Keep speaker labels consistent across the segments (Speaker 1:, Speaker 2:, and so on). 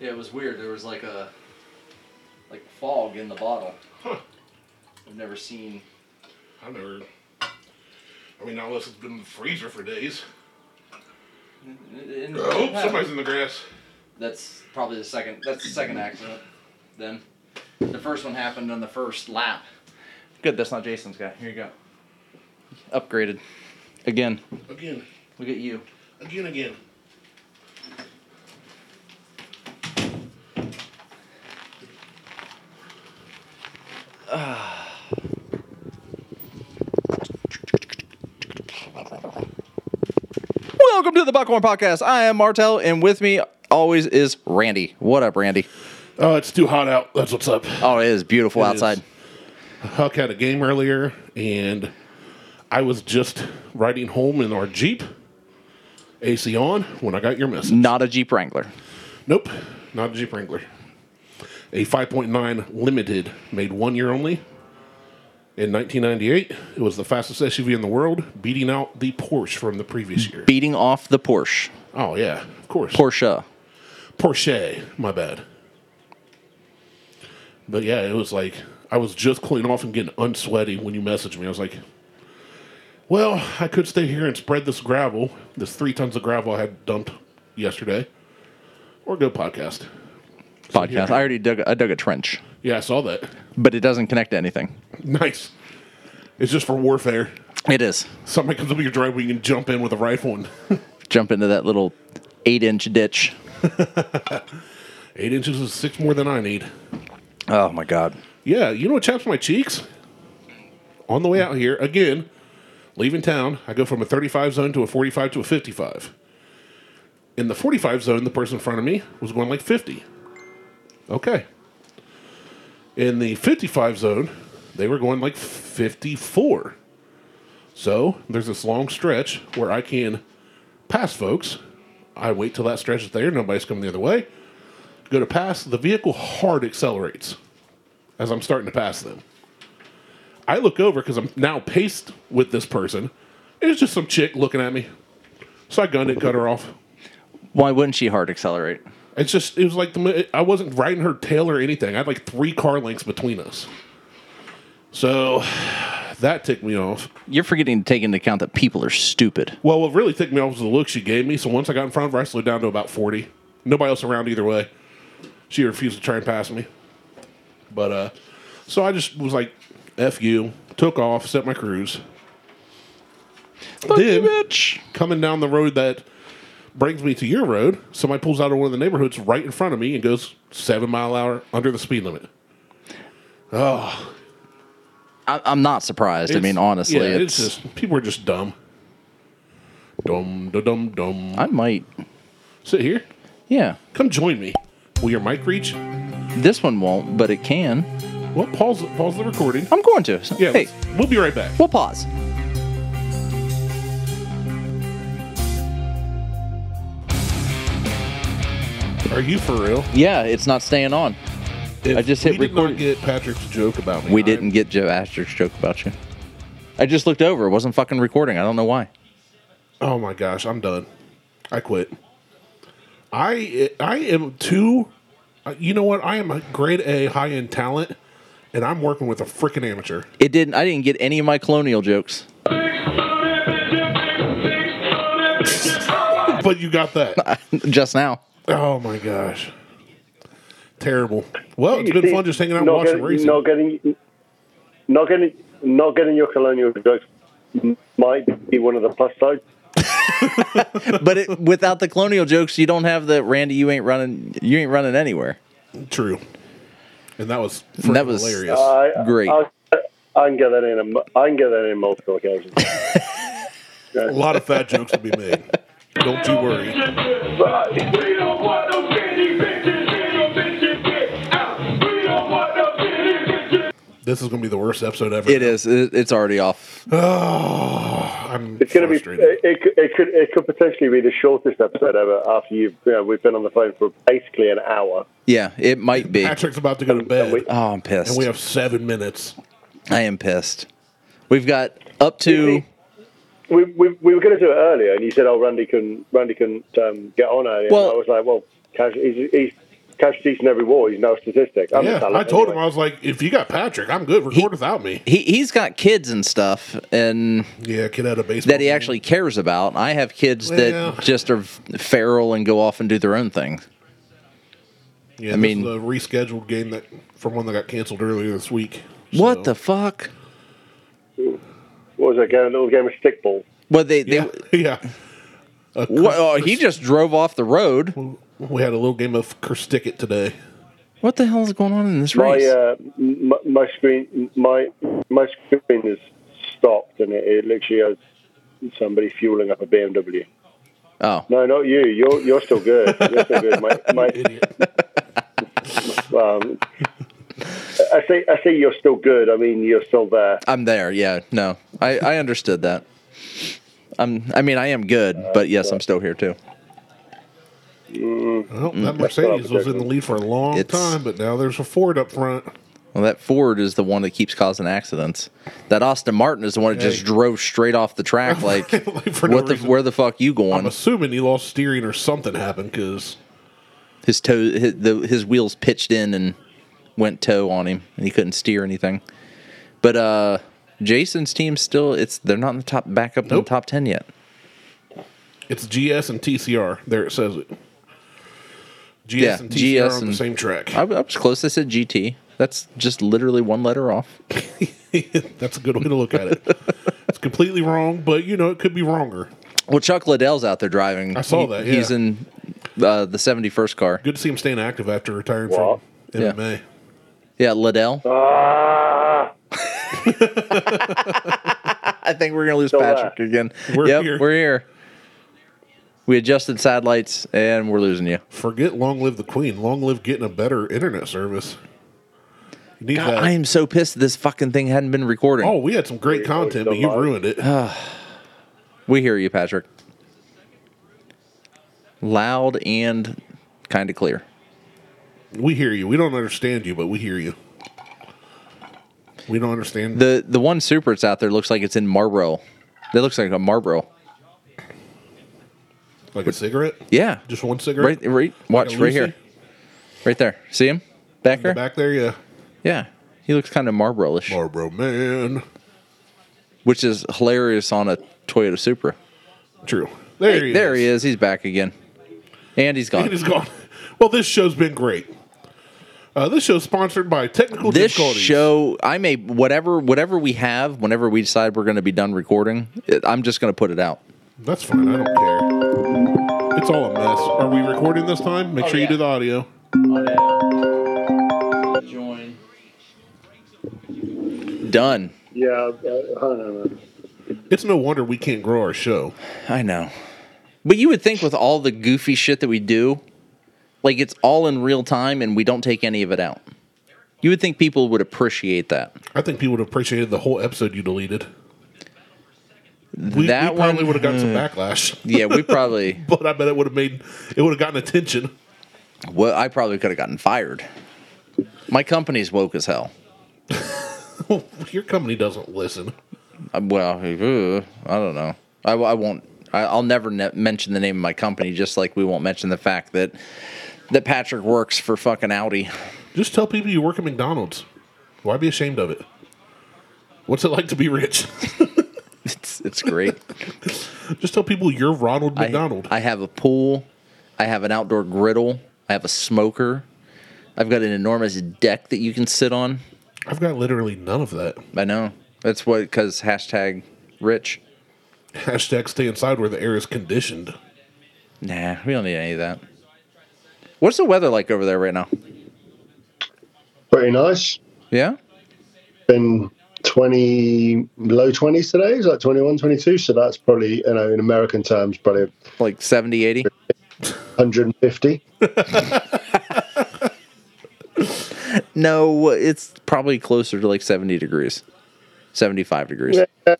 Speaker 1: Yeah, it was weird. There was like a like fog in the bottle.
Speaker 2: Huh.
Speaker 1: I've never seen.
Speaker 2: I never. I mean, not unless it's been in the freezer for days.
Speaker 1: And-
Speaker 2: Oh, somebody's in the grass.
Speaker 1: That's probably the second. That's the second accident. Then, the first one happened on the first lap. Good. That's not Jason's guy. Here you go. Upgraded. Again.
Speaker 2: Again,
Speaker 1: Look at you.
Speaker 2: again, again.
Speaker 3: Welcome to the Buckhorn Podcast. I am Martel, and with me always is Randy. What up, Randy?
Speaker 2: Oh, it's too hot out. That's what's up.
Speaker 3: Oh, it is beautiful
Speaker 2: It is.
Speaker 3: outside.
Speaker 2: Huck had a game earlier, and I was just riding home in our Jeep, AC on, when I got your message.
Speaker 3: Not a Jeep Wrangler.
Speaker 2: Nope, not a Jeep Wrangler. A 5.9 Limited, made one year only. In 1998, it was the fastest SUV in the world, beating out the Porsche from the previous year.
Speaker 3: Beating off the Porsche.
Speaker 2: Oh, yeah, of course.
Speaker 3: Porsche.
Speaker 2: Porsche, my bad. But yeah, it was like I was just cooling off and getting unsweaty when you messaged me. I was like, well, I could stay here and spread this gravel, this three tons of gravel I had dumped yesterday, or go podcast.
Speaker 3: Podcast. I already dug I dug a trench.
Speaker 2: Yeah, I saw that.
Speaker 3: But it doesn't connect to anything.
Speaker 2: Nice. It's just for warfare.
Speaker 3: It is.
Speaker 2: Somebody comes up your driveway, you can jump in with a rifle and
Speaker 3: Jump into that little eight inch ditch.
Speaker 2: eight inches is six more than I need.
Speaker 3: Oh my god.
Speaker 2: Yeah, you know what chaps my cheeks? On the way out here, again, leaving town, I go from a 35 zone to a 45 to a 55. In the 45 zone, the person in front of me was going like 50. Okay. In the 55 zone, they were going like 54. So there's this long stretch where I can pass folks. I wait till that stretch is there, nobody's coming the other way. Go to pass, the vehicle hard accelerates as I'm starting to pass them. I look over because I'm now paced with this person. It was just some chick looking at me. So I gunned it, cut her off.
Speaker 3: Why wouldn't she hard accelerate?
Speaker 2: It's just, it was like, the, mi- I wasn't riding her tail or anything. I had like three car lengths between us. So that ticked me off.
Speaker 3: You're forgetting to take into account that people are stupid.
Speaker 2: Well, what really ticked me off was the look she gave me. So once I got in front of her, I slowed down to about 40. Nobody else around either way. She refused to try and pass me. But, uh, so I just was like, F you, took off, set my cruise.
Speaker 3: Fuck you,
Speaker 2: Then-
Speaker 3: bitch.
Speaker 2: coming down the road that brings me to your road, somebody pulls out of one of the neighborhoods right in front of me and goes seven mile hour under the speed limit.
Speaker 3: I, I'm not surprised. I mean,
Speaker 2: It's-
Speaker 3: honestly,
Speaker 2: yeah,
Speaker 3: it's,
Speaker 2: it's, just people are just dumb. Dum da dum dum.
Speaker 3: I might.
Speaker 2: Sit here.
Speaker 3: Yeah,
Speaker 2: Come join me. Will your mic reach?
Speaker 3: this one won't, but it can.
Speaker 2: Well, pause pause the recording.
Speaker 3: I'm going to. So,
Speaker 2: Yeah,
Speaker 3: hey,
Speaker 2: let's- we'll be right back.
Speaker 3: we'll pause.
Speaker 2: Are you for real?
Speaker 3: Yeah, it's not staying on.
Speaker 2: If
Speaker 3: I just hit
Speaker 2: we
Speaker 3: record-
Speaker 2: Did not get Patrick's joke about me.
Speaker 3: We
Speaker 2: I'm-
Speaker 3: didn't get Joe Astor's joke about you. I just looked over. It wasn't fucking recording. I don't know why.
Speaker 2: Oh my gosh, I'm done. I quit. I I am too. uh, You know what? I am a grade A high end talent, and I'm working with a freaking amateur.
Speaker 3: It didn't. I didn't get any of my colonial jokes.
Speaker 2: But you got that.
Speaker 3: just now.
Speaker 2: oh my gosh, terrible. Well, it's been fun just hanging out and
Speaker 4: not
Speaker 2: watching
Speaker 4: getting,
Speaker 2: racing.
Speaker 4: Not getting, not getting, not getting your colonial jokes might be one of the plus sides.
Speaker 3: But it, without the colonial jokes, you don't have the Randy. You ain't running. You ain't running anywhere.
Speaker 2: True. And that was
Speaker 3: And that
Speaker 2: freaking
Speaker 3: was- uh,
Speaker 2: hilarious.
Speaker 4: I,
Speaker 3: Great.
Speaker 4: I, I can get that in. a mu- I can get that in multiple occasions.
Speaker 2: a lot of fat jokes to be made. Don't you worry.
Speaker 5: We don't want no bitty bitches, little bitches get out. We don't want no bitty bitches.
Speaker 2: This is going to be the worst episode ever.
Speaker 3: It is. It, it's already off.
Speaker 2: Oh, I'm
Speaker 4: It's going to be.
Speaker 2: frustrated.
Speaker 4: It, it, could- it could. It could potentially be the shortest episode ever. After you've, you know, we've been on the phone for basically an hour.
Speaker 3: Yeah, it might be.
Speaker 2: Patrick's about to go to bed,
Speaker 4: we-
Speaker 3: Oh, I'm pissed.
Speaker 2: and we have seven minutes.
Speaker 3: I am pissed. We've got up to.
Speaker 4: We, we, we were going to do it earlier, and you said, "Oh, Randy couldn't. Randy couldn't um, get on earlier."
Speaker 3: Well-
Speaker 4: and I was like, "Well, casual, he's, he's Cash Cheeks in every war. He's now a statistic. I'm a
Speaker 2: yeah,
Speaker 4: talent
Speaker 2: I told him
Speaker 4: anyway.
Speaker 2: I was like, if you got Patrick, I'm good. Record without me.
Speaker 3: He he's got kids and stuff, and
Speaker 2: Yeah, kid out of baseball.
Speaker 3: that he
Speaker 2: team.
Speaker 3: actually cares about. I have kids
Speaker 2: Well-
Speaker 3: that just are feral and go off and do their own thing. I
Speaker 2: Yeah, this
Speaker 3: mean-
Speaker 2: is a rescheduled game that from one that got canceled earlier this week.
Speaker 3: What
Speaker 2: So-
Speaker 3: the fuck?
Speaker 4: What was it again? A little game of stickball.
Speaker 3: Well, they they.
Speaker 2: Yeah, yeah. A cur-
Speaker 3: What, oh, he just drove off the road.
Speaker 2: we had a little game of curse stick it today.
Speaker 3: What the hell is going on in this
Speaker 4: My,
Speaker 3: race?
Speaker 4: uh, my my screen my my screen is stopped and it, it literally has somebody fueling up a BMW.
Speaker 3: oh,
Speaker 4: No, not you. You're you're still good. You're still good. My, my, um, I say I say you're still good. I mean you're still there.
Speaker 3: I'm there. Yeah, no, I I understood that. I'm. I mean, I am good, but yes, I'm still here too.
Speaker 2: Well,
Speaker 3: Mm.
Speaker 2: that Mercedes was in the lead for a long
Speaker 3: It's-
Speaker 2: time, but now there's a Ford up front.
Speaker 3: Well, that Ford is the one that keeps causing accidents. That Austin Martin is the one that just
Speaker 2: Hey.
Speaker 3: drove straight off the track. Like,
Speaker 2: Like, for no
Speaker 3: what the
Speaker 2: reason.
Speaker 3: where the fuck you
Speaker 2: I'm
Speaker 3: going?
Speaker 2: assuming he lost steering or something happened because
Speaker 3: his toe, his, the, his wheels pitched in and went toe on him, and he couldn't steer anything. But uh Jason's team still, it's they're not in the top back up in the
Speaker 2: Nope.
Speaker 3: top ten yet.
Speaker 2: it's GS and TCR. There it says it. GS
Speaker 3: Yeah,
Speaker 2: and TCR
Speaker 3: GS
Speaker 2: on the
Speaker 3: and-
Speaker 2: same track.
Speaker 3: I, I was close. I said GT. That's just literally one letter off.
Speaker 2: That's a good way to look at it. it's completely wrong, but you know it could be wronger.
Speaker 3: Well, Chuck Liddell's out there driving.
Speaker 2: I saw
Speaker 3: He-
Speaker 2: that,
Speaker 3: He's
Speaker 2: yeah.
Speaker 3: in uh, the seventy first car.
Speaker 2: Good to see him staying active after retiring
Speaker 4: Wow.
Speaker 2: from
Speaker 3: Yeah.
Speaker 2: MMA.
Speaker 3: Yeah, Liddell.
Speaker 4: Uh, Ah,
Speaker 3: I think we're gonna lose
Speaker 4: Still
Speaker 3: Patrick
Speaker 4: there.
Speaker 3: again.
Speaker 2: We're
Speaker 3: yep,
Speaker 2: here.
Speaker 3: we're here. We adjusted sidelights and we're losing you.
Speaker 2: Forget long live the queen. Long live getting a better internet service. You need
Speaker 3: God,
Speaker 2: that.
Speaker 3: I am so pissed that this fucking thing hadn't been recording.
Speaker 2: oh, we had some great content, but you
Speaker 4: Somebody.
Speaker 2: ruined it.
Speaker 3: Uh, We hear you, Patrick. Loud and kind of clear.
Speaker 2: We hear you. We don't understand you, but we hear you. We don't understand.
Speaker 3: The the one super that's out there looks like it's in Marlboro. That looks like a Marlboro.
Speaker 2: like a cigarette?
Speaker 3: Yeah.
Speaker 2: Just one cigarette?
Speaker 3: Right right watch
Speaker 2: Like a
Speaker 3: right here.
Speaker 2: Lucy?
Speaker 3: Right there. See him? Back
Speaker 2: In the
Speaker 3: there?
Speaker 2: back there, yeah.
Speaker 3: Yeah. He looks kind of Marlboro-ish,
Speaker 2: Marlboro Man.
Speaker 3: which is hilarious on a Toyota Supra.
Speaker 2: True. There
Speaker 3: Hey,
Speaker 2: he
Speaker 3: there
Speaker 2: is.
Speaker 3: he is. He's back again. And he's gone.
Speaker 2: It is gone. Well, this show's been great. Uh, this show's sponsored by Technical
Speaker 3: this
Speaker 2: Difficulties.
Speaker 3: show i may whatever whatever we have whenever we decide we're going to be done recording it- i'm just going to put it out
Speaker 2: That's fine. I don't care. It's all a mess. Are we recording this time? Make
Speaker 1: Oh,
Speaker 2: sure you
Speaker 1: yeah.
Speaker 2: do the audio.
Speaker 1: Join.
Speaker 3: done
Speaker 4: yeah. uh, I don't know.
Speaker 2: It's no wonder we can't grow our show.
Speaker 3: i know but you would think with all the goofy shit that we do like it's all in real time and we don't take any of it out you would think people would appreciate that
Speaker 2: I think people would have appreciated the whole episode you deleted. We,
Speaker 3: that
Speaker 2: we probably
Speaker 3: one hmm.
Speaker 2: would have gotten some backlash.
Speaker 3: yeah we probably
Speaker 2: but I bet it would have made it would have gotten attention.
Speaker 3: well i probably could have gotten fired my company's woke as hell
Speaker 2: Your company doesn't listen.
Speaker 3: Uh, Well, uh, I don't know. I, I won't. I, I'll never ne- mention the name of my company, just like we won't mention the fact that that Patrick works for fucking Audi.
Speaker 2: Just tell people you work at McDonald's. Why be ashamed of it? What's it like to be rich?
Speaker 3: It's it's great.
Speaker 2: Just tell people you're Ronald
Speaker 3: I-
Speaker 2: McDonald.
Speaker 3: I, have a pool. I have an outdoor griddle. I have a smoker. I've got an enormous deck that you can sit on.
Speaker 2: I've got literally none of that.
Speaker 3: I know. That's what because hashtag rich.
Speaker 2: Hashtag stay inside where the air is conditioned.
Speaker 3: Nah, we don't need any of that. What's the weather like over there right now?
Speaker 6: Pretty nice.
Speaker 3: Yeah.
Speaker 6: Been 20, low 20s today. It's like 21, 22. So that's probably, you know, in American terms, probably
Speaker 3: Like 70, 80?
Speaker 6: 150.
Speaker 3: No, it's probably closer to like 70 degrees, 75 degrees.
Speaker 6: Yeah.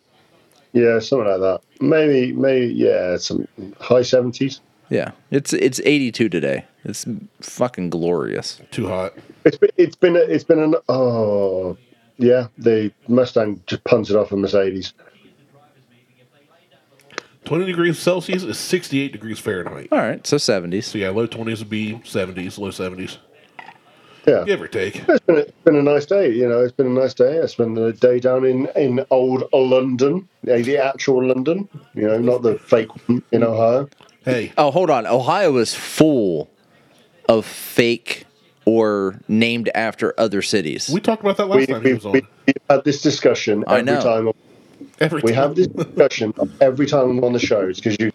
Speaker 6: Yeah, something like that. Maybe, maybe, yeah, some high 70s.
Speaker 3: Yeah. It's it's 82 today. It's fucking glorious.
Speaker 2: Too hot.
Speaker 6: It's been, it's been, a, it's been an, oh, yeah, the Mustang just punted off a Mercedes.
Speaker 2: 20 degrees Celsius is 68 degrees Fahrenheit.
Speaker 3: All right, so 70s.
Speaker 2: So yeah, low 20s would be 70s, low 70s,
Speaker 6: Yeah.
Speaker 2: give or take.
Speaker 6: It's been, a, it's been a nice day, you know. It's been a nice day. I spent the day down in, in old London, eh, the actual London, you know, not the fake one in Ohio.
Speaker 2: Hey,
Speaker 3: Oh, hold on. Ohio is full of fake or named after other cities.
Speaker 2: we talked about that last
Speaker 6: We,
Speaker 2: time he
Speaker 6: we,
Speaker 2: was on.
Speaker 6: we had this discussion
Speaker 3: I
Speaker 6: every
Speaker 3: know.
Speaker 6: time.
Speaker 2: Every
Speaker 6: We
Speaker 2: time.
Speaker 6: have this discussion every time I'm on the shows because you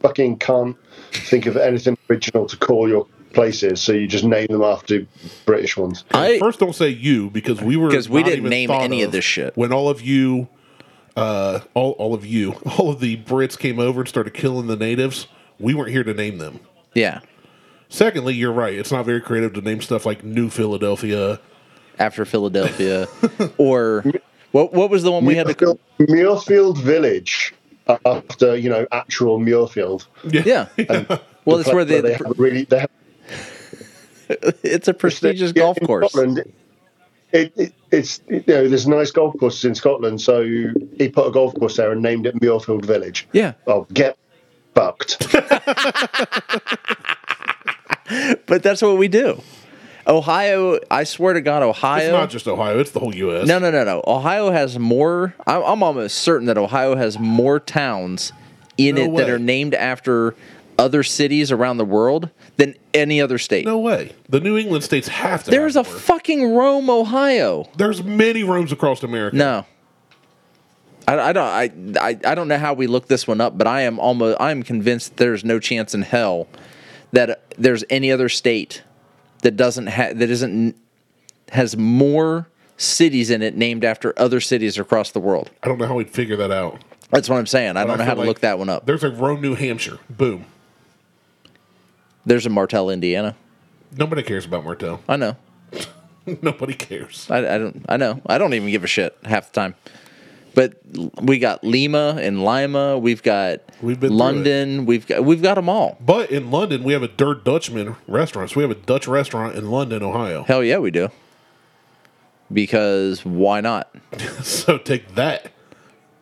Speaker 6: fucking can't think of anything original to call your places, so you just name them after British ones.
Speaker 3: I
Speaker 2: First, don't say you because we were
Speaker 3: 'Cause we
Speaker 2: not
Speaker 3: didn't
Speaker 2: even
Speaker 3: name
Speaker 2: thought
Speaker 3: any of this shit.
Speaker 2: When all of you, uh, all all of you, all of the Brits came over and started killing the natives, we weren't here to name them.
Speaker 3: yeah,
Speaker 2: Secondly, you're right; it's not very creative to name stuff like New Philadelphia.
Speaker 3: after Philadelphia or what what was the one we had to
Speaker 6: Muirfield, Muirfield Village, after you know actual Muirfield.
Speaker 3: Yeah. Well, it's where
Speaker 6: they
Speaker 3: the
Speaker 6: have really they have
Speaker 3: it's a prestigious
Speaker 6: Yeah,
Speaker 3: golf
Speaker 6: in
Speaker 3: course.
Speaker 6: Scotland, it, it, it's you know there's nice golf courses in Scotland, so he put a golf course there and named it Muirfield Village.
Speaker 3: Yeah.
Speaker 6: Oh, get fucked.
Speaker 3: But that's what we do. Ohio, I swear to God, Ohio.
Speaker 2: It's not just Ohio; it's the whole U.S.
Speaker 3: No, no, no, no. Ohio has more. I'm, I'm almost certain that Ohio has more towns in
Speaker 2: No
Speaker 3: it that
Speaker 2: way.
Speaker 3: are named after other cities around the world than any other state.
Speaker 2: No way. The New England states have to.
Speaker 3: There's a
Speaker 2: have more.
Speaker 3: fucking Rome, Ohio.
Speaker 2: There's many Romes across America.
Speaker 3: No. I, I don't. I, I I don't know how we looked this one up, but I am almost. I am convinced there's no chance in hell that there's any other state that doesn't ha- that isn't has more cities in it named after other cities across the world.
Speaker 2: I don't know how we'd figure that out.
Speaker 3: That's what I'm saying. I don't know
Speaker 2: I
Speaker 3: how
Speaker 2: feel
Speaker 3: to
Speaker 2: like
Speaker 3: look that one up.
Speaker 2: There's a Rome, New Hampshire. Boom.
Speaker 3: There's a Martell, Indiana.
Speaker 2: Nobody cares about Martell.
Speaker 3: I know.
Speaker 2: Nobody cares.
Speaker 3: I, I don't. I know. I don't even give a shit half the time. But we got Lima and Lima. We've got
Speaker 2: We've been through it.
Speaker 3: London. We've got we've got them all.
Speaker 2: But in London, we have a Dirt Dutchman restaurant. So we have a Dutch restaurant in London, Ohio.
Speaker 3: Hell yeah, we do. Because why not?
Speaker 2: So take that.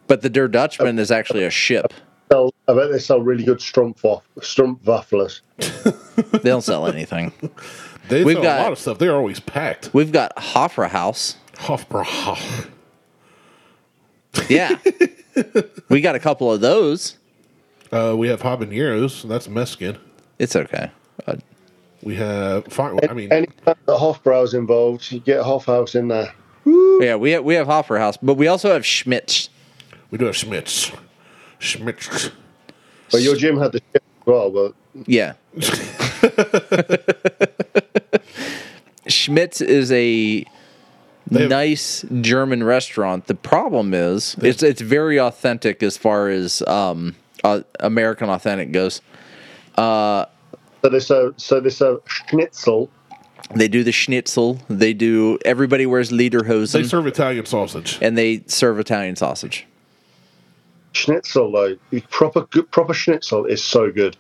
Speaker 3: But the Der Dutchman is actually a ship.
Speaker 6: Sell- I bet they sell really good strumpf strumpfwafflers.
Speaker 3: They don't sell anything.
Speaker 2: They
Speaker 3: We've
Speaker 2: sell
Speaker 3: got-
Speaker 2: a lot of stuff. They're always packed.
Speaker 3: We've got Hofra House.
Speaker 2: Hofbrauhaus.
Speaker 3: Yeah. we got a couple of those.
Speaker 2: Uh, we have habaneros. That's Mexican.
Speaker 3: It's okay. Uh,
Speaker 2: We have. Fine, I mean,
Speaker 6: Any time that Hofbrau's involved, you get Hofhaus in there.
Speaker 3: yeah, we have, we have Hofra House, but we also have Schmidt's.
Speaker 2: we do have Schmitz. Schmitz.
Speaker 6: But your gym had the shit as well, but
Speaker 3: Yeah. Schmidt's is a
Speaker 2: have-
Speaker 3: nice German restaurant. The problem is it's it's very authentic as far as um, uh, American authentic goes.
Speaker 6: so they serve so they serve schnitzel.
Speaker 3: They do the schnitzel. They do everybody wears
Speaker 2: They
Speaker 3: lederhosen
Speaker 2: serve Italian sausage.
Speaker 3: and they serve Italian sausage.
Speaker 6: Schnitzel though, proper good, proper schnitzel is so good.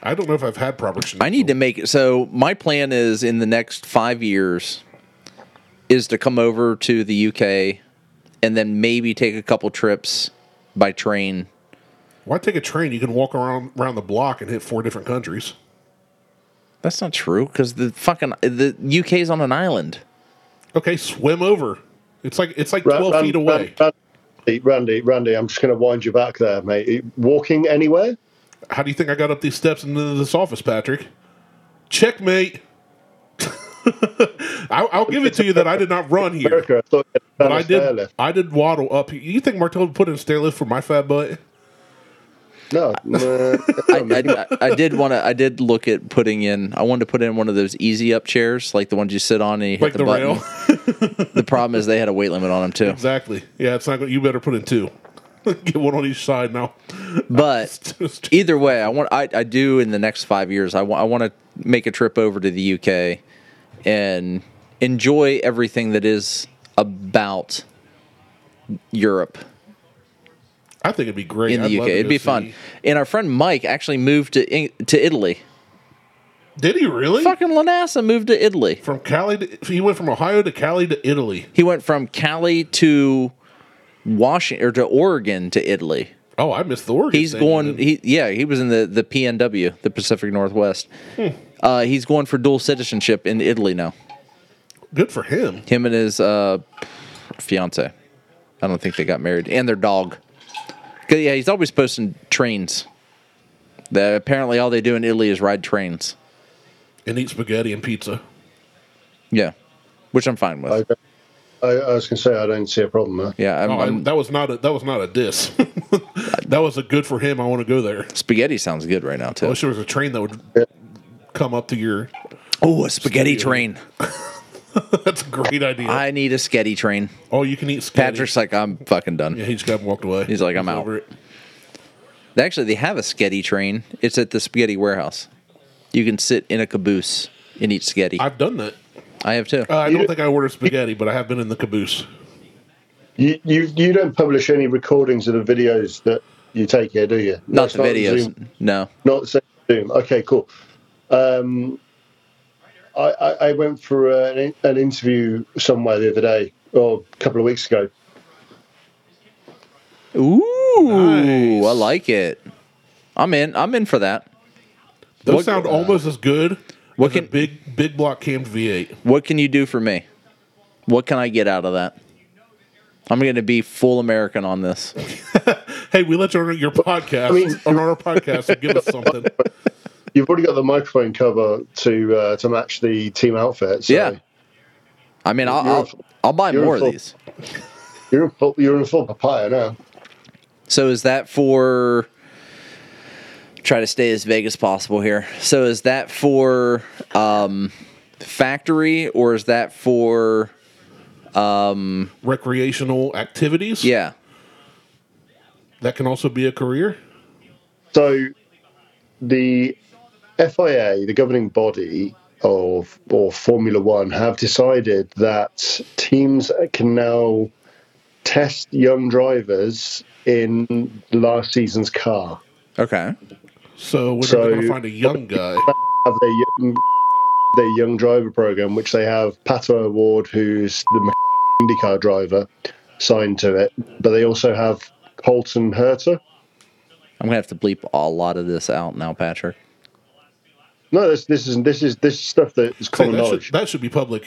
Speaker 2: I don't know if I've had proper schnitzel.
Speaker 3: I need to make it. So my plan is in the next five years is to come over to the UK and then maybe take a couple trips by train.
Speaker 2: Why take a train? You can walk around around the block and hit four different countries.
Speaker 3: That's not true because the fucking the UK's on an island.
Speaker 2: Okay, swim over. It's like it's like
Speaker 6: Ra-
Speaker 2: twelve
Speaker 6: Ran-
Speaker 2: feet away.
Speaker 6: Ran- Randy, Randy, Randy, I'm just going to wind you back there, mate. Walking anywhere?
Speaker 2: How do you think I got up these steps and into this office, Patrick? Checkmate. I, I'll give it to you that I did not run here,
Speaker 6: America, I thought you had
Speaker 2: but
Speaker 6: a
Speaker 2: I
Speaker 6: stair
Speaker 2: did.
Speaker 6: lift.
Speaker 2: I did waddle up. You think Martel would put in a stair lift for my fat butt?
Speaker 6: No, nah,
Speaker 3: I, I, I- I did want to. I did look at putting in. I wanted to put in one of those easy up chairs, like the ones you sit on and you hit
Speaker 2: Like
Speaker 3: the,
Speaker 2: the
Speaker 3: button.
Speaker 2: rail?
Speaker 3: The problem is they had a weight limit on them too.
Speaker 2: exactly. Yeah, it's not. gonna You better put in two. Get one on each side now.
Speaker 3: But either way, I want. I, I do in the next five years. I want. I want to make a trip over to the UK and enjoy everything that is about Europe.
Speaker 2: I think it'd be great
Speaker 3: In the
Speaker 2: I'd love
Speaker 3: UK,
Speaker 2: to
Speaker 3: it'd
Speaker 2: go
Speaker 3: be
Speaker 2: see-
Speaker 3: fun. And our friend Mike actually moved to Eng- to Italy.
Speaker 2: Did he really?
Speaker 3: Fucking Lanassa moved to Italy.
Speaker 2: From Cali, to, he went from Ohio to Cali to Italy.
Speaker 3: He went from Cali to Washington or to Oregon to Italy.
Speaker 2: Oh, I missed the Oregon.
Speaker 3: He's
Speaker 2: thing.
Speaker 3: going.
Speaker 2: And
Speaker 3: He yeah. He was in the the PNW, the Pacific Northwest.
Speaker 2: Hmm.
Speaker 3: Uh, he's going for dual citizenship in Italy now.
Speaker 2: good for him.
Speaker 3: Him and his uh, fiance. I don't think they got married, and their dog. 'Cause, Yeah, he's always posting trains. That apparently all they do in Italy is ride trains.
Speaker 2: And eat spaghetti and
Speaker 3: Um,
Speaker 2: pizza.
Speaker 3: Yeah, which I'm fine with.
Speaker 6: I, don't- I, I was going to say I don't see a problem there.
Speaker 3: yeah, I'm,
Speaker 2: Oh, I,
Speaker 3: I'm-
Speaker 2: that was not a that was not a diss. that was a good for him. I want to go there.
Speaker 3: spaghetti sounds good right now
Speaker 2: I
Speaker 3: too.
Speaker 2: wish there was a train that would come up to your.
Speaker 3: Oh, a spaghetti train.
Speaker 2: That's a great idea.
Speaker 3: I need a sketty train.
Speaker 2: oh, you can eat spaghetti.
Speaker 3: Patrick's like, I'm fucking done.
Speaker 2: yeah, he just got walked away.
Speaker 3: He's like, I'm out.
Speaker 2: over it.
Speaker 3: Actually, they have a sketty train. It's at the spaghetti warehouse. You can sit in a caboose and eat spaghetti. I,
Speaker 2: I've done that.
Speaker 3: have too.
Speaker 2: Uh, I don't think I ordered spaghetti, but I have been in the caboose.
Speaker 6: You, you you don't publish any recordings of the videos that you take here, do you?
Speaker 3: Not
Speaker 6: It's
Speaker 3: the videos.
Speaker 6: Zoom.
Speaker 3: No.
Speaker 6: Not the same Zoom. Okay, cool. Um, I, I, I went for an, in- an interview somewhere the other day, or a couple of weeks ago.
Speaker 3: Ooh,
Speaker 2: Nice.
Speaker 3: I like it. I'm in. I'm in for that.
Speaker 2: Those
Speaker 3: What-
Speaker 2: sound almost as good.
Speaker 3: what
Speaker 2: as a
Speaker 3: can-
Speaker 2: big big block cammed V8?
Speaker 3: What can you do for me? What can I get out of that? I'm going to be full American on this.
Speaker 2: Hey, we let you on your podcast
Speaker 6: mean-
Speaker 2: on our podcast and give us something.
Speaker 6: You've already got the microphone cover to uh, to match the team outfit. So
Speaker 3: Yeah. I mean, I'll,
Speaker 6: You're a
Speaker 3: I'll,
Speaker 6: full-
Speaker 3: I'll buy
Speaker 6: you're a
Speaker 3: more of
Speaker 6: full-
Speaker 3: these.
Speaker 6: you're in full, you're in full papaya now.
Speaker 3: So is that for try to stay as vague as possible here. So is that for um factory or is that for
Speaker 2: Recreational activities.
Speaker 3: yeah.
Speaker 2: that can also be a career.
Speaker 6: So the FIA, the governing body of or Formula One, have decided that teams can now test young drivers in last season's car.
Speaker 3: Okay.
Speaker 2: So we're
Speaker 6: So-
Speaker 2: going to find a young guy.
Speaker 6: Have their young, their young driver program, which they have Pato Award, who's the IndyCar driver, signed to it, but they also have Colton Herter.
Speaker 3: I'm going to have to bleep a lot of this out now, Patrick.
Speaker 6: No, this this is this is this is stuff that is
Speaker 2: Say,
Speaker 6: common
Speaker 2: that,
Speaker 6: knowledge.
Speaker 2: should, that should be public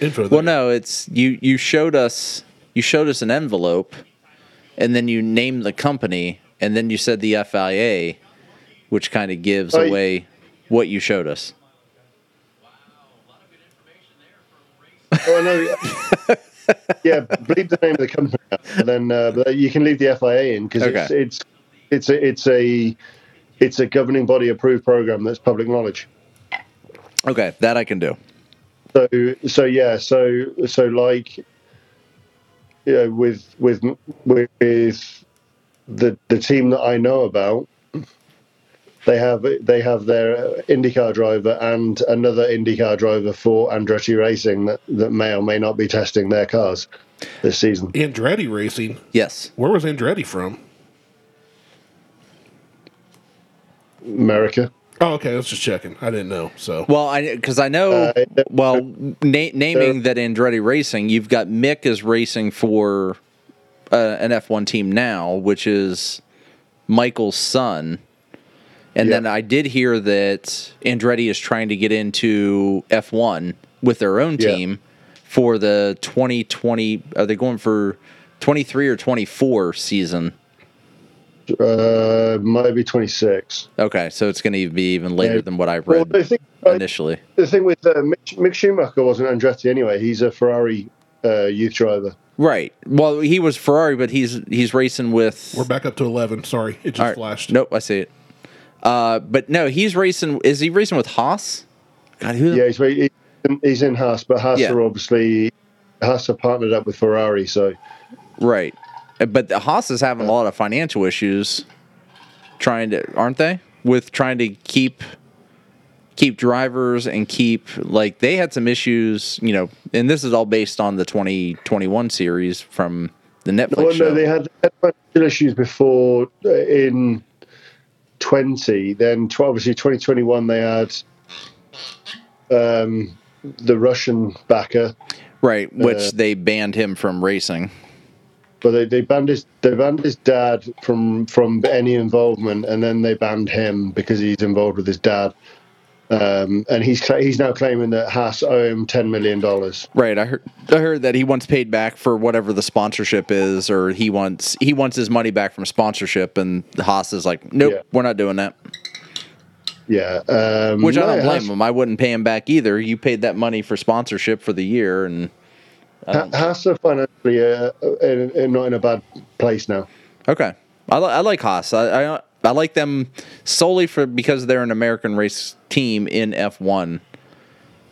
Speaker 2: info.
Speaker 3: Well,
Speaker 2: there.
Speaker 3: no, it's you you showed us you showed us an envelope and then you named the company and then you said the FIA which kind of gives
Speaker 6: Oh, y-
Speaker 3: away what you showed us.
Speaker 6: Oh, I know. yeah, believe the name of the company, out, and then uh, but you can leave the FIA in because
Speaker 3: Okay.
Speaker 6: it's, it's it's a it's a it's a governing body approved program that's public knowledge.
Speaker 3: Okay, that I can do.
Speaker 6: So so yeah so so like you know with with with the the team that I know about. They have they have their IndyCar driver and another IndyCar driver for Andretti Racing that, that may or may not be testing their cars this season.
Speaker 2: Andretti Racing.
Speaker 3: Yes.
Speaker 2: Where was Andretti from?
Speaker 6: America.
Speaker 2: Oh, okay. I was just checking. I didn't know. So
Speaker 3: Well, I because I know.
Speaker 6: Uh, they're-
Speaker 3: well, na- naming that Andretti Racing, you've got Mick is racing for uh, an F1 team now, which is Michael's son. And then
Speaker 6: Yeah.
Speaker 3: I did hear that Andretti is trying to get into F1 with their own
Speaker 6: Yeah.
Speaker 3: team for the 2020. Are they going for 23 or 24 season?
Speaker 6: Uh, might be 26.
Speaker 3: Okay, so it's going to be even later
Speaker 6: Yeah.
Speaker 3: than what I
Speaker 6: Well,
Speaker 3: read
Speaker 6: the thing, the
Speaker 3: initially.
Speaker 6: thing with uh, Mick, Mick Schumacher wasn't Andretti anyway. He's a Ferrari uh, youth driver.
Speaker 3: Right. Well, he was Ferrari, but he's he's racing with.
Speaker 2: we're back up to eleven. Sorry, it just
Speaker 3: All right.
Speaker 2: flashed.
Speaker 3: Nope, I see it. Uh, but no, he's racing. Is he racing with Haas? God, who?
Speaker 6: Yeah, he's, he's in- he's in Haas, but Haas
Speaker 3: Yeah.
Speaker 6: are obviously Haas are partnered up with Ferrari. So
Speaker 3: Right. Uh, But the Haas is having a lot of financial issues. Trying to, aren't they? With trying to keep keep drivers and keep like they had some issues. You know, and this is all based on the twenty twenty one series from the Netflix
Speaker 6: well,
Speaker 3: show.
Speaker 6: Oh, no, they had, they had financial issues before uh, in 20. Then tw- obviously 2021 they had um, the Russian backer.
Speaker 3: right, which
Speaker 6: uh,
Speaker 3: they banned him from racing.
Speaker 6: But they, they banned his they banned his dad from from any involvement, and then they banned him because he's involved with his dad. Um, and he's cla- he's now claiming that Haas owe him ten million dollars.
Speaker 3: Right, I heard. I heard that he wants paid back for whatever the sponsorship is, or he wants he wants his money back from sponsorship. And Haas is like, nope,
Speaker 6: Yeah.
Speaker 3: we're not doing that.
Speaker 6: Yeah, um,
Speaker 3: Which I
Speaker 6: no,
Speaker 3: don't blame
Speaker 6: Haas-
Speaker 3: him. I wouldn't pay him back either. You paid that money for sponsorship for the year, and
Speaker 6: Ha- Haas are financially uh, in, in, not in a bad place now.
Speaker 3: okay, I, li- I like Haas. I, I I like them solely for because they're an American race team in F one.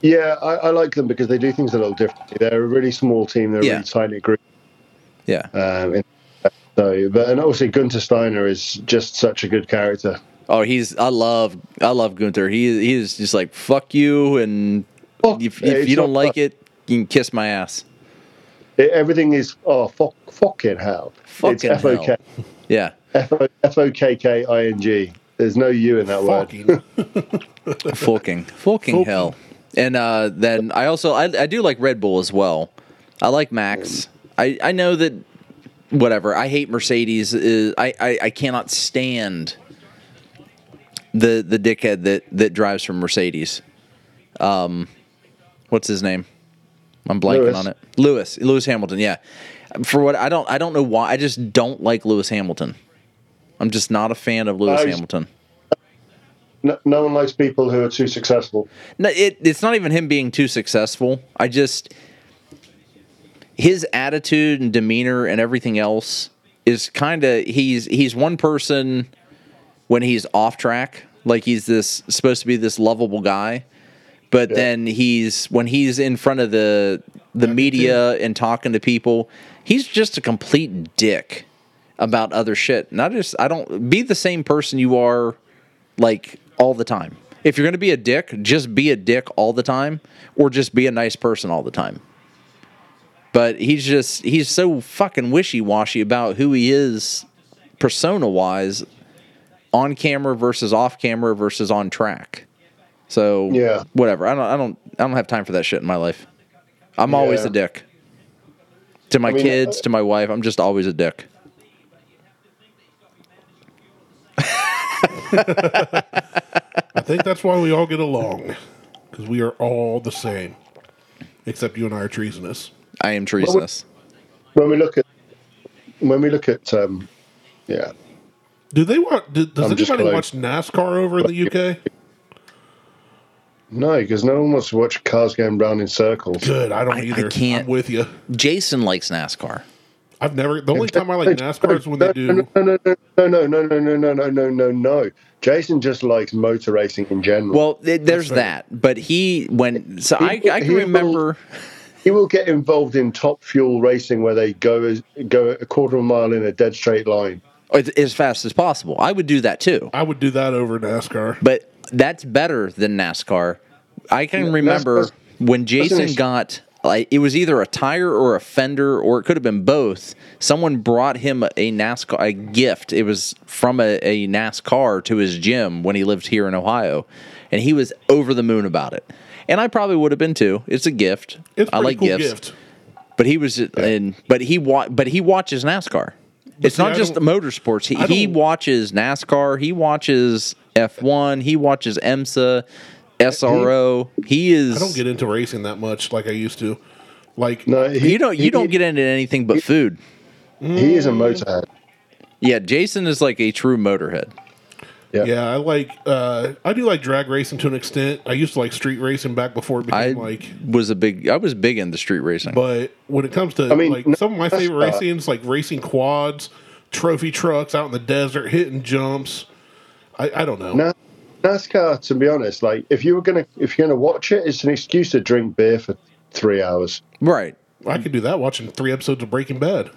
Speaker 6: Yeah, I, I like them because they do things a little differently. They're a really small team. They're a
Speaker 3: Yeah.
Speaker 6: really tiny group.
Speaker 3: Yeah.
Speaker 6: Um, in- so, but and obviously Gunter Steiner is just such a good character.
Speaker 3: Oh, he's I love I love Gunther. He he is just like fuck you, and
Speaker 6: Fuck.
Speaker 3: if,
Speaker 6: Yeah,
Speaker 3: if
Speaker 6: it's
Speaker 3: you don't
Speaker 6: not
Speaker 3: like
Speaker 6: fun.
Speaker 3: it, you can kiss my ass.
Speaker 6: It- everything is oh fuck, fucking hell.
Speaker 3: Fucking
Speaker 6: it's F-O-K,
Speaker 3: hell. Yeah.
Speaker 6: F-O- F-O-K-K-I-N-G. There's no U in that word.
Speaker 2: Fucking.
Speaker 3: Fulking. Fulking hell. And uh, then I also I, I do like Red Bull as well. I like
Speaker 6: Mm.
Speaker 3: Max. I, I know that whatever. I hate Mercedes is I, I, I cannot stand the the dickhead that, that drives from Mercedes. Um what's his name? I'm blanking
Speaker 6: Lewis.
Speaker 3: on it. Lewis. Lewis Hamilton, yeah. For what I don't I don't know why I just don't like Lewis Hamilton. I'm just not a fan of Lewis
Speaker 6: I-
Speaker 3: Hamilton.
Speaker 6: No, no one likes people who are too successful.
Speaker 3: No, it, it's not even him being too successful. I just his attitude and demeanor and everything else is kind of he's he's one person when he's off track, like he's this supposed to be this lovable guy, but then he's when he's in front of the the media and talking to people, he's just a complete dick about other shit. Not just I don't be the same person you are like all the time. If you're going to be a dick, just be a dick all the time or just be a nice person all the time. But he's just he's so fucking wishy-washy about who he is persona-wise on camera versus off camera versus on track. So
Speaker 6: Yeah.
Speaker 3: whatever. I don't I don't I don't have time for that shit in my life. I'm always
Speaker 6: Yeah.
Speaker 3: a dick. To my
Speaker 6: mean,
Speaker 3: kids,
Speaker 6: uh,
Speaker 3: to my wife, I'm just always a dick.
Speaker 2: I think that's why we all get along, because we are all the same, except you and I are treasonous.
Speaker 3: I am treasonous.
Speaker 6: When we look at when we look at um, yeah,
Speaker 2: Do they watch? Do, does
Speaker 6: I'm just
Speaker 2: anybody
Speaker 6: glad-
Speaker 2: watch NASCAR over in the UK?
Speaker 6: no, because no one wants to watch cars going round in circles.
Speaker 2: Good. I don't
Speaker 3: I
Speaker 2: either.
Speaker 3: can't-
Speaker 2: am with you.
Speaker 3: Jason likes NASCAR.
Speaker 2: I've never. The only time I like NASCAR is when they do.
Speaker 6: No, no, no, no, no, no, no, no, no, no, no, no. Jason just likes motor racing in general.
Speaker 3: Well, th- there's that, but he when so I, I
Speaker 6: He
Speaker 3: can
Speaker 6: will-
Speaker 3: remember.
Speaker 6: he will get involved in top fuel racing where they go as, go a quarter of a mile in a dead straight line.
Speaker 3: as- as fast as possible. I would do that too,
Speaker 2: I would do that over NASCAR.
Speaker 3: but that's better than NASCAR. I can remember
Speaker 6: NASCAR's-
Speaker 3: when Jason
Speaker 6: issue.
Speaker 3: got like it was either a tire or a fender or it could have been both. Someone brought him a NASCAR a gift. It was from a, a NASCAR to his gym when he lived here in Ohio, and he was over the moon about it. And I probably would have been too. It's a gift.
Speaker 2: It's a
Speaker 3: I
Speaker 2: pretty
Speaker 3: like
Speaker 2: cool
Speaker 3: gifts.
Speaker 2: gift.
Speaker 3: But he was in. But he wa- But he watches NASCAR. it's
Speaker 2: see,
Speaker 3: not
Speaker 2: I
Speaker 3: just the
Speaker 2: don't-
Speaker 3: motorsports. He,
Speaker 2: I
Speaker 3: he
Speaker 2: don't-
Speaker 3: watches NASCAR. He watches F one. He watches EMSA, SRO. He is.
Speaker 2: I don't get into racing that much like I used to. Like
Speaker 6: No, he,
Speaker 3: you don't. You
Speaker 6: he-
Speaker 3: don't get into anything but food.
Speaker 6: He is a motorhead.
Speaker 3: Yeah, Jason is like a true motorhead.
Speaker 2: Yeah, I like uh I do like drag racing to an extent. I used to like street racing back before it
Speaker 3: I
Speaker 2: became like
Speaker 3: was a big. I was big into street racing.
Speaker 2: but when it comes to
Speaker 6: I mean,
Speaker 2: like
Speaker 6: no-
Speaker 2: some of my favorite
Speaker 6: that's, uh,
Speaker 2: racing is like racing quads, trophy trucks out in the desert, hitting jumps. I, I don't know.
Speaker 6: Na- NASCAR, to be honest, like if you were gonna if you're gonna watch it, it's an excuse to drink beer for three hours.
Speaker 3: right.
Speaker 2: I could do that watching three episodes of Breaking Bad.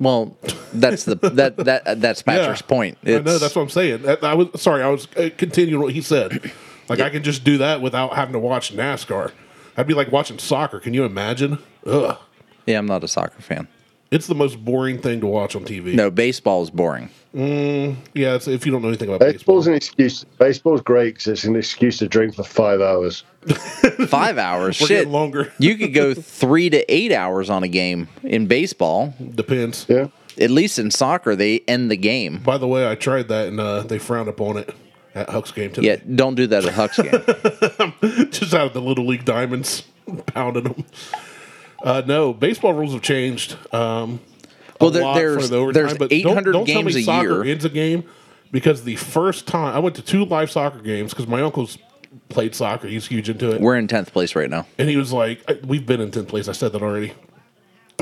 Speaker 3: Well, that's the that that that's Patrick's point.
Speaker 2: I know that's what I'm saying. That- I was sorry. I was uh, continuing what he said. Like I can just do that without having to watch NASCAR. I'd be like watching soccer. Can you imagine? Ugh.
Speaker 3: yeah, I'm not a soccer fan.
Speaker 2: It's the most boring thing to watch on TV.
Speaker 3: No, baseball is boring.
Speaker 2: Yeah, it's, if you don't know anything about
Speaker 6: Baseball's
Speaker 2: baseball.
Speaker 6: an excuse. Baseball's great because it's an excuse to drink for five hours.
Speaker 3: Five hours.
Speaker 2: We're
Speaker 3: shit.
Speaker 2: getting longer.
Speaker 3: you could go three to eight hours on a game in baseball.
Speaker 2: Depends.
Speaker 6: Yeah.
Speaker 3: At least in soccer, they end the game.
Speaker 2: By the way, I tried that and uh, they frowned upon it at Huck's game
Speaker 3: Yeah,
Speaker 2: today.
Speaker 3: don't do that at Huck's game.
Speaker 2: Just out of the Little League Diamonds, pounding them. Uh, no, baseball rules have changed. Um,
Speaker 3: Well,
Speaker 2: a
Speaker 3: there-
Speaker 2: lot
Speaker 3: there's-
Speaker 2: for the overtime,
Speaker 3: there's
Speaker 2: but don't-
Speaker 3: 800
Speaker 2: don't tell me
Speaker 3: games a
Speaker 2: soccer
Speaker 3: year.
Speaker 2: ends a game because the first time I went to two live soccer games because my uncle's played soccer. He's huge into it.
Speaker 3: We're in tenth place right now.
Speaker 2: And he was like, I- "We've been in tenth place." I said that already.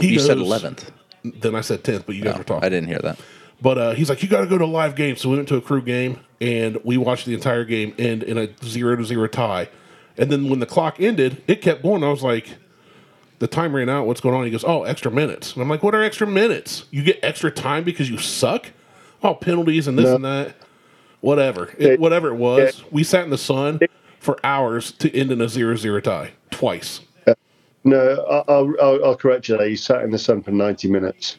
Speaker 2: He
Speaker 3: You said
Speaker 2: goes-
Speaker 3: eleventh.
Speaker 2: Then I said tenth, but you guys were talking.
Speaker 3: I didn't hear that.
Speaker 2: But uh, he's like, "You got to go to a live game." So we went to a crew game and we watched the entire game end in a zero to zero tie. And then when the clock ended, it kept going. I was like, "The time ran out. What's going on?" He goes, "Oh, extra minutes." And I'm like, "What are extra minutes? You get extra time because you suck? Oh, penalties and this
Speaker 6: No.
Speaker 2: and that. Whatever. It- whatever it was, we sat in the sun for hours to end in a zero zero tie twice."
Speaker 6: No, I- I'll, I'll, I'll correct you there. You sat in the sun for 90 minutes.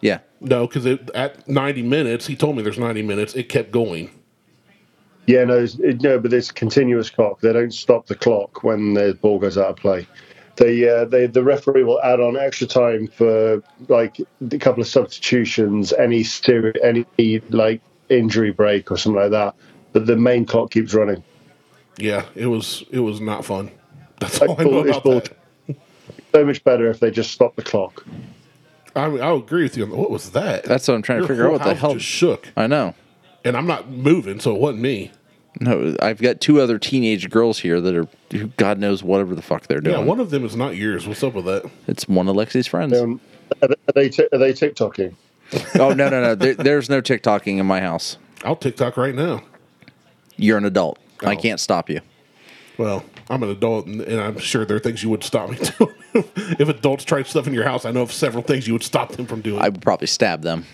Speaker 3: Yeah,
Speaker 2: No, because at 90 minutes, he told me there's 90 minutes. It kept going.
Speaker 6: Yeah, no, it's- it, no, but it's continuous clock. They don't stop the clock when the ball goes out of play. They, uh, they, the referee will add on extra time for like a couple of substitutions, any steer, any like injury break or something like that. But the main clock keeps running.
Speaker 2: Yeah, it was it was not fun. That's
Speaker 6: Like,
Speaker 2: all I know
Speaker 6: bull- it's
Speaker 2: about
Speaker 6: bull-
Speaker 2: that.
Speaker 6: So much better if they just stop the clock.
Speaker 2: I mean, I agree with you. on What was that?
Speaker 3: That's what I'm trying to
Speaker 2: Your
Speaker 3: figure out
Speaker 2: whole
Speaker 3: what the
Speaker 2: house
Speaker 3: hell-
Speaker 2: just shook.
Speaker 3: I know.
Speaker 2: And I'm not moving, so it wasn't me.
Speaker 3: No, I've got two other teenage girls here that are who God knows whatever the fuck they're
Speaker 2: Yeah,
Speaker 3: doing.
Speaker 2: one of them is not yours. What's up with that?
Speaker 3: it's one of Lexi's friends.
Speaker 6: Um, are they t- are they TikToking?
Speaker 3: oh no, no, no. There, there's no TikToking in my house.
Speaker 2: I'll TikTok right now.
Speaker 3: You're an adult. I
Speaker 2: Oh.
Speaker 3: can't stop you.
Speaker 2: Well, I'm an adult, and, and I'm sure there are things you would stop me doing. if adults tried stuff in your house, I know of several things you would stop them from doing.
Speaker 3: I would probably stab them.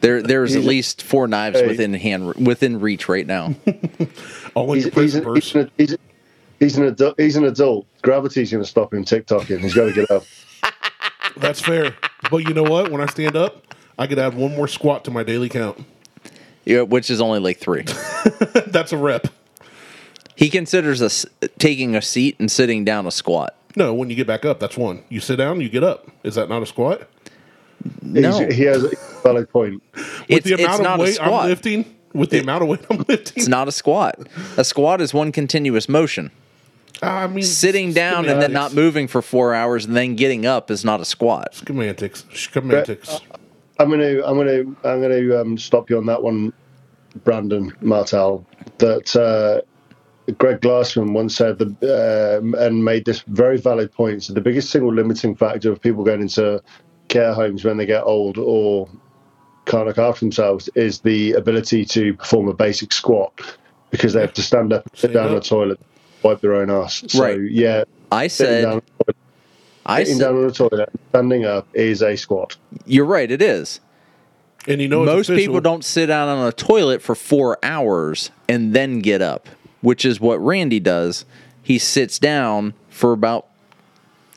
Speaker 3: There, there's at least four knives
Speaker 6: Hey.
Speaker 3: within hand within reach right now.
Speaker 2: All in your
Speaker 6: He's, he's,
Speaker 2: prison
Speaker 6: an,
Speaker 2: verse.
Speaker 6: he's, an, he's, he's an adult. He's an adult. Gravity's going to stop him TikToking. He's got to get up.
Speaker 2: That's fair. but you know what? When I stand up, I could add one more squat to my daily count.
Speaker 3: Yeah, which is only like three.
Speaker 2: That's a rep.
Speaker 3: He considers us taking a seat and sitting down a squat.
Speaker 2: No, when you get back up, that's one. You sit down, you get up. Is that not a squat?
Speaker 3: No,
Speaker 6: He's, he has a valid point.
Speaker 3: it's,
Speaker 2: the amount
Speaker 3: it's
Speaker 2: of
Speaker 3: not a
Speaker 2: weight
Speaker 3: squat.
Speaker 2: I'm lifting, with the amount of weight I'm lifting,
Speaker 3: It's not a squat. A squat is one continuous motion.
Speaker 2: I mean,
Speaker 3: Sitting down and then not
Speaker 2: moving.
Speaker 3: moving for four hours and then getting up is not a squat.
Speaker 2: Semantics, semantics.
Speaker 6: I'm going to I'm going to I'm going to um, stop you on that one, Brandon Martel. That uh, Greg Glassman once said that, um and made this very valid point. So the biggest single limiting factor of people going into care homes when they get old or can't look after themselves is the ability to perform a basic squat because they have to stand up, sit
Speaker 2: Stand
Speaker 6: down on the
Speaker 2: up.
Speaker 6: toilet, wipe their own ass. So
Speaker 3: Right.
Speaker 6: yeah,
Speaker 3: I
Speaker 6: sitting down,
Speaker 3: said, I
Speaker 6: sitting
Speaker 3: said,
Speaker 6: down on the toilet, standing up is a squat.
Speaker 3: you're right. It is.
Speaker 2: And you know, it's
Speaker 3: Most
Speaker 2: official.
Speaker 3: people don't sit down on a toilet for four hours and then get up, which is what Randy does. He sits down for about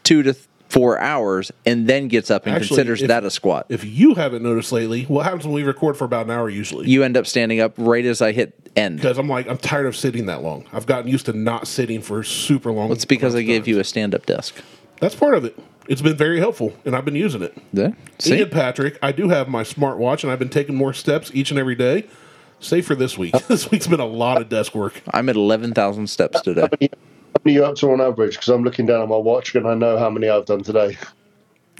Speaker 3: two to th- four hours and then gets up and
Speaker 2: Actually,
Speaker 3: considers
Speaker 2: if-
Speaker 3: that a squat.
Speaker 2: If you haven't noticed lately, what happens when we record for about an hour usually?
Speaker 3: you end up standing up right as I hit end.
Speaker 2: Because I'm like, I'm tired of sitting that long. I've gotten used to not sitting for super long.
Speaker 3: It's because I gave you a stand up desk.
Speaker 2: That's part of it. It's been very helpful, and I've been using it.
Speaker 3: Yeah. See?
Speaker 2: Ian Patrick, I do have my smartwatch, and I've been taking more steps each and every day. Save for this week. this week's been a lot of desk work.
Speaker 3: I'm at 11,000 steps today.
Speaker 6: How many you up to on average? Because I'm looking down at my watch and I know how many I've done today.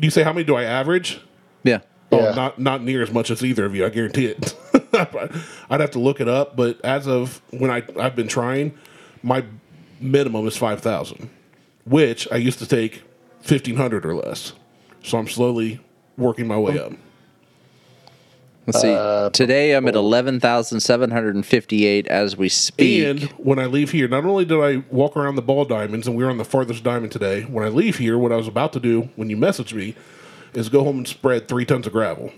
Speaker 2: You say how many do I average?
Speaker 3: Yeah.
Speaker 2: Oh,
Speaker 6: Yeah.
Speaker 2: not not near as much as either of you. I guarantee it. I'd have to look it up, but as of when I I've been trying, my minimum is five thousand, which I used to take fifteen hundred or less. So I'm slowly working my way up.
Speaker 3: Let's see. today I'm at 11,758 as we speak.
Speaker 2: And when I leave here, not only did I walk around the ball diamonds, and we were on the farthest diamond today. When I leave here, what I was about to do when you messaged me is go home and spread three tons of gravel.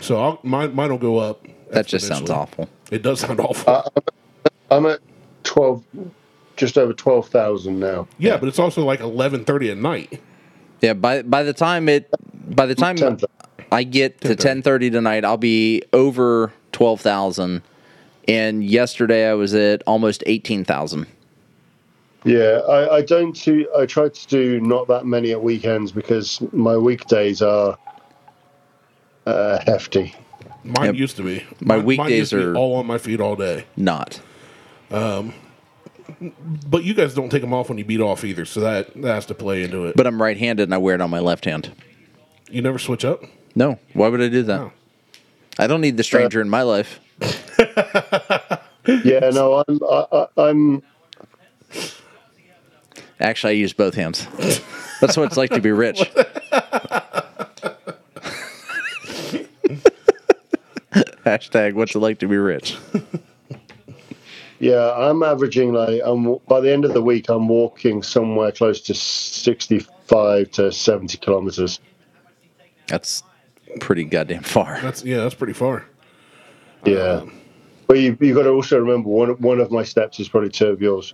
Speaker 2: So I'll, mine mine will go up.
Speaker 3: that just sounds
Speaker 2: exponentially.
Speaker 3: awful.
Speaker 2: It does sound awful.
Speaker 3: Uh,
Speaker 6: I'm at 12, just over 12,000 now.
Speaker 2: yeah, but it's also like eleven thirty at night.
Speaker 3: Yeah, by by the time it by the time
Speaker 6: 10,000.
Speaker 3: I get to ten thirty tonight, I'll be over twelve thousand. And yesterday I was at almost eighteen thousand.
Speaker 6: Yeah, I, I don't do. I try to do not that many at weekends because my weekdays are uh, hefty.
Speaker 2: Mine
Speaker 3: Yep.
Speaker 2: used to be.
Speaker 3: My
Speaker 2: Mine- mine
Speaker 3: weekdays
Speaker 2: used to be
Speaker 3: are-
Speaker 2: all on my feet all day.
Speaker 3: Not.
Speaker 2: But you guys don't take them off when you beat off either, so that, that has to play into it.
Speaker 3: But I'm right handed and I wear it on my left hand.
Speaker 2: you never switch up.
Speaker 3: No. Oh. Why would I do that?
Speaker 2: No.
Speaker 3: I don't need the stranger in my life.
Speaker 6: Yeah, no, I'm. I, I, I'm.
Speaker 3: Actually I use both hands. That's what it's like to be rich. Hashtag what's it like to be rich.
Speaker 6: Yeah, I'm averaging like. I'm by the end of the week, I'm walking somewhere close to sixty-five to seventy kilometers.
Speaker 3: That's pretty goddamn far.
Speaker 2: That's yeah, that's pretty far.
Speaker 6: Yeah, but you you got to also remember one one of my steps is probably two of yours.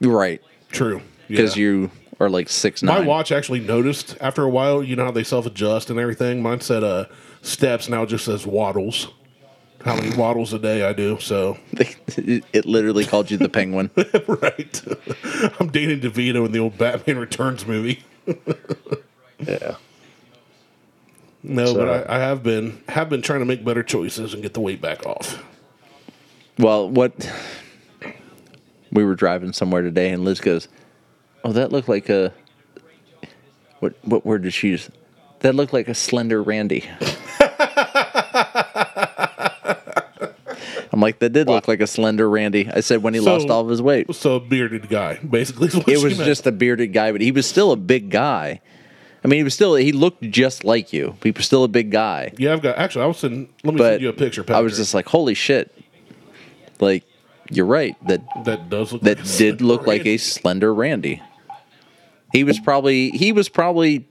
Speaker 3: Right.
Speaker 2: True.
Speaker 3: Because
Speaker 2: Yeah.
Speaker 3: you are like six
Speaker 2: my
Speaker 3: nine.
Speaker 2: watch actually noticed after a while. You know how they self adjust and everything. Mine said uh, steps now it just says waddles. How many waddles a day I do? So
Speaker 3: it literally called you the penguin.
Speaker 2: right, I'm dating DeVito in the old Batman Returns movie.
Speaker 6: Yeah.
Speaker 2: No,
Speaker 6: So-
Speaker 2: but I, I have been have been trying to make better choices and get the weight back off.
Speaker 3: Well, what we were driving somewhere today, and Liz goes, "Oh, that looked like a what? What word did she use? That looked like a slender Randy." I'm like, that did look like a slender Randy. I said when he
Speaker 2: So-
Speaker 3: lost all of his weight.
Speaker 2: So a bearded guy, basically. is what
Speaker 3: It
Speaker 2: she
Speaker 3: was
Speaker 2: meant.
Speaker 3: just a bearded guy, but he was still a big guy. I mean, he was still he looked just like you. He was still a big guy.
Speaker 2: yeah. I've got actually. I was send let me
Speaker 3: but
Speaker 2: send you a picture.
Speaker 3: I was
Speaker 2: Patrick.
Speaker 3: just like, holy shit! Like, you're right. That
Speaker 2: that does look
Speaker 3: that
Speaker 2: like a
Speaker 3: did look like a
Speaker 2: Randy.
Speaker 3: slender Randy. He was probably he was probably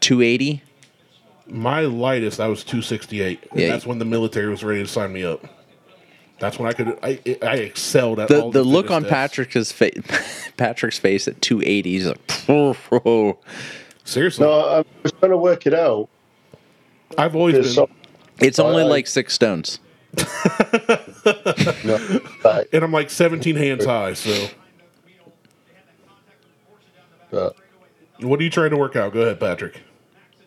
Speaker 3: two eighty.
Speaker 2: My lightest, I was 268. and
Speaker 3: Yeah.
Speaker 2: that's when the military was ready to sign me up. That's when I could, I, I excelled at
Speaker 3: The
Speaker 2: all
Speaker 3: the look
Speaker 2: fitness
Speaker 3: on
Speaker 2: tests.
Speaker 3: Patrick's face, Patrick's face at two eighty is like, "Phew."
Speaker 2: Seriously,
Speaker 6: No, I I was trying to work it out.
Speaker 2: I've always been.
Speaker 6: 'cause some-
Speaker 3: it's only
Speaker 6: I-
Speaker 3: like six stones.
Speaker 6: no, but-
Speaker 2: and I'm like 17 hands high. So,
Speaker 6: but-
Speaker 2: what are you trying to work out? Go ahead, Patrick.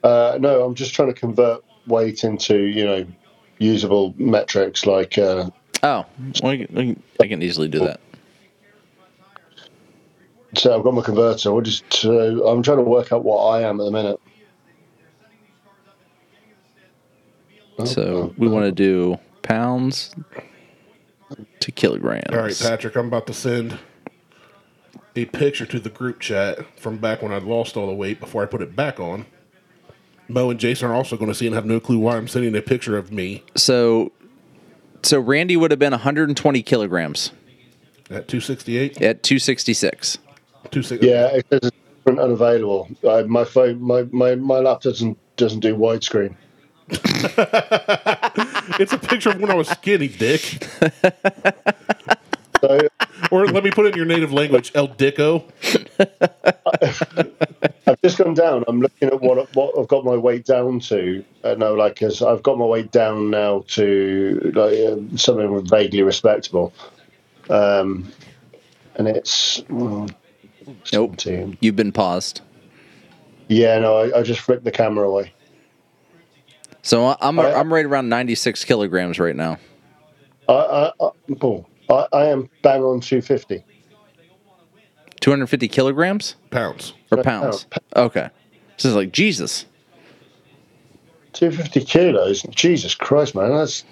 Speaker 6: Uh, no, I'm just trying to convert weight into you know usable metrics like uh,
Speaker 3: Oh, well, I, can- I can- I can easily do that.
Speaker 6: so I've got my converter. We're just so I'm trying to work out what I am at the minute.
Speaker 3: So we want to do pounds to kilograms.
Speaker 2: All right, Patrick, I'm about to send a picture to the group chat from back when I lost all the weight before I put it back on. Mo and Jason are also going to see and have no clue why I'm sending a picture of me
Speaker 3: So, so Randy would have been 120 kilograms
Speaker 2: at 268.
Speaker 3: at 266.
Speaker 2: 268.
Speaker 6: Yeah, it says it's different unavailable. I, my phone, my, my my laptop doesn't doesn't do widescreen.
Speaker 2: It's a picture of when I was skinny, dick.
Speaker 6: So
Speaker 2: Or let me put it in your native language, El Dicko.
Speaker 6: I've just gone down. I'm looking at what what I've got my weight down to. Uh, no, like as I've got my weight down now to like um something vaguely respectable. Um, and it's mm,
Speaker 3: Nope.
Speaker 6: 17.
Speaker 3: You've been paused.
Speaker 6: Yeah, no, I, I just flipped the camera away.
Speaker 3: So I- I'm
Speaker 6: I-
Speaker 3: I'm right around 96 kilograms right now.
Speaker 6: I, I, I, oh, I, I am bang on 250.
Speaker 3: 250 kilograms
Speaker 2: Pounds.
Speaker 3: or pounds? Okay. So it's like Jesus.
Speaker 6: 250 kilos. Jesus Christ, man, that's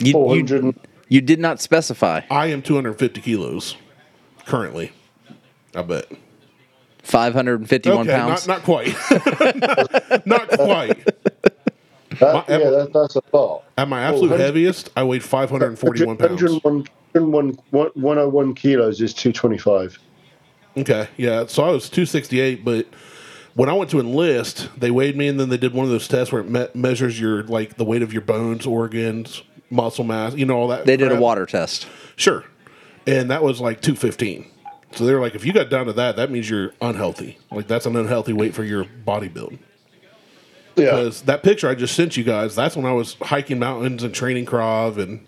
Speaker 3: You,
Speaker 6: 400.
Speaker 3: you
Speaker 6: and
Speaker 3: you did not specify
Speaker 2: I am 250 kilos currently. I bet.
Speaker 3: 551
Speaker 2: Okay,
Speaker 3: pounds.
Speaker 2: not, not quite. not quite.
Speaker 6: that,
Speaker 2: my-
Speaker 6: yeah, that, that's a lot.
Speaker 2: At my absolute
Speaker 6: 100
Speaker 2: heaviest, I weighed 541 pounds.
Speaker 6: 101, 101, 101 kilos is 225.
Speaker 2: Okay, yeah. So I was 268, but when I went to enlist, they weighed me, and then they did one of those tests where it me- measures your like the weight of your bones, organs, muscle mass, you know all that.
Speaker 3: they did a
Speaker 2: crap.
Speaker 3: water test.
Speaker 2: Sure. And that was like 215. So they're like, if you got down to that, that means you're unhealthy. Like that's an unhealthy weight for your body build.
Speaker 6: Yeah.
Speaker 2: Because that picture I just sent you guys, that's when I was hiking mountains and training Krav and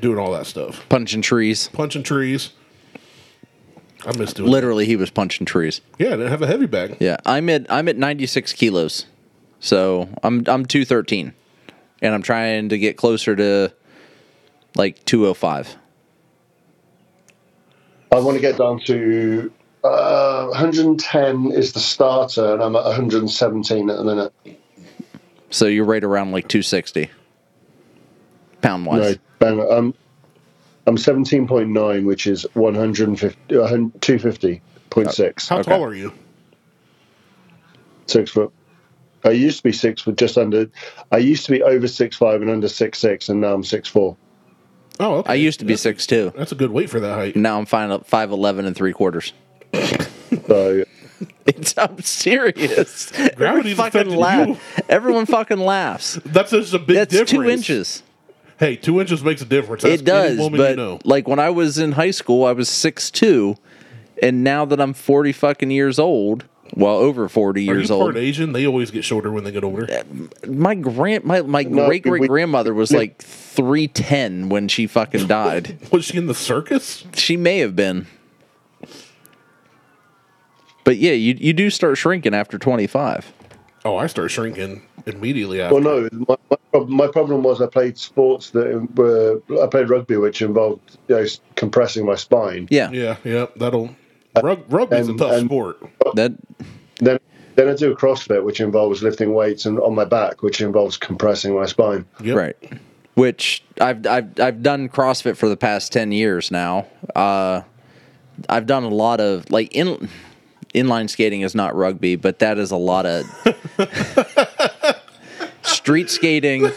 Speaker 2: doing all that stuff,
Speaker 3: punching trees.
Speaker 2: punching trees. I missed doing. Literally.
Speaker 3: Literally, he was punching trees.
Speaker 2: Yeah, I didn't have a heavy bag.
Speaker 3: Yeah, I'm at I'm at 96 kilos, so I'm I'm 213, and I'm trying to get closer to like 205.
Speaker 6: I want to get down to uh, 110 is the starter, and I'm at 117 at the minute.
Speaker 3: So you're right around like 260 pound
Speaker 6: No,
Speaker 3: wise.
Speaker 6: bang. I'm Um, I'm 17.9, which is 150, 250.6.
Speaker 2: Uh, How tall are you?
Speaker 6: Six foot. I used to be six foot, just under. I used to be over six five and under six six, and now I'm six four.
Speaker 2: Oh, okay.
Speaker 3: I used to be
Speaker 2: That's-
Speaker 3: six two.
Speaker 2: That's a good weight for that height.
Speaker 3: Now I'm fine at 5'11 and three quarters.
Speaker 6: So
Speaker 3: It's, I'm serious.
Speaker 2: Gravity's affecting you.
Speaker 3: Everyone fucking laughs.
Speaker 2: That's just a big
Speaker 3: That's
Speaker 2: difference.
Speaker 3: two inches.
Speaker 2: Hey, two inches makes a difference. Ask
Speaker 3: it
Speaker 2: any
Speaker 3: does,
Speaker 2: woman
Speaker 3: but
Speaker 2: you know.
Speaker 3: like when I was in high school, I was six two, and now that I'm forty fucking years old, well over forty
Speaker 2: Are you
Speaker 3: years
Speaker 2: part
Speaker 3: old,
Speaker 2: Asian? They always get shorter when they get older.
Speaker 3: my grand my my
Speaker 6: No,
Speaker 3: great
Speaker 6: we-
Speaker 3: great grandmother was like three ten when she fucking died.
Speaker 2: Was she in the circus?
Speaker 3: she may have been, but yeah, you you do start shrinking after twenty five.
Speaker 2: Oh, I start shrinking immediately after.
Speaker 6: Well, no, my, my, prob- my problem was I played sports that were I played rugby, which involved you know, s- compressing my spine.
Speaker 3: Yeah,
Speaker 2: Yeah, yeah, that'll. Rug, rugby's
Speaker 6: and-
Speaker 2: a tough
Speaker 6: and-
Speaker 2: sport.
Speaker 3: that
Speaker 6: Then then I do CrossFit, which involves lifting weights and on my back, which involves compressing my spine.
Speaker 2: Yep.
Speaker 3: right. Which I've I've I've done CrossFit for the past ten years now. Uh, I've done a lot of like in inline skating is not rugby, but that is a lot of street skating.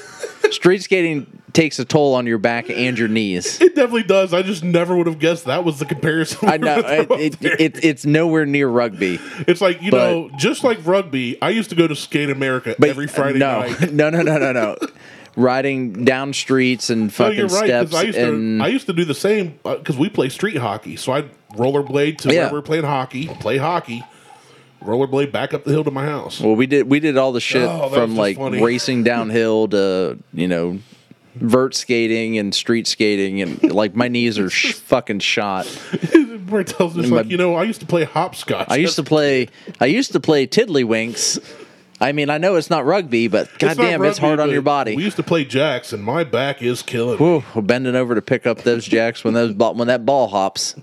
Speaker 3: Street skating takes a toll on your back and your knees.
Speaker 2: It definitely does. I just never would have guessed that was the comparison.
Speaker 3: I know
Speaker 2: we're gonna
Speaker 3: it,
Speaker 2: throw
Speaker 3: it,
Speaker 2: up there.
Speaker 3: it, it's nowhere near rugby.
Speaker 2: it's like you
Speaker 3: but-
Speaker 2: know, just like rugby. I used to go to Skate America
Speaker 3: But
Speaker 2: every Friday
Speaker 3: no,
Speaker 2: night.
Speaker 3: no, no, no, no, no. Riding down streets and
Speaker 2: No,
Speaker 3: fucking
Speaker 2: you're right.
Speaker 3: steps
Speaker 2: Because I used
Speaker 3: and
Speaker 2: to, I used to do the same because we play street hockey. So I'd rollerblade to
Speaker 3: Yeah.
Speaker 2: where we're playing hockey, play hockey, rollerblade back up the hill to my house.
Speaker 3: Well, we did we did all the shit
Speaker 2: Oh, that was
Speaker 3: from
Speaker 2: just
Speaker 3: like
Speaker 2: funny.
Speaker 3: racing downhill to you know vert skating and street skating and like my knees are sh- fucking shot.
Speaker 2: Martel's just like, you know, I used to play hopscotch.
Speaker 3: I used to play I used to play tiddlywinks. I mean, I know it's not rugby, but
Speaker 2: It's not
Speaker 3: goddamn, it's
Speaker 2: rugby,
Speaker 3: hard on
Speaker 2: but
Speaker 3: your
Speaker 2: We
Speaker 3: body.
Speaker 2: used to play jacks, and my back is killing. me.
Speaker 3: Whew, bending over to pick up those jacks when those ball, when that ball hops.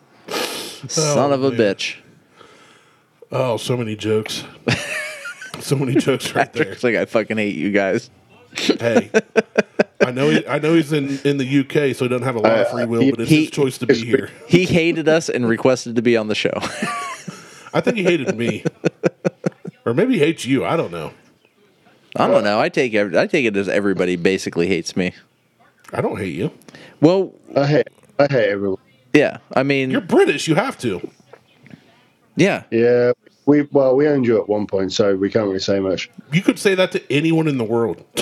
Speaker 3: Son
Speaker 2: Oh,
Speaker 3: of a
Speaker 2: man.
Speaker 3: bitch.
Speaker 2: Oh, so many jokes. so many jokes right there.
Speaker 3: Patrick's like I fucking hate you guys.
Speaker 2: Hey, I know he, I know he's in, in the UK, so he doesn't have a lot of free will, but it's
Speaker 3: he-
Speaker 2: his choice to be here.
Speaker 3: He hated us and requested to be on the show.
Speaker 2: I think he hated me, or maybe he hates you. I don't know.
Speaker 3: I don't know. I take every, I take it as everybody basically hates me.
Speaker 2: I don't hate you.
Speaker 3: Well,
Speaker 6: I hate I hate everyone.
Speaker 3: yeah. I mean,
Speaker 2: You're British. You have to.
Speaker 3: yeah.
Speaker 6: Yeah, we well we owned you at one point, so we can't really say much.
Speaker 2: You could say that to anyone in the world,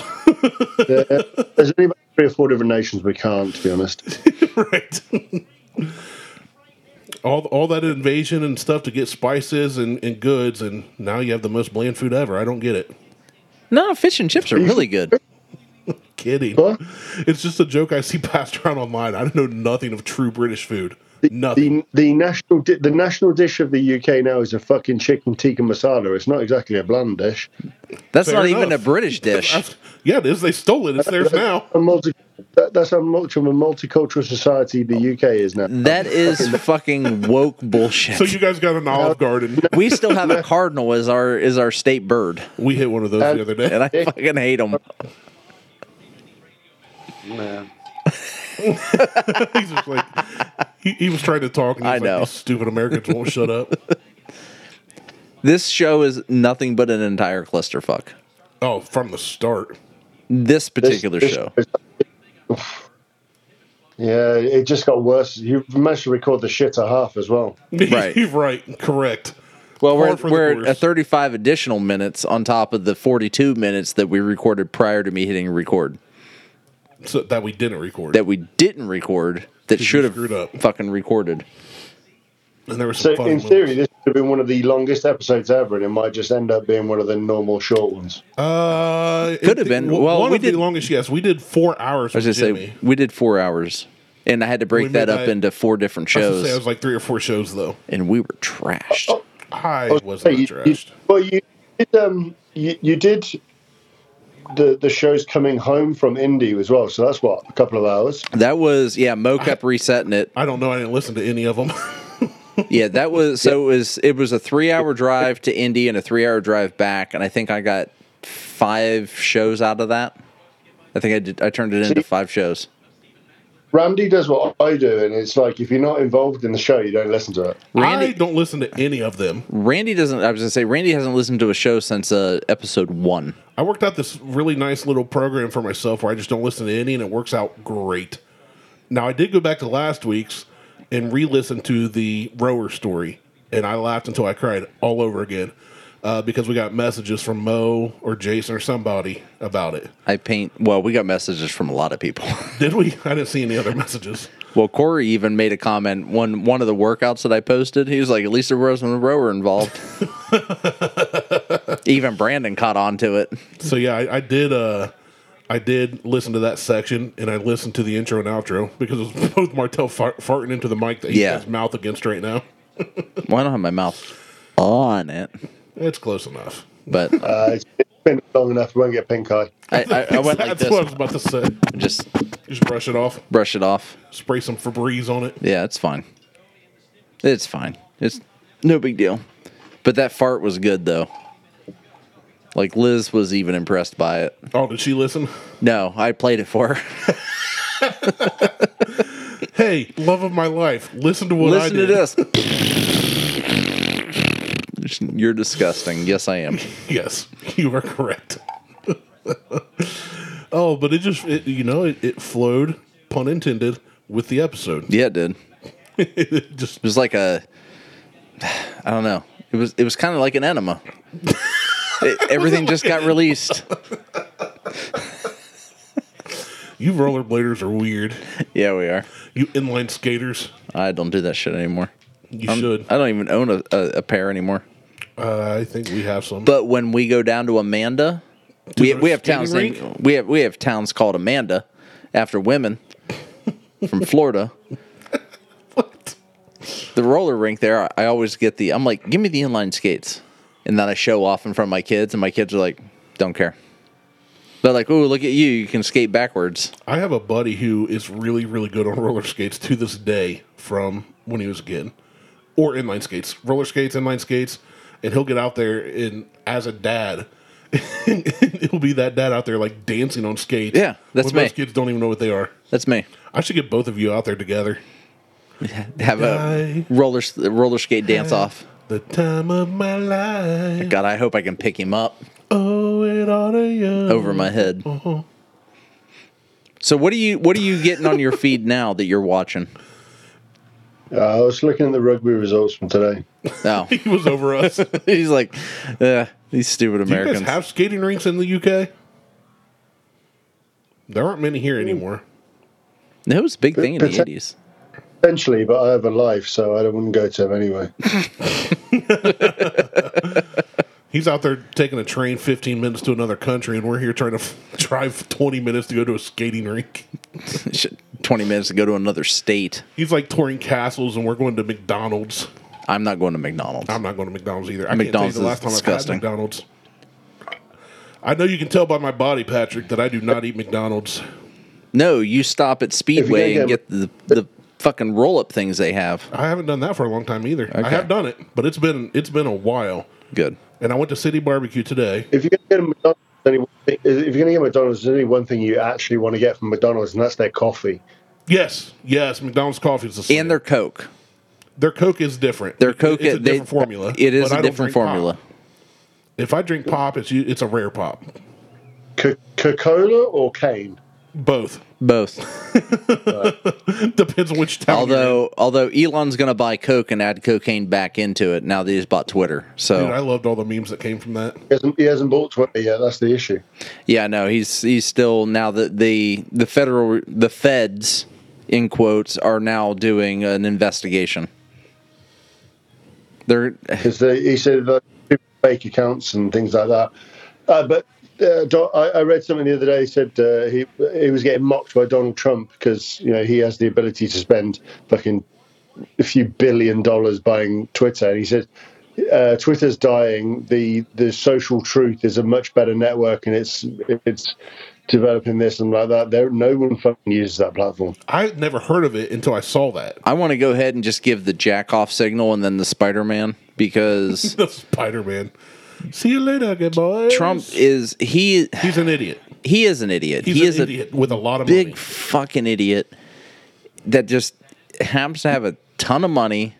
Speaker 6: There's only about three or four different nations we can't, to be honest.
Speaker 2: right? all all that invasion and stuff to get spices and, and goods, and now you have the most bland food ever. I don't get it.
Speaker 3: No, fish and chips are really good.
Speaker 2: Kidding.
Speaker 6: What?
Speaker 2: It's just a joke I see passed around online. I know nothing of true British food. Nothing.
Speaker 6: the the national di- the national dish of the UK now is a fucking chicken tikka masala. It's not exactly a bland dish.
Speaker 3: That's
Speaker 2: Fair
Speaker 3: not even a
Speaker 2: enough.
Speaker 3: British dish.
Speaker 2: yeah, it is. They stole it. It's theirs now.
Speaker 6: A multi, that, that's how much of a multicultural society the UK is now.
Speaker 3: That is fucking woke bullshit.
Speaker 2: So you guys got an Olive Garden.
Speaker 3: we still have a cardinal as our as our state bird,
Speaker 2: We hit one of those the other
Speaker 3: and
Speaker 2: day.
Speaker 3: I fucking hate him.
Speaker 1: Man.
Speaker 2: He's just like, he, he was trying to talk. And he
Speaker 3: I
Speaker 2: was like,
Speaker 3: know.
Speaker 2: "These stupid Americans won't shut up.
Speaker 3: This show is nothing but an entire clusterfuck.
Speaker 2: Oh, from the start.
Speaker 3: This particular
Speaker 6: this-
Speaker 3: show.
Speaker 6: Yeah, it just got worse. You managed to record the shit to half as well.
Speaker 3: Right.
Speaker 2: You're right. Correct.
Speaker 3: Well,
Speaker 2: Par
Speaker 3: we're,
Speaker 2: for the
Speaker 3: we're
Speaker 2: course.
Speaker 3: at 35 additional minutes on top of the 42 minutes that we recorded prior to me hitting record
Speaker 2: So that we didn't record.
Speaker 3: that we didn't record that should have
Speaker 2: screwed up.
Speaker 3: fucking recorded.
Speaker 2: And there was some
Speaker 6: So
Speaker 2: fun
Speaker 6: in
Speaker 2: moments.
Speaker 6: theory, this could have been one of the longest episodes ever, and it might just end up being one of the normal short ones.
Speaker 2: Uh,
Speaker 3: Could
Speaker 2: it-
Speaker 3: have been.
Speaker 2: w-
Speaker 3: Well,
Speaker 2: one
Speaker 3: we
Speaker 2: of the
Speaker 3: did-
Speaker 2: longest. Yes, we did four hours.
Speaker 3: I was
Speaker 2: with
Speaker 3: gonna
Speaker 2: Jimmy.
Speaker 3: say we did four hours, and I had to break
Speaker 2: We
Speaker 3: that
Speaker 2: made
Speaker 3: up
Speaker 2: that-
Speaker 3: into four different
Speaker 2: I was gonna
Speaker 3: shows,
Speaker 2: say it was like three or four shows though.
Speaker 3: and we were trashed.
Speaker 2: I
Speaker 6: Oh,
Speaker 2: was
Speaker 6: hey,
Speaker 2: not
Speaker 6: you- you-
Speaker 2: trashed.
Speaker 6: Well, you did. Um, you, you did the the shows coming home from Indy as well. So that's what a couple of hours.
Speaker 3: That was yeah, Mo kept resetting it.
Speaker 2: I don't know. I didn't listen to any of them.
Speaker 3: Yeah, that was so it was it was a three hour drive to Indy and a three hour drive back, and I think I got five shows out of that. I think I did, I turned it into five shows.
Speaker 6: Randy does what I do, and it's like if you're not involved in the show, you don't listen to it.
Speaker 2: I
Speaker 3: Randy,
Speaker 2: don't listen to any of them.
Speaker 3: Randy doesn't. I was gonna say Randy hasn't listened to a show since uh, episode one.
Speaker 2: I worked out this really nice little program for myself where I just don't listen to any, and it works out great. Now I did go back to last week's and re-listen to the rower story, and I laughed until I cried all over again uh, because we got messages from Mo or Jason or somebody about it.
Speaker 3: I paint. Well, we got messages from a lot of people.
Speaker 2: Did we? I didn't see any other messages.
Speaker 3: Well, Corey even made a comment one one of the workouts that I posted. He was like, "At least there wasn't a rower involved." even Brandon caught on to it.
Speaker 2: So yeah, I, I did. Uh, I did listen to that section, and I listened to the intro and outro because it was both Martel fart, farting into the mic that he
Speaker 3: Yeah.
Speaker 2: has his mouth against right now.
Speaker 3: Well, I don't have my mouth on it,
Speaker 2: It's close enough.
Speaker 3: but
Speaker 6: Uh, it's been long enough; we won't get pink eye.
Speaker 3: I, I, I went like
Speaker 2: That's what I was
Speaker 3: this.
Speaker 2: about to say.
Speaker 3: Just
Speaker 2: Just brush it off.
Speaker 3: brush it off.
Speaker 2: Spray some Febreze on it.
Speaker 3: Yeah, it's fine. It's fine. It's no big deal. But that fart was good though. Like Liz was even impressed by it.
Speaker 2: Oh, did she listen?
Speaker 3: No, I played it for her.
Speaker 2: Hey, love of my life, listen to what I
Speaker 3: Listen to
Speaker 2: did.
Speaker 3: this. You're disgusting. Yes, I am.
Speaker 2: Yes, you are correct. oh, but it just it, you know it, it flowed, pun intended, with the episode.
Speaker 3: Yeah, it did. It
Speaker 2: It just
Speaker 3: was like a, I don't know. It was it was kind of like an enema. It- everything just got released.
Speaker 2: you rollerbladers are weird.
Speaker 3: Yeah, we are.
Speaker 2: You inline skaters,
Speaker 3: I don't do that shit anymore.
Speaker 2: you
Speaker 3: I'm-
Speaker 2: should.
Speaker 3: Um, I don't even own a, a, a pair anymore.
Speaker 2: Uh, I think we have some.
Speaker 3: But when we go down to Amanda, we,
Speaker 2: the
Speaker 3: we have
Speaker 2: skating
Speaker 3: towns named- we have we have towns called Amanda after women from Florida.
Speaker 2: What?
Speaker 3: the roller rink there, I- I always get the I'm like, give me the inline skates, and then I show off in front of my kids, and my kids are like, don't care. They're like, oh, look at you, you can skate backwards.
Speaker 2: I have a buddy who is really, really good on roller skates to this day from when he was a kid, or inline skates, roller skates, inline skates, and he'll get out there and as a dad, it'll be that dad out there like dancing on skates.
Speaker 3: Yeah, that's
Speaker 2: when
Speaker 3: me.
Speaker 2: Most kids don't even know what they are.
Speaker 3: That's me.
Speaker 2: I should get both of you out there together.
Speaker 3: Have a
Speaker 2: Guy.
Speaker 3: roller s- roller skate dance off.
Speaker 2: The time of my life.
Speaker 3: God, I hope I can pick him up
Speaker 2: Oh, it ought to young.
Speaker 3: over my head. So what are you what are you getting on your feed now that you're watching?
Speaker 6: Uh, I was looking at the rugby results from today.
Speaker 3: Oh,
Speaker 2: He was over us. Do
Speaker 3: he's like, eh, these stupid
Speaker 2: you guys
Speaker 3: Americans.
Speaker 2: have skating rinks in the UK? There aren't many here anymore.
Speaker 3: That was a big thing in the
Speaker 6: Pretend-
Speaker 3: eighties.
Speaker 6: Potentially, but I have a life, so I wouldn't go to them anyway.
Speaker 2: He's out there taking a train 15 minutes to another country, and we're here trying to f- drive 20 minutes to go to a skating rink.
Speaker 3: Twenty minutes to go to another state.
Speaker 2: He's like touring castles, and we're going to McDonald's.
Speaker 3: I'm not going to McDonald's.
Speaker 2: I'm not going to McDonald's either. I
Speaker 3: McDonald's
Speaker 2: can't tell you the
Speaker 3: is
Speaker 2: last time
Speaker 3: disgusting.
Speaker 2: I've had McDonald's. I know you can tell by my body, Patrick, that I do not eat McDonald's.
Speaker 3: No, you stop at Speedway
Speaker 6: get
Speaker 3: and get the the fucking roll up things they have.
Speaker 2: I haven't done that for a long time either. I
Speaker 3: Okay.
Speaker 2: have done it, but it's been it's been a while.
Speaker 3: Good.
Speaker 2: And I went to City Barbecue today.
Speaker 6: If you're going to get a McDonald's, there's only one thing- if you're going to get McDonald's, there's only one thing you actually want to get from McDonald's, and that's their coffee.
Speaker 2: Yes, yes, McDonald's coffee is the same.
Speaker 3: And their Coke.
Speaker 2: their Coke is different.
Speaker 3: Their
Speaker 2: It-
Speaker 3: Coke
Speaker 2: it's a
Speaker 3: they-
Speaker 2: different formula.
Speaker 3: It is
Speaker 2: but I
Speaker 3: a
Speaker 2: don't
Speaker 3: different
Speaker 2: drink pop.
Speaker 3: formula.
Speaker 2: If I drink pop, it's u- it's a rare pop.
Speaker 6: Coca Cola or cane?
Speaker 2: Both.
Speaker 3: Both.
Speaker 2: Depends on which town. you're in.
Speaker 3: although although Elon's gonna buy Coke and add cocaine back into it now that he's bought Twitter. So
Speaker 2: Dude, I loved all the memes that came from that.
Speaker 6: He hasn't, he hasn't bought 20 yet, that's the issue.
Speaker 3: Yeah, no, he's he's still now that the the federal the feds in quotes are now doing an investigation. They're
Speaker 6: because he said like, people fake accounts and things like that. Uh, but uh, Don, I, I read something the other day. He said uh, he he was getting mocked by Donald Trump because you know he has the ability to spend fucking a few billion dollars buying Twitter, and he said. Uh, Twitter's dying. The the social truth is a much better network, and it's it's developing this and like that. There, no one fucking uses that platform.
Speaker 2: I never heard of it until I saw that.
Speaker 3: I want to go ahead and just give the jack off signal and then the Spider Man because
Speaker 2: The Spider Man. See you later, good boy.
Speaker 3: Trump is he
Speaker 2: He's an idiot.
Speaker 3: he is an idiot.
Speaker 2: He's
Speaker 3: he
Speaker 2: an
Speaker 3: is
Speaker 2: idiot with a lot
Speaker 3: a
Speaker 2: of
Speaker 3: big
Speaker 2: money.
Speaker 3: fucking idiot that just happens to have a ton of money,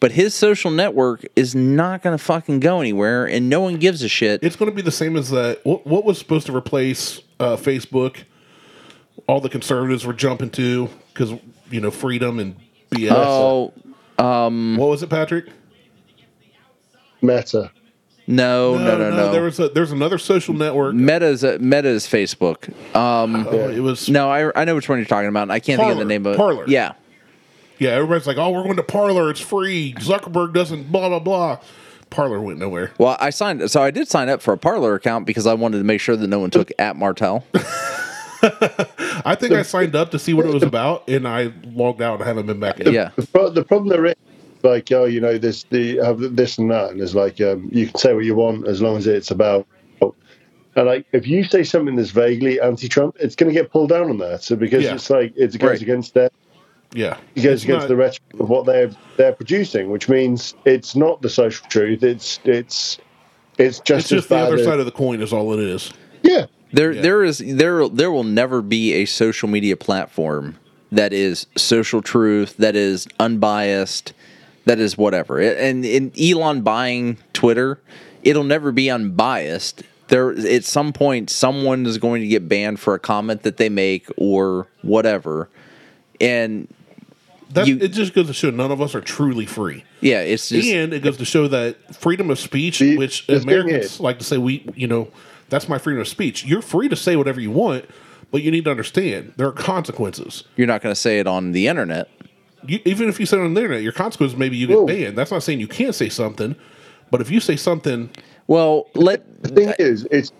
Speaker 3: but his social network is not going to fucking go anywhere, and no one gives a shit.
Speaker 2: It's going to be the same as that. What, what was supposed to replace uh, Facebook? All the conservatives were jumping to because you know freedom and BS.
Speaker 3: oh
Speaker 2: what was it, Patrick?
Speaker 6: Meta.
Speaker 3: no no no no.
Speaker 2: There was a, there's another social network.
Speaker 3: Meta's uh, Meta's Facebook. Um,
Speaker 2: Oh, it was
Speaker 3: no, I I know which one you're talking about. and I can't think of
Speaker 2: Parler,
Speaker 3: the name of it.
Speaker 2: Parler.
Speaker 3: Yeah,
Speaker 2: Yeah, everybody's like, "Oh, we're going to Parlor. It's free. Zuckerberg doesn't blah blah blah." Parlor went nowhere.
Speaker 3: Well, I signed, so I did sign up for a parlor account because I wanted to make sure that no one took at Martell.
Speaker 2: I think I signed up to see what it was about, and I logged out and haven't been back in.
Speaker 3: yeah,
Speaker 6: The, pro- the problem there is, like, oh, you know, this the have this and that, and it's like um, you can say what you want as long as it's about. And like, if you say something that's vaguely anti-Trump, it's going to get pulled down on that. So because
Speaker 2: Yeah.
Speaker 6: it's like it goes
Speaker 3: Right.
Speaker 6: against their
Speaker 2: yeah.
Speaker 6: it goes
Speaker 2: It's
Speaker 6: against
Speaker 2: not-
Speaker 6: the rhetoric of what they're they're producing, which means it's not the social truth. It's it's it's just
Speaker 2: It's just
Speaker 6: as
Speaker 2: the
Speaker 6: bad
Speaker 2: other
Speaker 6: as-
Speaker 2: side of the coin is all it is.
Speaker 6: yeah.
Speaker 3: there
Speaker 2: Yeah.
Speaker 3: there is there there will never be a social media platform that is social truth, that is unbiased, that is whatever. And in Elon buying Twitter, it'll never be unbiased. There at some point someone is going to get banned for a comment that they make or whatever. And
Speaker 2: That
Speaker 3: You-
Speaker 2: it just goes to show none of us are truly free,
Speaker 3: yeah, it's just
Speaker 2: and it goes to show that freedom of speech,
Speaker 6: The-
Speaker 2: which
Speaker 6: the thing
Speaker 2: Americans
Speaker 6: is-
Speaker 2: like to say, we you know, that's my freedom of speech. You're free to say whatever you want, but you need to understand there are consequences.
Speaker 3: you're not going to say it on the internet.
Speaker 2: you, even if you say it on the internet, your consequences maybe you get
Speaker 6: Whoa.
Speaker 2: banned. That's not saying you can't say something, but if you say something,
Speaker 3: Well, let
Speaker 6: The thing is, it's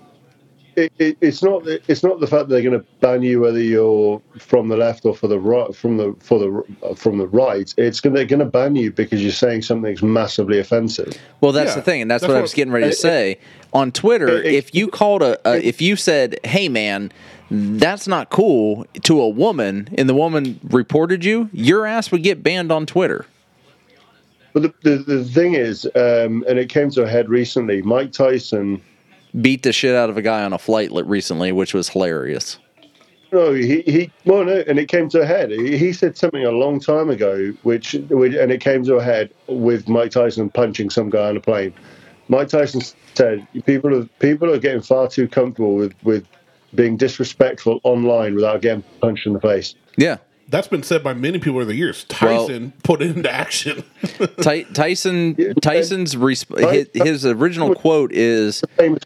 Speaker 6: it, it, it's not it's not the fact that they're going to ban you whether you're from the left or for the right from the for the from the right. It's going they're going to ban you because you're saying something's massively offensive.
Speaker 3: Well, that's
Speaker 2: Yeah,
Speaker 3: the thing, and that's,
Speaker 2: that's
Speaker 3: what, I
Speaker 2: what-
Speaker 3: was getting ready to
Speaker 6: it-
Speaker 3: say. On Twitter,
Speaker 6: it- it-
Speaker 3: if you called a, a, if you said, "Hey, man, that's not cool" to a woman, and the woman reported you, your ass would get banned on Twitter.
Speaker 6: But the, the, the thing is, um, and it came to a head recently. Mike Tyson.
Speaker 3: Beat the shit out of a guy on a flight li- recently, which was hilarious.
Speaker 6: No, he, he well, no, and it came to a head. He, he said something a long time ago, which, which and it came to a head with Mike Tyson punching some guy on a plane. Mike Tyson said, "People are people are getting far too comfortable with with being disrespectful online without getting punched in the face."
Speaker 3: Yeah,
Speaker 2: that's been said by many people over the years.
Speaker 3: Well-
Speaker 2: Tyson put it into action.
Speaker 3: Ty- Tyson. Tyson's resp- his, his original quote is,
Speaker 6: Same as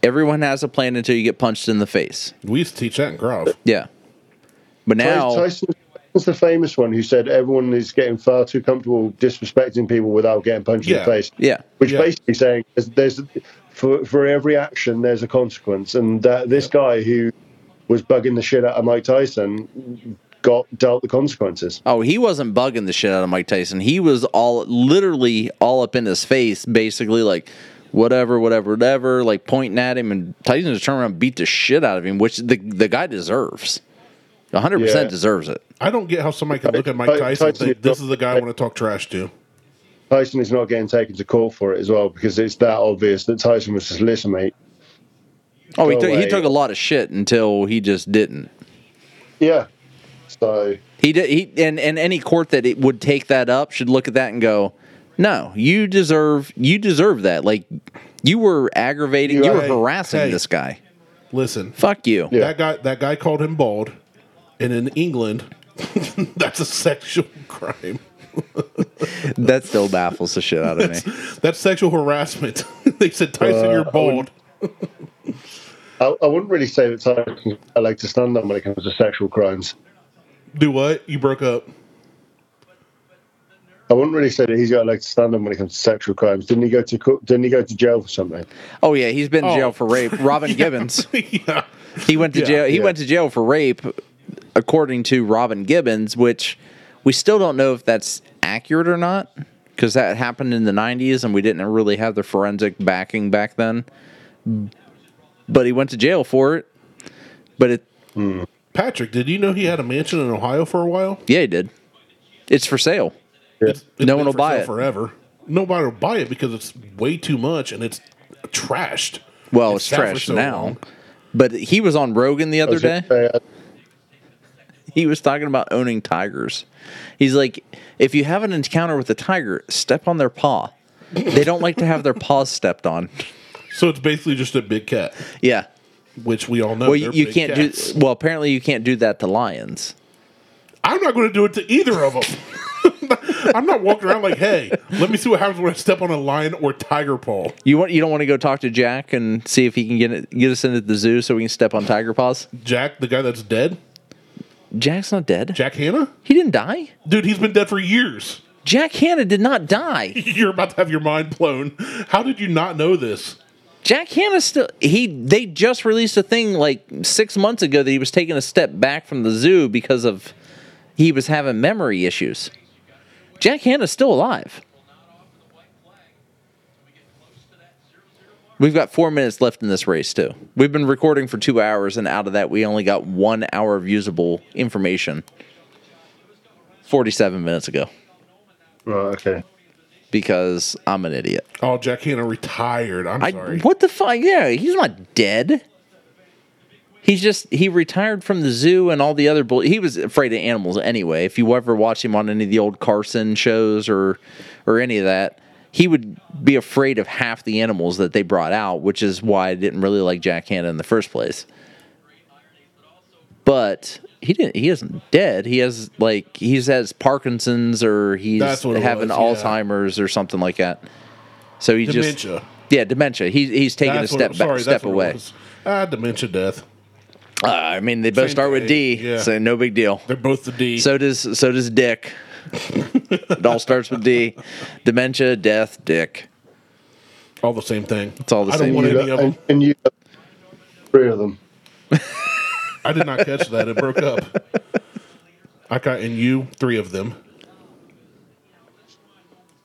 Speaker 3: "Everyone has a plan until you get punched in the face."
Speaker 2: we used to teach that in Grove.
Speaker 3: Yeah, but now
Speaker 6: Tyson was the famous one who said everyone is getting far too comfortable disrespecting people without getting punched
Speaker 2: Yeah.
Speaker 6: in the face.
Speaker 3: Yeah.
Speaker 6: which
Speaker 2: Yeah.
Speaker 6: basically saying there's, there's for for every action there's a consequence, and uh, this guy who was bugging the shit out of Mike Tyson got dealt the consequences.
Speaker 3: Oh, he wasn't bugging the shit out of Mike Tyson. He was all literally all up in his face, basically like whatever, whatever, whatever, like pointing at him, and Tyson just turned around and beat the shit out of him, which the the guy deserves. 100%
Speaker 6: Yeah.
Speaker 3: deserves it.
Speaker 2: I don't get how somebody can look at Mike
Speaker 6: Ty-
Speaker 2: Tyson and
Speaker 6: Tyson
Speaker 2: think
Speaker 6: is
Speaker 2: this
Speaker 6: not-
Speaker 2: is the guy I want to talk trash to.
Speaker 6: Tyson is not getting taken to court for it as well because it's that obvious that Tyson was just listen, mate.
Speaker 3: Oh, he,
Speaker 6: Go
Speaker 3: took he
Speaker 6: away.
Speaker 3: took a lot of shit until he just didn't.
Speaker 6: Yeah, so
Speaker 3: He did he and, and any court that it would take that up should look at that and go, "No, you deserve you deserve that. Like you were aggravating, you,
Speaker 6: You-
Speaker 3: were
Speaker 2: Hey,
Speaker 3: harassing
Speaker 2: hey.
Speaker 3: this guy.
Speaker 2: Listen,
Speaker 3: Fuck you."
Speaker 6: Yeah.
Speaker 2: that guy that guy called him bald, and in England, that's a sexual crime.
Speaker 3: That still baffles the shit out of me.
Speaker 2: That's sexual harassment. they said Tyson,
Speaker 6: Uh,
Speaker 2: you're
Speaker 6: I
Speaker 2: bald.
Speaker 6: I, I wouldn't really say that Tyson I like to stand on when it comes to sexual crimes.
Speaker 2: Do what? You broke up.
Speaker 6: I wouldn't really say that he's got a leg to stand on when it comes to sexual crimes. Didn't he go to co- Didn't he go to jail for something?
Speaker 3: Oh yeah, he's been in
Speaker 2: Oh.
Speaker 3: jail for rape. Robin Gibbons.
Speaker 2: yeah.
Speaker 3: He went to
Speaker 2: Yeah,
Speaker 3: jail. He
Speaker 6: yeah.
Speaker 3: went to jail for rape, according to Robin Gibbons, which we still don't know if that's accurate or not, because that happened in the '90s and we didn't really have the forensic backing back then. But he went to jail for it. But it,
Speaker 2: Patrick, did you know he had a mansion in Ohio for a while?
Speaker 3: yeah, he did. It's for sale.
Speaker 2: It's, it's
Speaker 3: No
Speaker 2: been
Speaker 3: one will
Speaker 2: for
Speaker 3: buy
Speaker 2: sale
Speaker 3: it.
Speaker 2: forever. Nobody will buy it because it's way too much and it's trashed.
Speaker 3: Well, it's,
Speaker 2: sat for
Speaker 3: trash
Speaker 2: so
Speaker 3: now.
Speaker 2: long.
Speaker 3: But he was on Rogan the
Speaker 6: I
Speaker 3: other
Speaker 6: was
Speaker 3: day.
Speaker 6: gonna say, uh,
Speaker 3: He was talking about owning tigers. He's like, if you have an encounter with a tiger, step on their paw. They don't like to have their paws stepped on.
Speaker 2: So it's basically just a big cat,
Speaker 3: Yeah.
Speaker 2: which we all know.
Speaker 3: Well, you,
Speaker 2: they're
Speaker 3: you
Speaker 2: big
Speaker 3: can't
Speaker 2: cats.
Speaker 3: do. Well, apparently you can't do that to lions.
Speaker 2: I'm not going to do it to either of them. I'm not walking around like, hey, let me see what happens when I step on a lion or tiger paw.
Speaker 3: You want you don't want to go talk to Jack and see if he can get it, get us into the zoo so we can step on tiger paws.
Speaker 2: Jack, the guy that's dead,
Speaker 3: Jack's not dead.
Speaker 2: Jack Hanna,
Speaker 3: He didn't die.
Speaker 2: dude, he's been dead for years.
Speaker 3: Jack Hanna did not die.
Speaker 2: You're about to have your mind blown. How did you not know this?
Speaker 3: Jack Hanna still he they just released a thing like six months ago that he was taking a step back from the zoo because of he was having memory issues. Jack Hanna's still alive. We've got four minutes left in this race too. We've been recording for two hours, and out of that, we only got one hour of usable information. Forty-seven minutes ago,
Speaker 6: right, okay.
Speaker 3: because I'm an idiot.
Speaker 2: Oh, Jack Hanna retired. I'm
Speaker 3: I,
Speaker 2: sorry.
Speaker 3: what the fuck? Yeah, he's not dead. He's just he retired from the zoo and all the other bull. He was afraid of animals anyway. If you ever watch him on any of the old Carson shows or or any of that, he would be afraid of half the animals that they brought out, which is why I didn't really like Jack Hanna in the first place. But he didn't. He isn't dead. He has like he's has Parkinson's or he's
Speaker 2: That's what it
Speaker 3: having
Speaker 2: was, yeah.
Speaker 3: Alzheimer's or something like that. So he just
Speaker 2: Dementia.
Speaker 3: yeah, dementia. He's he's taking
Speaker 2: That's
Speaker 3: a
Speaker 2: what-
Speaker 3: step back,
Speaker 2: sorry,
Speaker 3: step
Speaker 2: that's what it
Speaker 3: away.
Speaker 2: was. Ah, dementia death.
Speaker 3: Uh, I mean, they both
Speaker 2: Same
Speaker 3: start with D,
Speaker 2: thing, yeah.
Speaker 3: so no big deal.
Speaker 2: They're both the D.
Speaker 3: So does so does Dick. it all starts with D. Dementia, death, Dick.
Speaker 2: all the same thing.
Speaker 3: It's all the
Speaker 2: I
Speaker 3: same
Speaker 2: don't want
Speaker 6: You
Speaker 2: any
Speaker 6: got-
Speaker 2: of them.
Speaker 6: and, and you got three of them.
Speaker 2: I did not catch that. It broke up. I got in you three of them.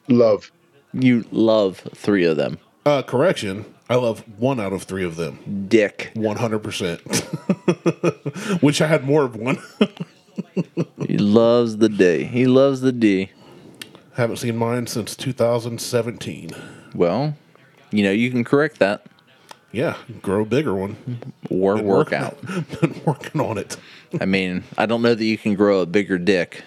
Speaker 6: Love.
Speaker 3: You love three of them.
Speaker 2: Uh, correction. I love one out of three of them.
Speaker 3: Dick.
Speaker 2: One hundred percent. Wish I had more of one.
Speaker 3: He loves the D. He loves the D.
Speaker 2: Haven't seen mine since 2017.
Speaker 3: Well, you know you can correct that
Speaker 2: Yeah, grow a bigger one.
Speaker 3: or
Speaker 2: Been
Speaker 3: work
Speaker 2: working
Speaker 3: out.
Speaker 2: on- Been working on it.
Speaker 3: I mean, I don't know that you can grow a bigger dick.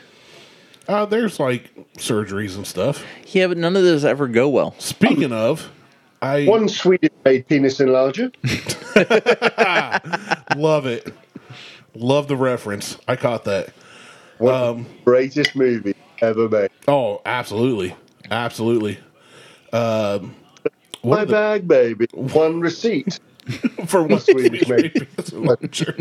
Speaker 2: Uh, there's like surgeries and stuff.
Speaker 3: Yeah, but none of those ever go well.
Speaker 2: Speaking of, I
Speaker 6: One Swedish made penis enlarger.
Speaker 2: love it. Love the reference. I caught that.
Speaker 6: One of the greatest movie ever made.
Speaker 2: Oh, absolutely, absolutely. Um,
Speaker 6: My bag, baby. One receipt.
Speaker 2: For one
Speaker 6: Sweet
Speaker 2: Swedish
Speaker 6: mate.
Speaker 2: soldier.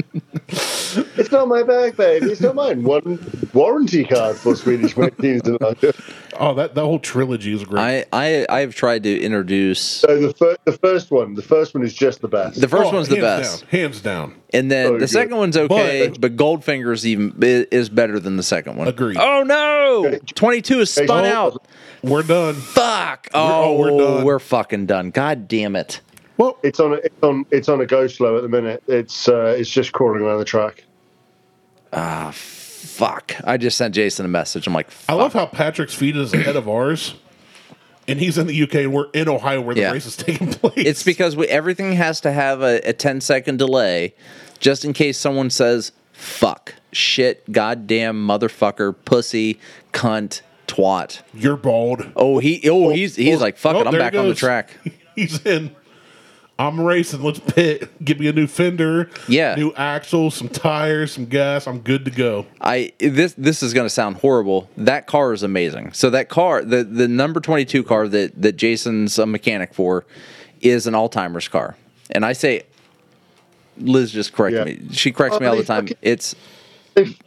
Speaker 6: It's not my bag, baby. It's not mine. One warranty card for Swedish made penis enlarger.
Speaker 2: Oh, that that whole trilogy is great.
Speaker 3: I I I have tried to introduce
Speaker 6: So the, fir- the first one, the first one is just the best.
Speaker 3: the first
Speaker 2: Oh,
Speaker 3: one's the
Speaker 2: hands
Speaker 3: best.
Speaker 2: down, hands down.
Speaker 3: And then
Speaker 6: Very
Speaker 3: the
Speaker 6: good.
Speaker 3: second one's okay, but, Goldfinger's even i- is better than the second one.
Speaker 2: Agreed.
Speaker 3: Oh no!
Speaker 6: Okay.
Speaker 3: Twenty two is spun
Speaker 6: Oh.
Speaker 3: out.
Speaker 2: We're done.
Speaker 3: Fuck!
Speaker 2: oh,
Speaker 3: Oh,
Speaker 2: we're
Speaker 3: we're,
Speaker 2: done.
Speaker 3: fucking done. God damn it!
Speaker 2: Well,
Speaker 6: It's on. A, it's on. It's on a go slow at the minute. It's uh, it's just crawling around the track.
Speaker 3: Fuck! I just sent Jason a message. I'm like,
Speaker 2: I love how Patrick's feed is ahead of ours, and he's in the UK, and we're in Ohio where the
Speaker 3: Yeah.
Speaker 2: race is taking place.
Speaker 3: it's because we, everything has to have a, a 10 second delay, just in case someone says fuck, shit, goddamn, motherfucker, pussy, cunt, twat.
Speaker 2: you're bald.
Speaker 3: Oh, he, oh, he's he's
Speaker 2: Oh,
Speaker 3: like, fuck
Speaker 2: oh,
Speaker 3: it, I'm
Speaker 2: there
Speaker 3: back on the
Speaker 2: goes.
Speaker 3: track.
Speaker 2: He's in. I'm racing. Let's pit. Give me a new fender.
Speaker 3: Yeah.
Speaker 2: New axle, some tires, some gas. I'm good to go.
Speaker 3: I this this is going to sound horrible. That car is amazing. So that car, the the number 22 car that that Jason's a mechanic for is an Alzheimer's car. And I say Liz just corrected
Speaker 6: Yeah.
Speaker 3: me. She corrects
Speaker 6: Oh,
Speaker 3: me all the
Speaker 6: they
Speaker 3: time.
Speaker 6: fucking-
Speaker 3: It's
Speaker 6: They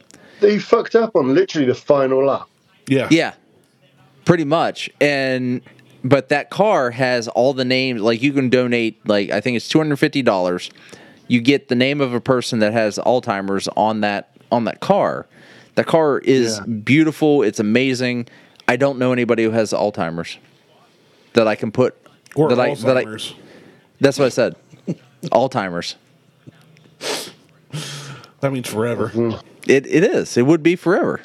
Speaker 6: they fucked up on literally the final lap.
Speaker 2: Yeah.
Speaker 3: yeah. pretty much and but that car has all the names like you can donate like i think it's $250 you get the name of a person that has alzheimer's on that on that car the car is
Speaker 6: Yeah.
Speaker 3: beautiful it's amazing i don't know anybody who has alzheimer's that i can put
Speaker 2: Or
Speaker 3: that I, that I-
Speaker 2: Alzheimer's.
Speaker 3: that's what i said alzheimer's
Speaker 2: that means forever.
Speaker 3: Mm-hmm. it, it is it would be forever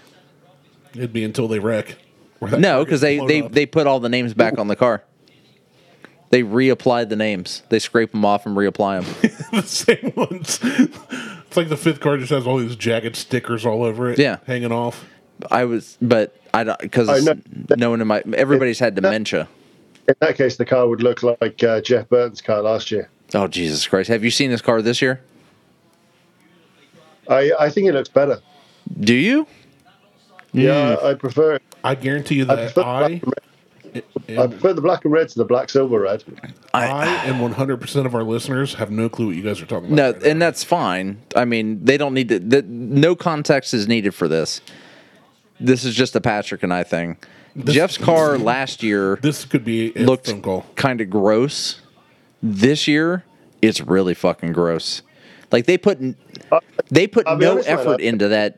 Speaker 2: It'd be until they wreck. Or that
Speaker 3: No,
Speaker 2: car
Speaker 3: because
Speaker 2: gets
Speaker 3: they
Speaker 2: blown
Speaker 3: they,
Speaker 2: up.
Speaker 3: they put all the names back on the car. They reapplied the names. They scrape them off and reapply them.
Speaker 2: the same ones. It's like the fifth car just has all these jagged stickers all over it.
Speaker 3: Yeah.
Speaker 2: hanging off.
Speaker 3: I was, but I don't
Speaker 6: I
Speaker 3: because
Speaker 6: know.
Speaker 3: no one in my everybody's had dementia.
Speaker 6: In that case, the car would look like uh, Jeff Burton's car last year.
Speaker 3: Oh Jesus Christ! Have you seen this car this year?
Speaker 6: I, I think it looks better.
Speaker 3: Do you?
Speaker 6: Yeah, I, I prefer it.
Speaker 2: I guarantee you
Speaker 6: I
Speaker 2: that
Speaker 6: prefer,
Speaker 2: I
Speaker 6: the black and red. I prefer the black and red to the black silver red.
Speaker 2: I and one hundred percent of our listeners have no clue what you guys are talking about.
Speaker 3: No,
Speaker 2: right now.
Speaker 3: and that's fine. I mean, they don't need to. The, no context is needed for this. This is just a Patrick and I thing. Jeff's car last year
Speaker 2: this could be a
Speaker 3: looked
Speaker 2: phone call.
Speaker 3: kind of gross. This year, it's really fucking gross. Like they put n- they put
Speaker 6: Uh, I'll be
Speaker 3: no
Speaker 6: honest, man,
Speaker 3: effort
Speaker 6: I-
Speaker 3: into that.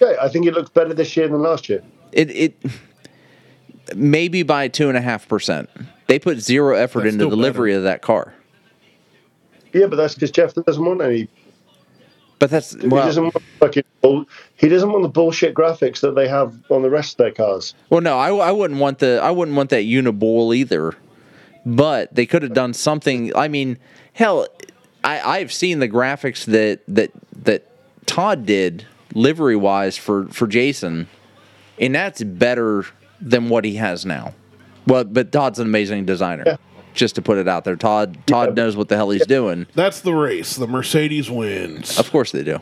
Speaker 6: Okay, I think it looks better this year than last year.
Speaker 3: It it maybe by two and a half percent. They put zero effort
Speaker 2: That's
Speaker 3: into
Speaker 2: still
Speaker 3: delivery
Speaker 2: better.
Speaker 3: of that car.
Speaker 6: Yeah, but that's because Jeff doesn't want any.
Speaker 3: But that's
Speaker 6: he doesn't
Speaker 3: well,
Speaker 6: want fucking. bull- He doesn't want the bullshit graphics that they have on the rest of their cars.
Speaker 3: well no, I, I wouldn't want the I wouldn't want that unibowl either. But they could have done something. I mean, hell, I, I've seen the graphics that that that Todd did livery wise for for Jason. and that's better than what he has now. Well, but Todd's an amazing designer. Just to put it out there, Todd Todd knows what the hell he's doing.
Speaker 2: That's the race. The Mercedes wins.
Speaker 3: Of course they do.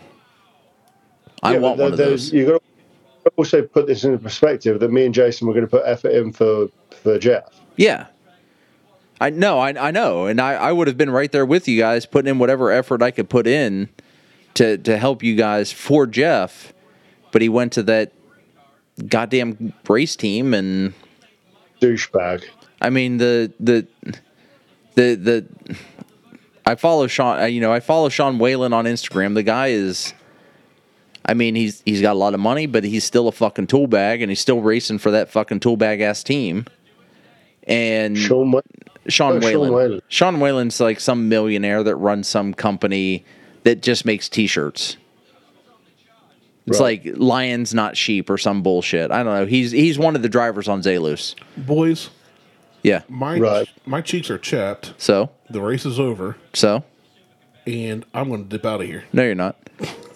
Speaker 3: I
Speaker 6: Yeah, but
Speaker 3: want
Speaker 6: there-
Speaker 3: one of
Speaker 6: there's-
Speaker 3: those.
Speaker 6: You got to also put this into perspective that me and Jason were going to put effort in for for Jeff.
Speaker 3: Yeah. I know, I, I know, and I, I would have been right there with you guys, putting in whatever effort I could put in to to help you guys for Jeff, but he went to that goddamn race team, and
Speaker 6: Douchebag.
Speaker 3: I mean the the the the I follow Sean, I- you know, I follow Sean Whalen on Instagram. The guy is, I mean, he's he's got a lot of money, but he's still a fucking tool bag, and he's still racing for that fucking tool bag ass team, and.
Speaker 6: Sean. Wa-
Speaker 3: Sean
Speaker 6: Oh, Sean
Speaker 3: Whalen.
Speaker 6: Whalen.
Speaker 3: Sean Whalen's like some millionaire that runs some company that just makes T-shirts. It's
Speaker 6: Right.
Speaker 3: like lions, not sheep, or some bullshit. I don't know. He's he's one of the drivers on Zalus.
Speaker 2: Boys,
Speaker 3: Yeah.
Speaker 2: my
Speaker 6: Right.
Speaker 2: my cheeks are chapped.
Speaker 3: So
Speaker 2: The race is over,
Speaker 3: so
Speaker 2: and I'm going to dip out of here.
Speaker 3: no, you're not.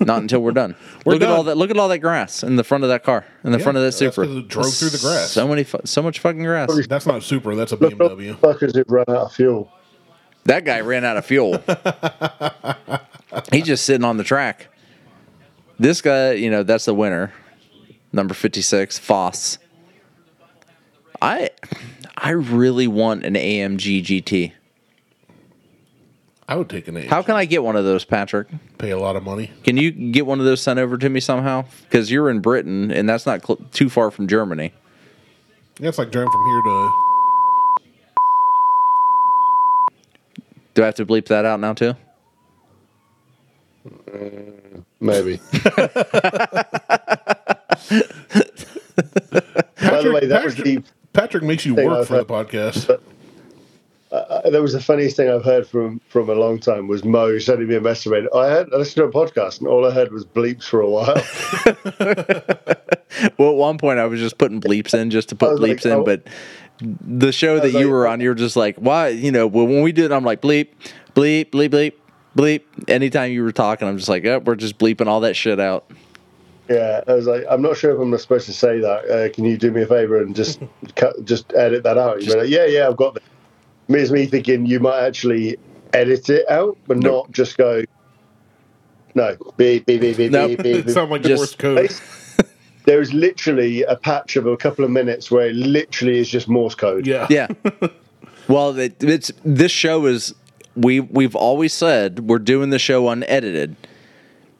Speaker 3: Not until we're done.
Speaker 2: We're
Speaker 3: look at all
Speaker 2: done.
Speaker 3: that. Look at all that grass in the front of that car, in the
Speaker 2: Yeah,
Speaker 3: front of that
Speaker 2: that's
Speaker 3: super.
Speaker 2: 'cause it drove through the grass.
Speaker 3: So many, fu- so much fucking grass.
Speaker 2: That's not Supra. That's a
Speaker 6: Look at all the
Speaker 2: BMW.
Speaker 6: fuckers who've run out of fuel.
Speaker 3: That guy ran out of fuel. He's just sitting on the track. This guy, you know, that's the winner, number fifty-six, Foss. I, I really want an AMG GT.
Speaker 2: I would take an A.
Speaker 3: How can I get one of those, Patrick?
Speaker 2: pay a lot of money?
Speaker 3: Can you get one of those sent over to me somehow? Because you're in Britain, and that's not cl- too far from Germany.
Speaker 2: Yeah, it's like driving from here to.
Speaker 3: Do I have to bleep that out now too?
Speaker 6: Maybe. By the way, that was
Speaker 2: Patrick,
Speaker 6: the
Speaker 2: Patrick makes you
Speaker 6: thing
Speaker 2: work
Speaker 6: I've
Speaker 2: for the
Speaker 6: heard.
Speaker 2: podcast.
Speaker 6: uh, that was the funniest thing I've heard from from a long time was Mo sending me a message. about, I had I listened to a podcast and all I heard was bleeps for a while.
Speaker 3: Well, at one point I was just putting bleeps in just to
Speaker 6: I
Speaker 3: put
Speaker 6: was like,
Speaker 3: bleeps in,
Speaker 6: oh.
Speaker 3: but the show that
Speaker 6: was
Speaker 3: you
Speaker 6: like,
Speaker 3: were
Speaker 6: oh.
Speaker 3: on, you were just like, why? You know, well, when we did, it, I'm like, bleep, bleep, bleep, bleep, bleep. Anytime you were talking, I'm just like, oh, we're just bleeping all that shit out.
Speaker 6: yeah, I was like, I'm not sure if I'm supposed to say that. Uh, can you do me a favor and just cut, just edit that out? You'd be like, yeah, yeah, I've got that. It's me thinking you might actually edit it out, but
Speaker 3: Nope.
Speaker 6: not just go. No, beep beep beat beep
Speaker 3: Nope.
Speaker 6: beep beep.
Speaker 2: It
Speaker 6: beep.
Speaker 2: sounds like
Speaker 3: Just-
Speaker 2: Morse code.
Speaker 6: there is literally a patch of a couple of minutes where it literally is just Morse code.
Speaker 2: Yeah.
Speaker 3: Yeah. well, it, it's this show is we we've always said we're doing the show unedited,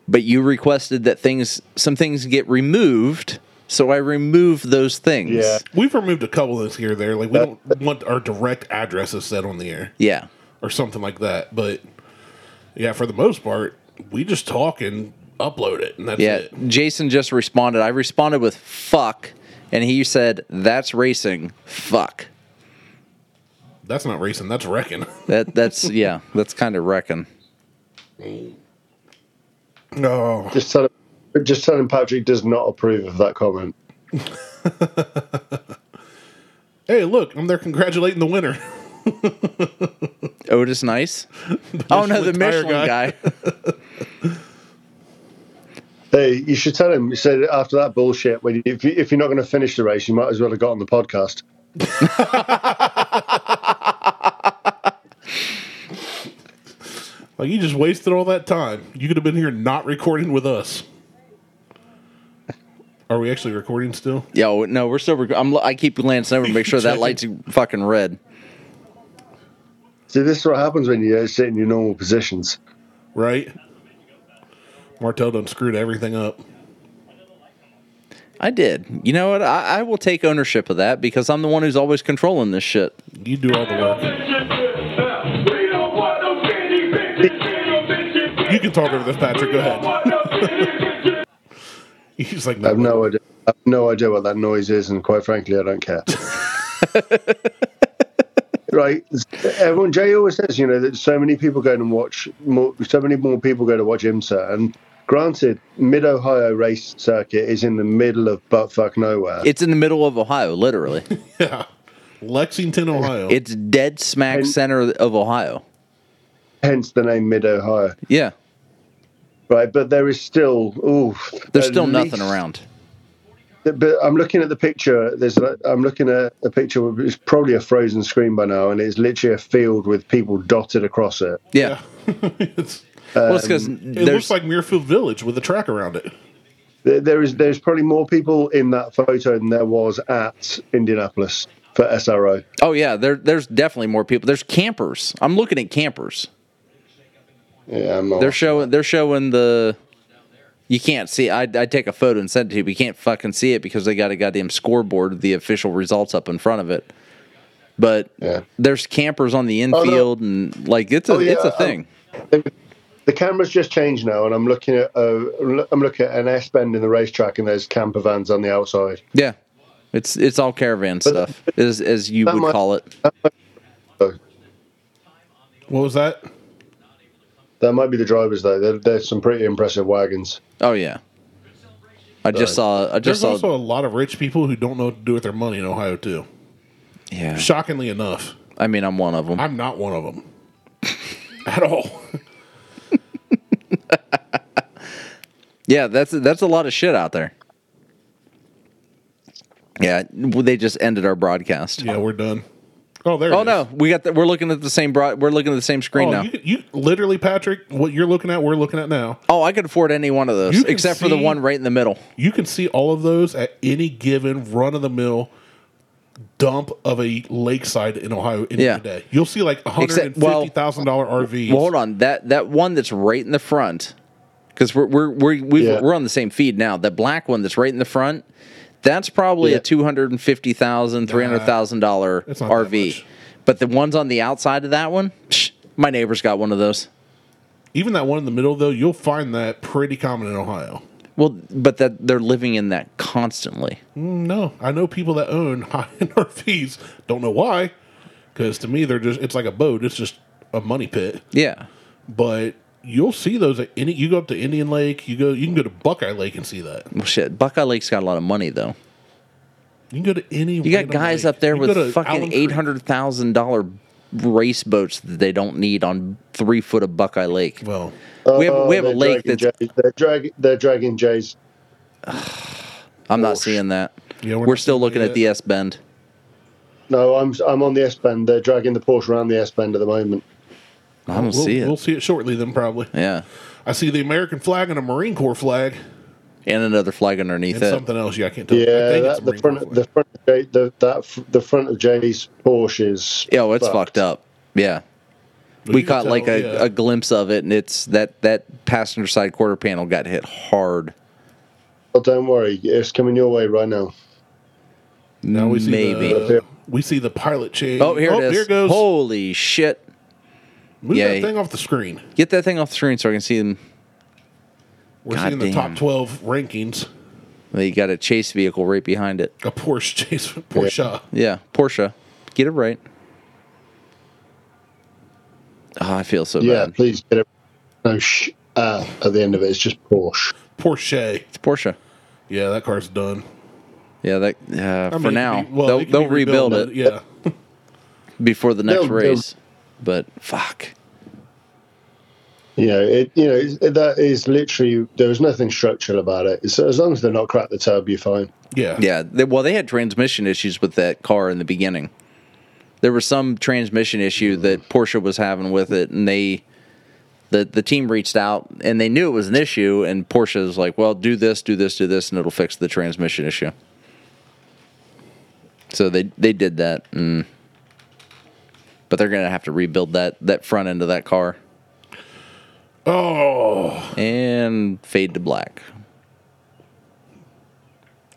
Speaker 3: but you requested that things some things get removed So I removed those things.
Speaker 6: Yeah.
Speaker 2: We've removed a couple of this here or there. Like we don't want our direct addresses said on the air
Speaker 3: Yeah.
Speaker 2: or something like that. But yeah, for the most part, we just talk and upload it, and that's
Speaker 3: Yeah.
Speaker 2: it.
Speaker 3: Jason just responded. I responded with fuck, and he said, That's racing. Fuck.
Speaker 2: That's not racing. That's wrecking.
Speaker 3: That that's yeah, that's kind of wrecking.
Speaker 2: No.
Speaker 6: Just tell him, just tell him Patrick does not approve of that comment.
Speaker 2: Hey, look, I'm there congratulating the winner.
Speaker 3: Otis Nice. oh no, the
Speaker 2: tire
Speaker 3: Michelin guy.
Speaker 2: guy.
Speaker 6: Hey, you should tell him. You said after that bullshit, when you, if, you, if you're not going to finish the race, you might as well have got on the podcast.
Speaker 2: Like you just wasted all that time. You could have been here not recording with us. Are we actually recording still?
Speaker 3: Yo, no, we're still. Rec- I'm. I keep glancing over, to make sure that light's fucking red.
Speaker 6: See, this is what happens when you uh, sit in your normal positions.
Speaker 2: Right? Martel done screwed everything up.
Speaker 3: I did. You know what? I, I will take ownership of that because I'm the one who's always controlling this shit.
Speaker 2: You do all the work.
Speaker 5: You
Speaker 2: can talk over this, Patrick. Go ahead. He's like,
Speaker 6: I have no idea. I have no idea what that noise is, and quite frankly, I don't care. right? Everyone, Jay always says, you know, that so many people go and watch more. So many more people go to watch IMSA, and granted, Mid Ohio race circuit is in the middle of buttfuck nowhere.
Speaker 3: It's in the middle of Ohio, literally.
Speaker 2: yeah. Lexington, Ohio.
Speaker 3: It's dead smack
Speaker 6: And-
Speaker 3: center of Ohio.
Speaker 6: hence the name Mid Ohio.
Speaker 3: Yeah,
Speaker 6: Right, but there is still ooh,
Speaker 3: there's
Speaker 6: at
Speaker 3: still nothing
Speaker 6: least-
Speaker 3: around.
Speaker 6: But I'm looking at the picture. There's a, I'm looking at a picture. of- It's probably a frozen screen by now, and it's literally a field with people dotted across it.
Speaker 3: Yeah. Um,
Speaker 2: It's-
Speaker 3: well, it's because
Speaker 2: it
Speaker 3: there's
Speaker 2: looks like Muirfield Village with a track around it.
Speaker 6: There, there is there's probably more people in that photo than there was at Indianapolis for SRO.
Speaker 3: oh yeah there there's definitely more people. There's campers. I'm looking at campers.
Speaker 6: Yeah, I'm not.
Speaker 3: They're showing they're showing the. You can't see. I I take a photo and send it to you. But you can't fucking see it because they got a goddamn scoreboard, with the official results up in front of it. But
Speaker 6: Yeah. Oh,
Speaker 3: there's campers on the
Speaker 6: no.
Speaker 3: infield and like it's a
Speaker 6: Oh, yeah,
Speaker 3: it's a
Speaker 6: um,
Speaker 3: thing.
Speaker 6: the camera's just changed now, and I'm looking at a, I'm looking at an S bend in the racetrack, and there's camper vans on the outside.
Speaker 3: yeah, it's it's all caravan stuff, as as you
Speaker 6: that
Speaker 3: would
Speaker 6: might-
Speaker 3: call it.
Speaker 2: What was that?
Speaker 6: That might be the drivers though. There, there's some pretty impressive wagons.
Speaker 3: Oh yeah, I just saw I just
Speaker 2: There's
Speaker 3: saw
Speaker 2: also a lot of rich people who don't know what to do with their money in Ohio, too.
Speaker 3: yeah.
Speaker 2: Shockingly enough,
Speaker 3: I mean, I'm one of them.
Speaker 2: I'm not one of them at all.
Speaker 3: Yeah, that's that's a lot of shit out there. Yeah, well, they just ended our broadcast.
Speaker 2: Yeah, we're done. Oh, there.
Speaker 3: Oh
Speaker 2: it
Speaker 3: no,
Speaker 2: is.
Speaker 3: we got the, we're looking at the same broad, we're looking at the same screen now.
Speaker 2: Oh, you, you literally, Patrick. What you're looking at, we're looking at now.
Speaker 3: oh, I could afford any one of those
Speaker 2: You can
Speaker 3: except for the
Speaker 2: see-
Speaker 3: one right in the middle.
Speaker 2: You can see all of those at any given run of the mill dump of a lakeside in Ohio any
Speaker 3: Yeah.
Speaker 2: day. You'll see like a hundred and
Speaker 3: Except- well-
Speaker 2: fifty thousand dollar RVs.
Speaker 3: Well, hold on that that one that's right in the front because we're we're we're we've,
Speaker 6: Yeah.
Speaker 3: we're on the same feed now. The black one that's right in the front, that's probably
Speaker 6: Yeah.
Speaker 3: a two hundred and fifty thousand, three hundred thousand dollar
Speaker 2: It's not that
Speaker 3: RV.
Speaker 2: much.
Speaker 3: But the ones on the outside of that one, psh, my neighbor's got one of those.
Speaker 2: Even that one in the middle though, you'll find that pretty common in Ohio.
Speaker 3: Well, but that they're living in that constantly.
Speaker 2: Mm, No, I know people that own high end RVs. Don't know why, because to me they're just it's like a boat. It's just a money pit.
Speaker 3: Yeah.
Speaker 2: But you'll see those at any. You go up to Indian Lake. You go. You can go to Buckeye Lake and see that.
Speaker 3: Well, shit. Buckeye Lake's got a lot of money though.
Speaker 2: You can go to any.
Speaker 3: You got guys up there with fucking eight
Speaker 2: eight hundred.
Speaker 3: hundred thousand dollar race boats that they don't need on three foot of Buckeye Lake.
Speaker 2: Well,
Speaker 3: we have we have a
Speaker 6: Oh, they're
Speaker 3: lake
Speaker 6: dragging
Speaker 3: that's.
Speaker 6: Jay's, they're, drag, they're dragging Jay's.
Speaker 3: I'm not
Speaker 6: Porsche.
Speaker 3: seeing that.
Speaker 2: Yeah,
Speaker 3: we're,
Speaker 2: we're not
Speaker 3: still
Speaker 2: seeing
Speaker 3: looking
Speaker 2: it
Speaker 3: at the
Speaker 2: yet.
Speaker 3: S bend.
Speaker 6: No, I'm I'm on the S bend. They're dragging the Porsche around the S bend at the moment.
Speaker 3: I don't
Speaker 2: we'll,
Speaker 3: see it.
Speaker 2: we'll see it shortly then, probably.
Speaker 3: yeah,
Speaker 2: I see the American flag and a Marine Corps flag
Speaker 3: and another flag underneath
Speaker 2: and
Speaker 3: it.
Speaker 2: something else. Yeah, I can't tell. I
Speaker 6: Yeah,
Speaker 2: think
Speaker 6: that, the
Speaker 2: Marine Corps
Speaker 6: front the
Speaker 2: flag.
Speaker 6: front of Jay, the, that f- the front of Jay's Porsche is.
Speaker 3: Yo, it's
Speaker 6: fucked.
Speaker 3: fucked up. Yeah,
Speaker 2: But
Speaker 3: we
Speaker 2: you can
Speaker 3: caught like
Speaker 2: tell,
Speaker 3: a,
Speaker 2: yeah.
Speaker 3: a glimpse of it, and it's that that passenger side quarter panel got hit hard.
Speaker 6: Well, don't worry, it's coming your way right now.
Speaker 2: Now we see
Speaker 3: Maybe.
Speaker 2: The, we see the pilot change.
Speaker 3: Oh, here it is.
Speaker 2: Here goes.
Speaker 3: Holy shit.
Speaker 2: Move
Speaker 3: yay.
Speaker 2: that thing off the screen.
Speaker 3: Get that thing off the screen so I can see them.
Speaker 2: We're
Speaker 3: God
Speaker 2: seeing the top
Speaker 3: damn.
Speaker 2: twelve rankings.
Speaker 3: They got a chase vehicle right behind it.
Speaker 2: A Porsche chase. Porsche.
Speaker 3: Yeah, Porsche. Get it right. Ah, I feel so
Speaker 6: Yeah,
Speaker 3: bad.
Speaker 6: please get it. No, sh- ah, at the end of it, it's just Porsche.
Speaker 2: Porsche.
Speaker 3: It's Porsche.
Speaker 2: Yeah, that car's done.
Speaker 3: Yeah, that uh,
Speaker 2: I
Speaker 3: for
Speaker 2: mean,
Speaker 3: now.
Speaker 2: it could be- well, it
Speaker 3: they'll
Speaker 2: could be
Speaker 3: they'll rebuild
Speaker 2: rebuilt,
Speaker 3: it
Speaker 2: Yeah.
Speaker 3: before the next
Speaker 6: They'll- they'll-
Speaker 3: race. But fuck.
Speaker 6: You know, it. You know, it, that is literally there is nothing structural about it. It's, as long as they're not crack the tub, you're fine.
Speaker 2: Yeah.
Speaker 3: Yeah. They, well, they had transmission issues with that car in the beginning. There was some transmission issue that Porsche was having with it, and they, the the team reached out and they knew it was an issue, and Porsche was like, "Well, do this, do this, do this, and it'll fix the transmission issue." So they they did that, and, but they're gonna have to rebuild that that front end of that car
Speaker 2: Oh.
Speaker 3: and fade to black.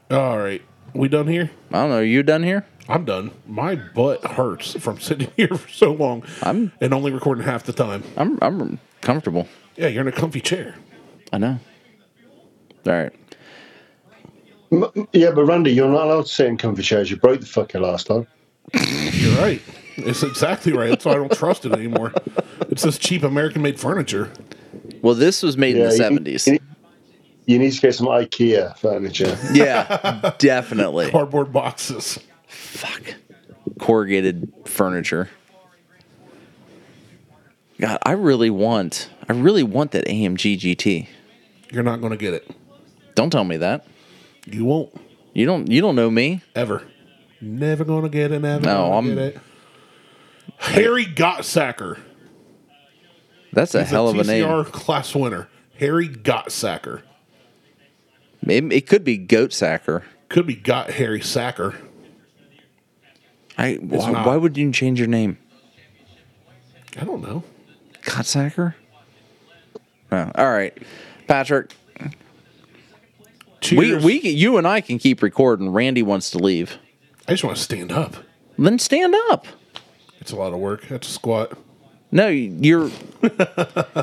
Speaker 2: All right. We done here?
Speaker 3: I don't know. Are you done here?
Speaker 2: I'm done. My butt hurts from sitting here for so long
Speaker 3: I'm-
Speaker 2: and only recording half the time.
Speaker 3: I'm I'm comfortable.
Speaker 2: Yeah, you're in a comfy chair.
Speaker 3: I know. All right.
Speaker 6: M- Yeah, but Randy, you're not allowed to sit in comfy chairs. You broke the fucker last time.
Speaker 2: You're right. It's exactly right. That's why I don't trust it anymore. It's this cheap American made furniture.
Speaker 3: Well, this was made in the
Speaker 6: you-
Speaker 3: seventies.
Speaker 6: You, you need to get some IKEA furniture.
Speaker 3: Yeah, definitely.
Speaker 2: Cardboard boxes.
Speaker 3: Fuck. Corrugated furniture. God, I really want. I really want that AMG GT.
Speaker 2: You're not going to get it.
Speaker 3: Don't tell me that.
Speaker 2: You won't.
Speaker 3: You don't. You don't know me.
Speaker 2: Ever. Never going to get it. Never
Speaker 3: No,
Speaker 2: gonna
Speaker 3: I'm-
Speaker 2: get it. Harry Gottsacker.
Speaker 3: That's a
Speaker 2: He's
Speaker 3: hell of a name.
Speaker 2: TCR class winner. Harry Gottsacker.
Speaker 3: It, it could be Goat Sacker.
Speaker 2: Could be Got Harry Sacker.
Speaker 3: I. Why,
Speaker 2: not.
Speaker 3: why would you change your name?
Speaker 2: I don't know.
Speaker 3: God Sacker. Oh, all right, Patrick. We,
Speaker 2: Cheers.
Speaker 3: we you and I can keep recording. Randy wants to leave.
Speaker 2: I just want to stand up.
Speaker 3: Then stand up.
Speaker 2: It's a lot of work. That's a squat.
Speaker 3: No, you're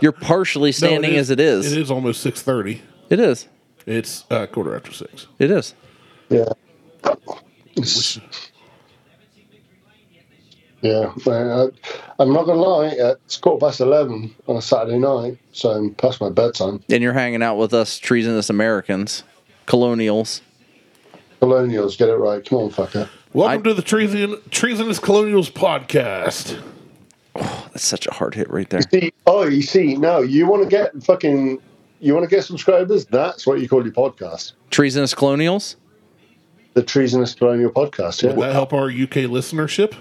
Speaker 3: you're partially
Speaker 2: No,
Speaker 3: standing as it is.
Speaker 2: It is almost six thirty.
Speaker 3: It is.
Speaker 2: It's uh, quarter after six.
Speaker 3: It is.
Speaker 6: Yeah. It's- Yeah, I, I'm not gonna lie. uh, It's quarter past eleven on a Saturday night, so I'm past my bedtime.
Speaker 3: And you're hanging out with us treasonous Americans, colonials.
Speaker 6: Colonials, get it right. Come on, fucker.
Speaker 2: Welcome to the treason, treasonous colonials podcast.
Speaker 3: That's such a hard hit right there.
Speaker 6: See, oh, you see, now you want to get fucking, you want to get subscribers. That's what you call your podcast,
Speaker 3: Treasonous colonials.
Speaker 6: the Treasonous Colonial Podcast.
Speaker 2: Would
Speaker 6: Yeah.
Speaker 2: that help our UK listenership?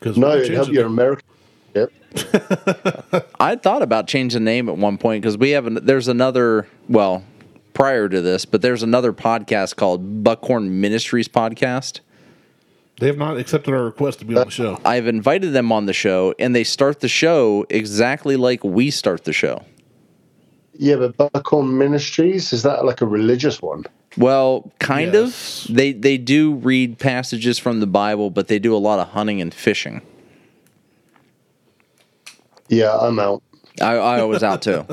Speaker 2: Because
Speaker 6: No, it help your American. Yep.
Speaker 3: I thought about changing the name at one point because we have an, there's another well prior to this, but there's another podcast called Buckhorn Ministries podcast.
Speaker 2: They have not accepted our request to be on the show.
Speaker 3: I've invited them on the show, and they start the show exactly like we start the show.
Speaker 6: Yeah, but Buckhorn Ministries is that like a religious one?
Speaker 3: Well, kind
Speaker 2: Yes.
Speaker 3: of. They they do read passages from the Bible, but they do a lot of hunting and fishing.
Speaker 6: Yeah, I'm out.
Speaker 3: I, I was out too.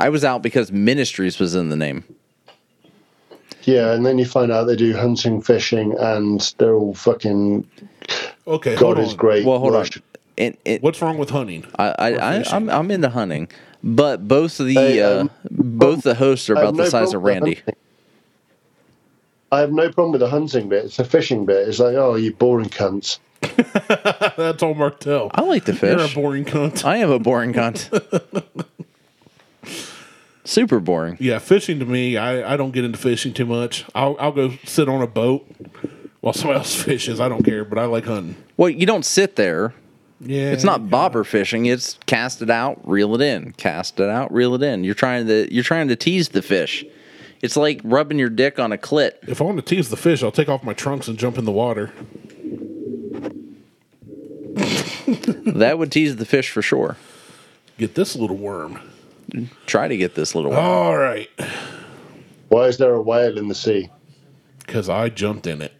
Speaker 3: I was out because ministries was in the name.
Speaker 6: Yeah, and then you find out they do hunting, fishing, and they're all fucking
Speaker 2: Okay, hold
Speaker 6: God
Speaker 2: on.
Speaker 6: is great.
Speaker 3: Well, hold on.
Speaker 6: worship.
Speaker 3: And it,
Speaker 2: What's wrong with hunting?
Speaker 3: I, I, I I'm I'm into hunting, but both of the
Speaker 6: Hey,
Speaker 3: uh,
Speaker 6: um,
Speaker 3: both the hosts are
Speaker 6: I have
Speaker 3: about the
Speaker 6: no
Speaker 3: size of
Speaker 6: problem with
Speaker 3: Randy.
Speaker 6: hunting. I have no problem with the hunting bit. It's the fishing bit. It's like, oh, you boring cunts.
Speaker 2: That's all Martell.
Speaker 3: I like to
Speaker 2: You're a
Speaker 3: fish.
Speaker 2: boring cunt.
Speaker 3: I am a boring cunt. Super boring.
Speaker 2: Yeah, fishing to me, I, I don't get into fishing too much. I'll, I'll go sit on a boat while somebody else fishes. I don't care, but I like hunting.
Speaker 3: Well, you don't sit there.
Speaker 2: Yeah,
Speaker 3: It's not bobber fishing. It's cast it out, reel it in. Cast it out, reel it in. You're trying to you're trying to tease the fish. It's like rubbing your dick on a clit.
Speaker 2: If I want to tease the fish, I'll take off my trunks and jump in the water.
Speaker 3: That would tease the fish for sure.
Speaker 2: Get this little worm.
Speaker 3: Try to get this little one.
Speaker 2: All right.
Speaker 6: Why is there a whale in the sea?
Speaker 2: because I jumped in it.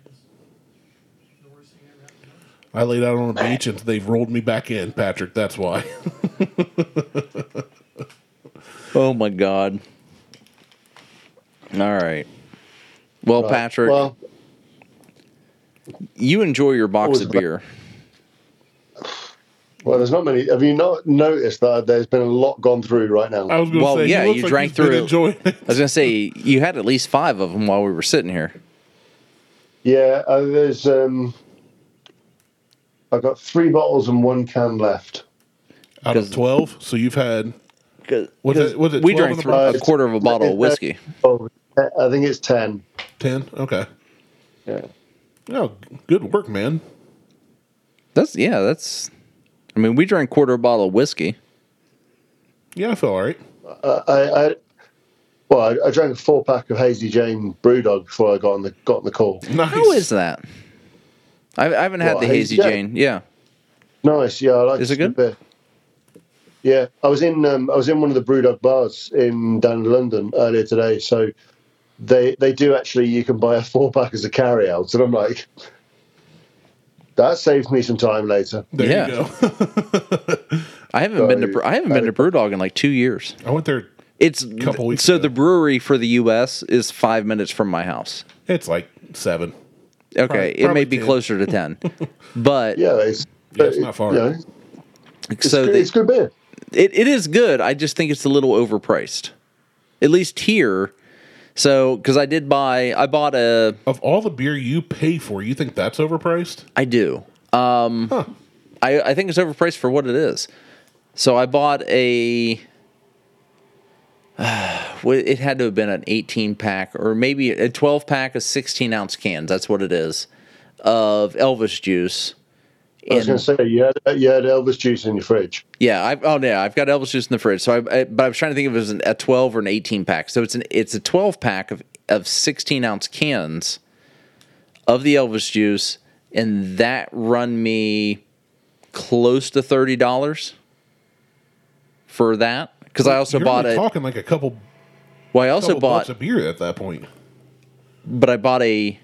Speaker 2: I laid out on a beach and they've rolled me back in, Patrick. That's why.
Speaker 3: Oh my god. All right. Well, Patrick,
Speaker 6: Well,
Speaker 3: you enjoy your box
Speaker 6: was
Speaker 3: of
Speaker 6: that?
Speaker 3: beer.
Speaker 6: well, there's not many. Have you not noticed that there's been a lot gone through right now?
Speaker 2: I was going to
Speaker 3: Well,
Speaker 2: say,
Speaker 3: yeah,
Speaker 2: he looks
Speaker 3: you
Speaker 2: like
Speaker 3: drank
Speaker 2: he's been
Speaker 3: through.
Speaker 2: enjoying it.
Speaker 3: I was gonna say you had at least five of them while we were sitting here.
Speaker 6: Yeah, uh, there's. Um, I've got three bottles and one can left.
Speaker 2: out of
Speaker 3: Because-
Speaker 2: twelve. So you've had was it was it
Speaker 3: we
Speaker 2: 12
Speaker 3: drank
Speaker 2: in
Speaker 3: through
Speaker 2: the
Speaker 3: a
Speaker 6: box?
Speaker 3: quarter of a bottle of whiskey.
Speaker 6: Oh, I think it's ten.
Speaker 2: ten? Okay.
Speaker 6: Yeah.
Speaker 2: Oh, good work, man.
Speaker 3: That's yeah. That's. I mean, we drank quarter of a bottle of whiskey.
Speaker 2: Yeah, I feel all right.
Speaker 6: Uh, I, I well, I, I drank a four pack of Hazy Jane Brewdog before I got on the got on the call.
Speaker 2: Nice.
Speaker 3: How is that? I, I haven't had
Speaker 6: What,
Speaker 3: the hazy
Speaker 6: Hazy
Speaker 3: Jane.
Speaker 6: Jane?
Speaker 3: Yeah.
Speaker 6: Nice, yeah. I like
Speaker 3: Is it good?
Speaker 6: Beer. Yeah, I was in um, I was in one of the Brewdog bars in down in London earlier today. So they they do actually you can buy a four pack as a carry out, and I'm like, that saves me some time later.
Speaker 2: There
Speaker 3: Yeah.
Speaker 2: you go.
Speaker 3: I haven't been to
Speaker 6: Sorry.
Speaker 3: Bre- I haven't been to BrewDog in like two years.
Speaker 2: I went there.
Speaker 3: It's
Speaker 2: Couple weeks
Speaker 3: so
Speaker 2: ago.
Speaker 3: the brewery for the U.S. is five minutes from my house.
Speaker 2: It's like seven.
Speaker 3: Okay,
Speaker 2: Probably-
Speaker 3: it may
Speaker 2: probably
Speaker 3: be
Speaker 2: 10.
Speaker 3: closer to ten, but
Speaker 6: Yeah, it's
Speaker 2: Yeah, it's not far.
Speaker 6: you know, it's,
Speaker 3: so
Speaker 6: good,
Speaker 3: they,
Speaker 6: it's good beer.
Speaker 3: it, it is good. I just think it's a little overpriced, at least here. So because I did buy, I bought a,
Speaker 2: Of all the beer you pay for, you think that's overpriced?
Speaker 3: I do. Um, I I think it's overpriced for what it is. So I bought a. well, it had to have been an 18 pack or maybe a 12 pack of 16 ounce cans. That's what it is of Elvis juice.
Speaker 6: I was
Speaker 3: in-
Speaker 6: going to say you had you had Elvis juice in your fridge.
Speaker 3: Yeah, I've, oh yeah, I've got Elvis juice in the fridge. So, I, I but I was trying to think if it was an, a twelve or an eighteen pack. So it's an it's a twelve pack of of sixteen ounce cans of the Elvis juice, and that run me close to thirty dollars for that. Because I also
Speaker 2: You're
Speaker 3: bought
Speaker 2: only
Speaker 3: a
Speaker 2: talking like a couple.
Speaker 3: well, I also
Speaker 2: couple
Speaker 3: bought
Speaker 2: bucks of beer at that point.
Speaker 3: but I bought a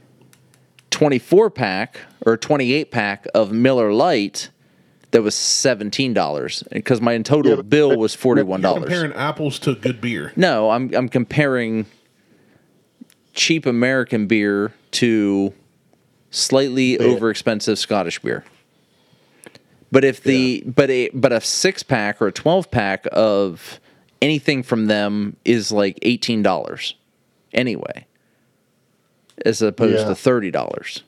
Speaker 3: 24 pack or 28 pack of Miller Lite that was $17 because my total
Speaker 6: Yeah, but-
Speaker 3: bill was $41.
Speaker 2: You're comparing apples to good beer.
Speaker 3: no, I'm I'm comparing cheap American beer to slightly overexpensive Scottish beer. But if the but a but a 6 pack or a 12 pack of anything from them is like $18 anyway as opposed
Speaker 6: Yeah.
Speaker 3: to $30.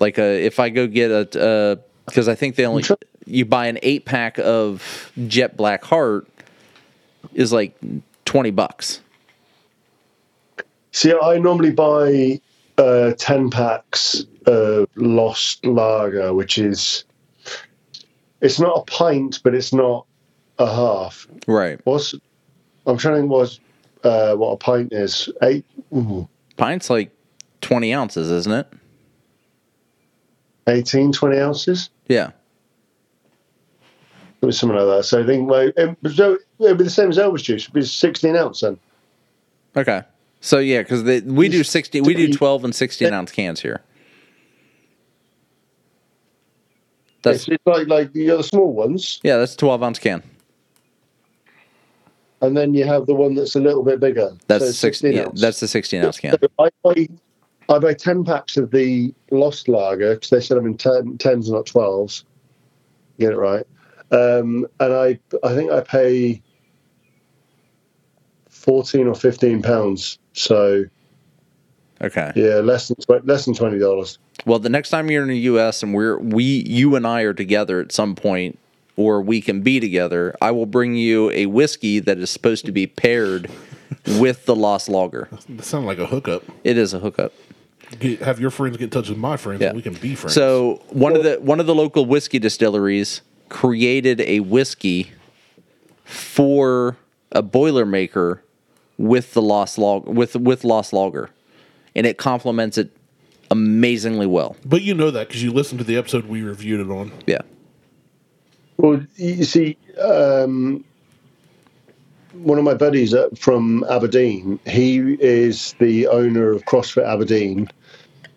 Speaker 3: Like a, if I go get a because I think they only
Speaker 6: try-
Speaker 3: you buy an 8 pack of Jet Black Heart is like 20 bucks.
Speaker 6: See, I normally buy uh, 10 packs of Lost Lager, which is, it's not a pint, but it's not a half.
Speaker 3: Right.
Speaker 6: What's, I'm trying to think what's, uh, what a pint is. Eight, ooh,
Speaker 3: Pint's like 20 ounces, isn't it?
Speaker 6: 18, 20 ounces?
Speaker 3: Yeah.
Speaker 6: It was something like that. So I think my, it, so it'd be the same as Elvis juice. It'd be 16 ounce then.
Speaker 3: Okay. So yeah, because we do 60, we do 12 and 16 ounce cans here. That's
Speaker 6: It's, it's like, like you got the small ones,
Speaker 3: yeah, that's 12 ounce can.
Speaker 6: and then you have the one that's a little bit bigger.
Speaker 3: That's
Speaker 6: So
Speaker 3: the
Speaker 6: it's
Speaker 3: 16. yeah,
Speaker 6: ounce.
Speaker 3: that's the 16 ounce can.
Speaker 6: So I buy, I buy 10 packs of the Lost Lager because they sell them in 10, 10s, not 12s. Get it right. Um, and I, I think I pay 14 or 15 pounds. So
Speaker 3: Okay.
Speaker 6: yeah, less than, tw- less than $20.
Speaker 3: Well, the next time you're in the U.S. and we're we you and I are together at some point, or we can be together, I will bring you a whiskey that is supposed to be paired with the Lost Lager.
Speaker 2: That sounds like a hookup.
Speaker 3: It is a hookup.
Speaker 2: Get, have your friends get in touch with my friends,
Speaker 3: Yeah.
Speaker 2: and we can be friends.
Speaker 3: So one of the one of the local whiskey distilleries created a whiskey for a boilermaker with the lost log with with lost lager, and it complements it amazingly well.
Speaker 2: but you know that because you listened to the episode we reviewed it on.
Speaker 3: Yeah,
Speaker 6: Well, you see, um, one of my buddies uh, from Aberdeen. He is the owner of CrossFit Aberdeen.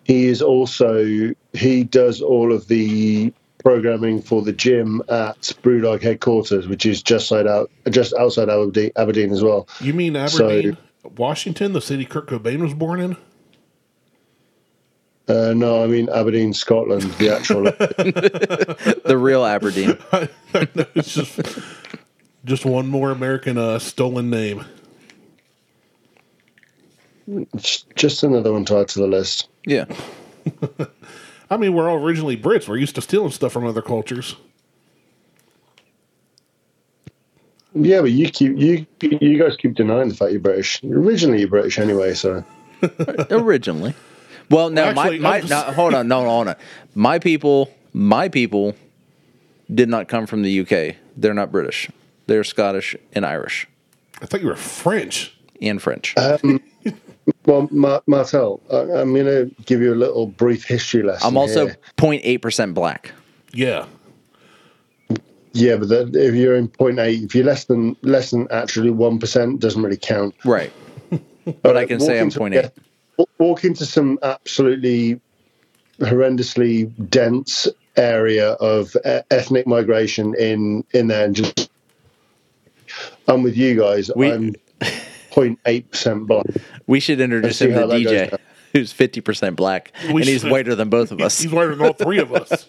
Speaker 6: He is also he does all of the programming for the gym at Brewdog headquarters, which is just side out just outside Aberdeen, Aberdeen as well.
Speaker 2: You mean
Speaker 6: So-
Speaker 2: Aberdeen, Washington, the city Kurt Cobain was born in?
Speaker 6: Uh, no, I mean Aberdeen, Scotland, the actual.
Speaker 3: The real Aberdeen.
Speaker 2: It's just just one more American uh, stolen name.
Speaker 6: it's just another one tied to the list.
Speaker 3: Yeah.
Speaker 2: I mean, we're all originally Brits. We're used to stealing stuff from other cultures.
Speaker 6: Yeah, but you keep you you guys keep denying the fact you're British. Originally, you're British anyway, so
Speaker 3: Originally. Well, no, my,
Speaker 2: Actually, no,
Speaker 3: my
Speaker 2: this-
Speaker 3: no, hold on, no, no, hold on. My people, my people did not come from the UK. They're not British. They're Scottish and Irish
Speaker 2: I thought you were French.
Speaker 3: and French.
Speaker 6: Well, Mar- Martel, I- I'm going to give you a little brief history lesson.
Speaker 3: I'm also
Speaker 6: here.
Speaker 3: 0.8% black.
Speaker 2: Yeah.
Speaker 6: yeah, but that, if you're in point eight, if you're less than less than actually one percent, doesn't really count.
Speaker 3: Right. But I
Speaker 6: Uh,
Speaker 3: can
Speaker 6: walk
Speaker 3: say I'm
Speaker 6: into-
Speaker 3: 0.8.
Speaker 6: wa- Walk into some absolutely horrendously dense area of e- ethnic migration in in there, and just I'm with you guys.
Speaker 3: We-
Speaker 6: I'm 0.8 percent black.
Speaker 3: We should introduce
Speaker 6: see
Speaker 3: him to
Speaker 6: how that goes
Speaker 3: DJ,
Speaker 6: down.
Speaker 3: who's 50% black, and he's
Speaker 2: should.
Speaker 3: whiter than both of us.
Speaker 2: He's whiter than all three of us.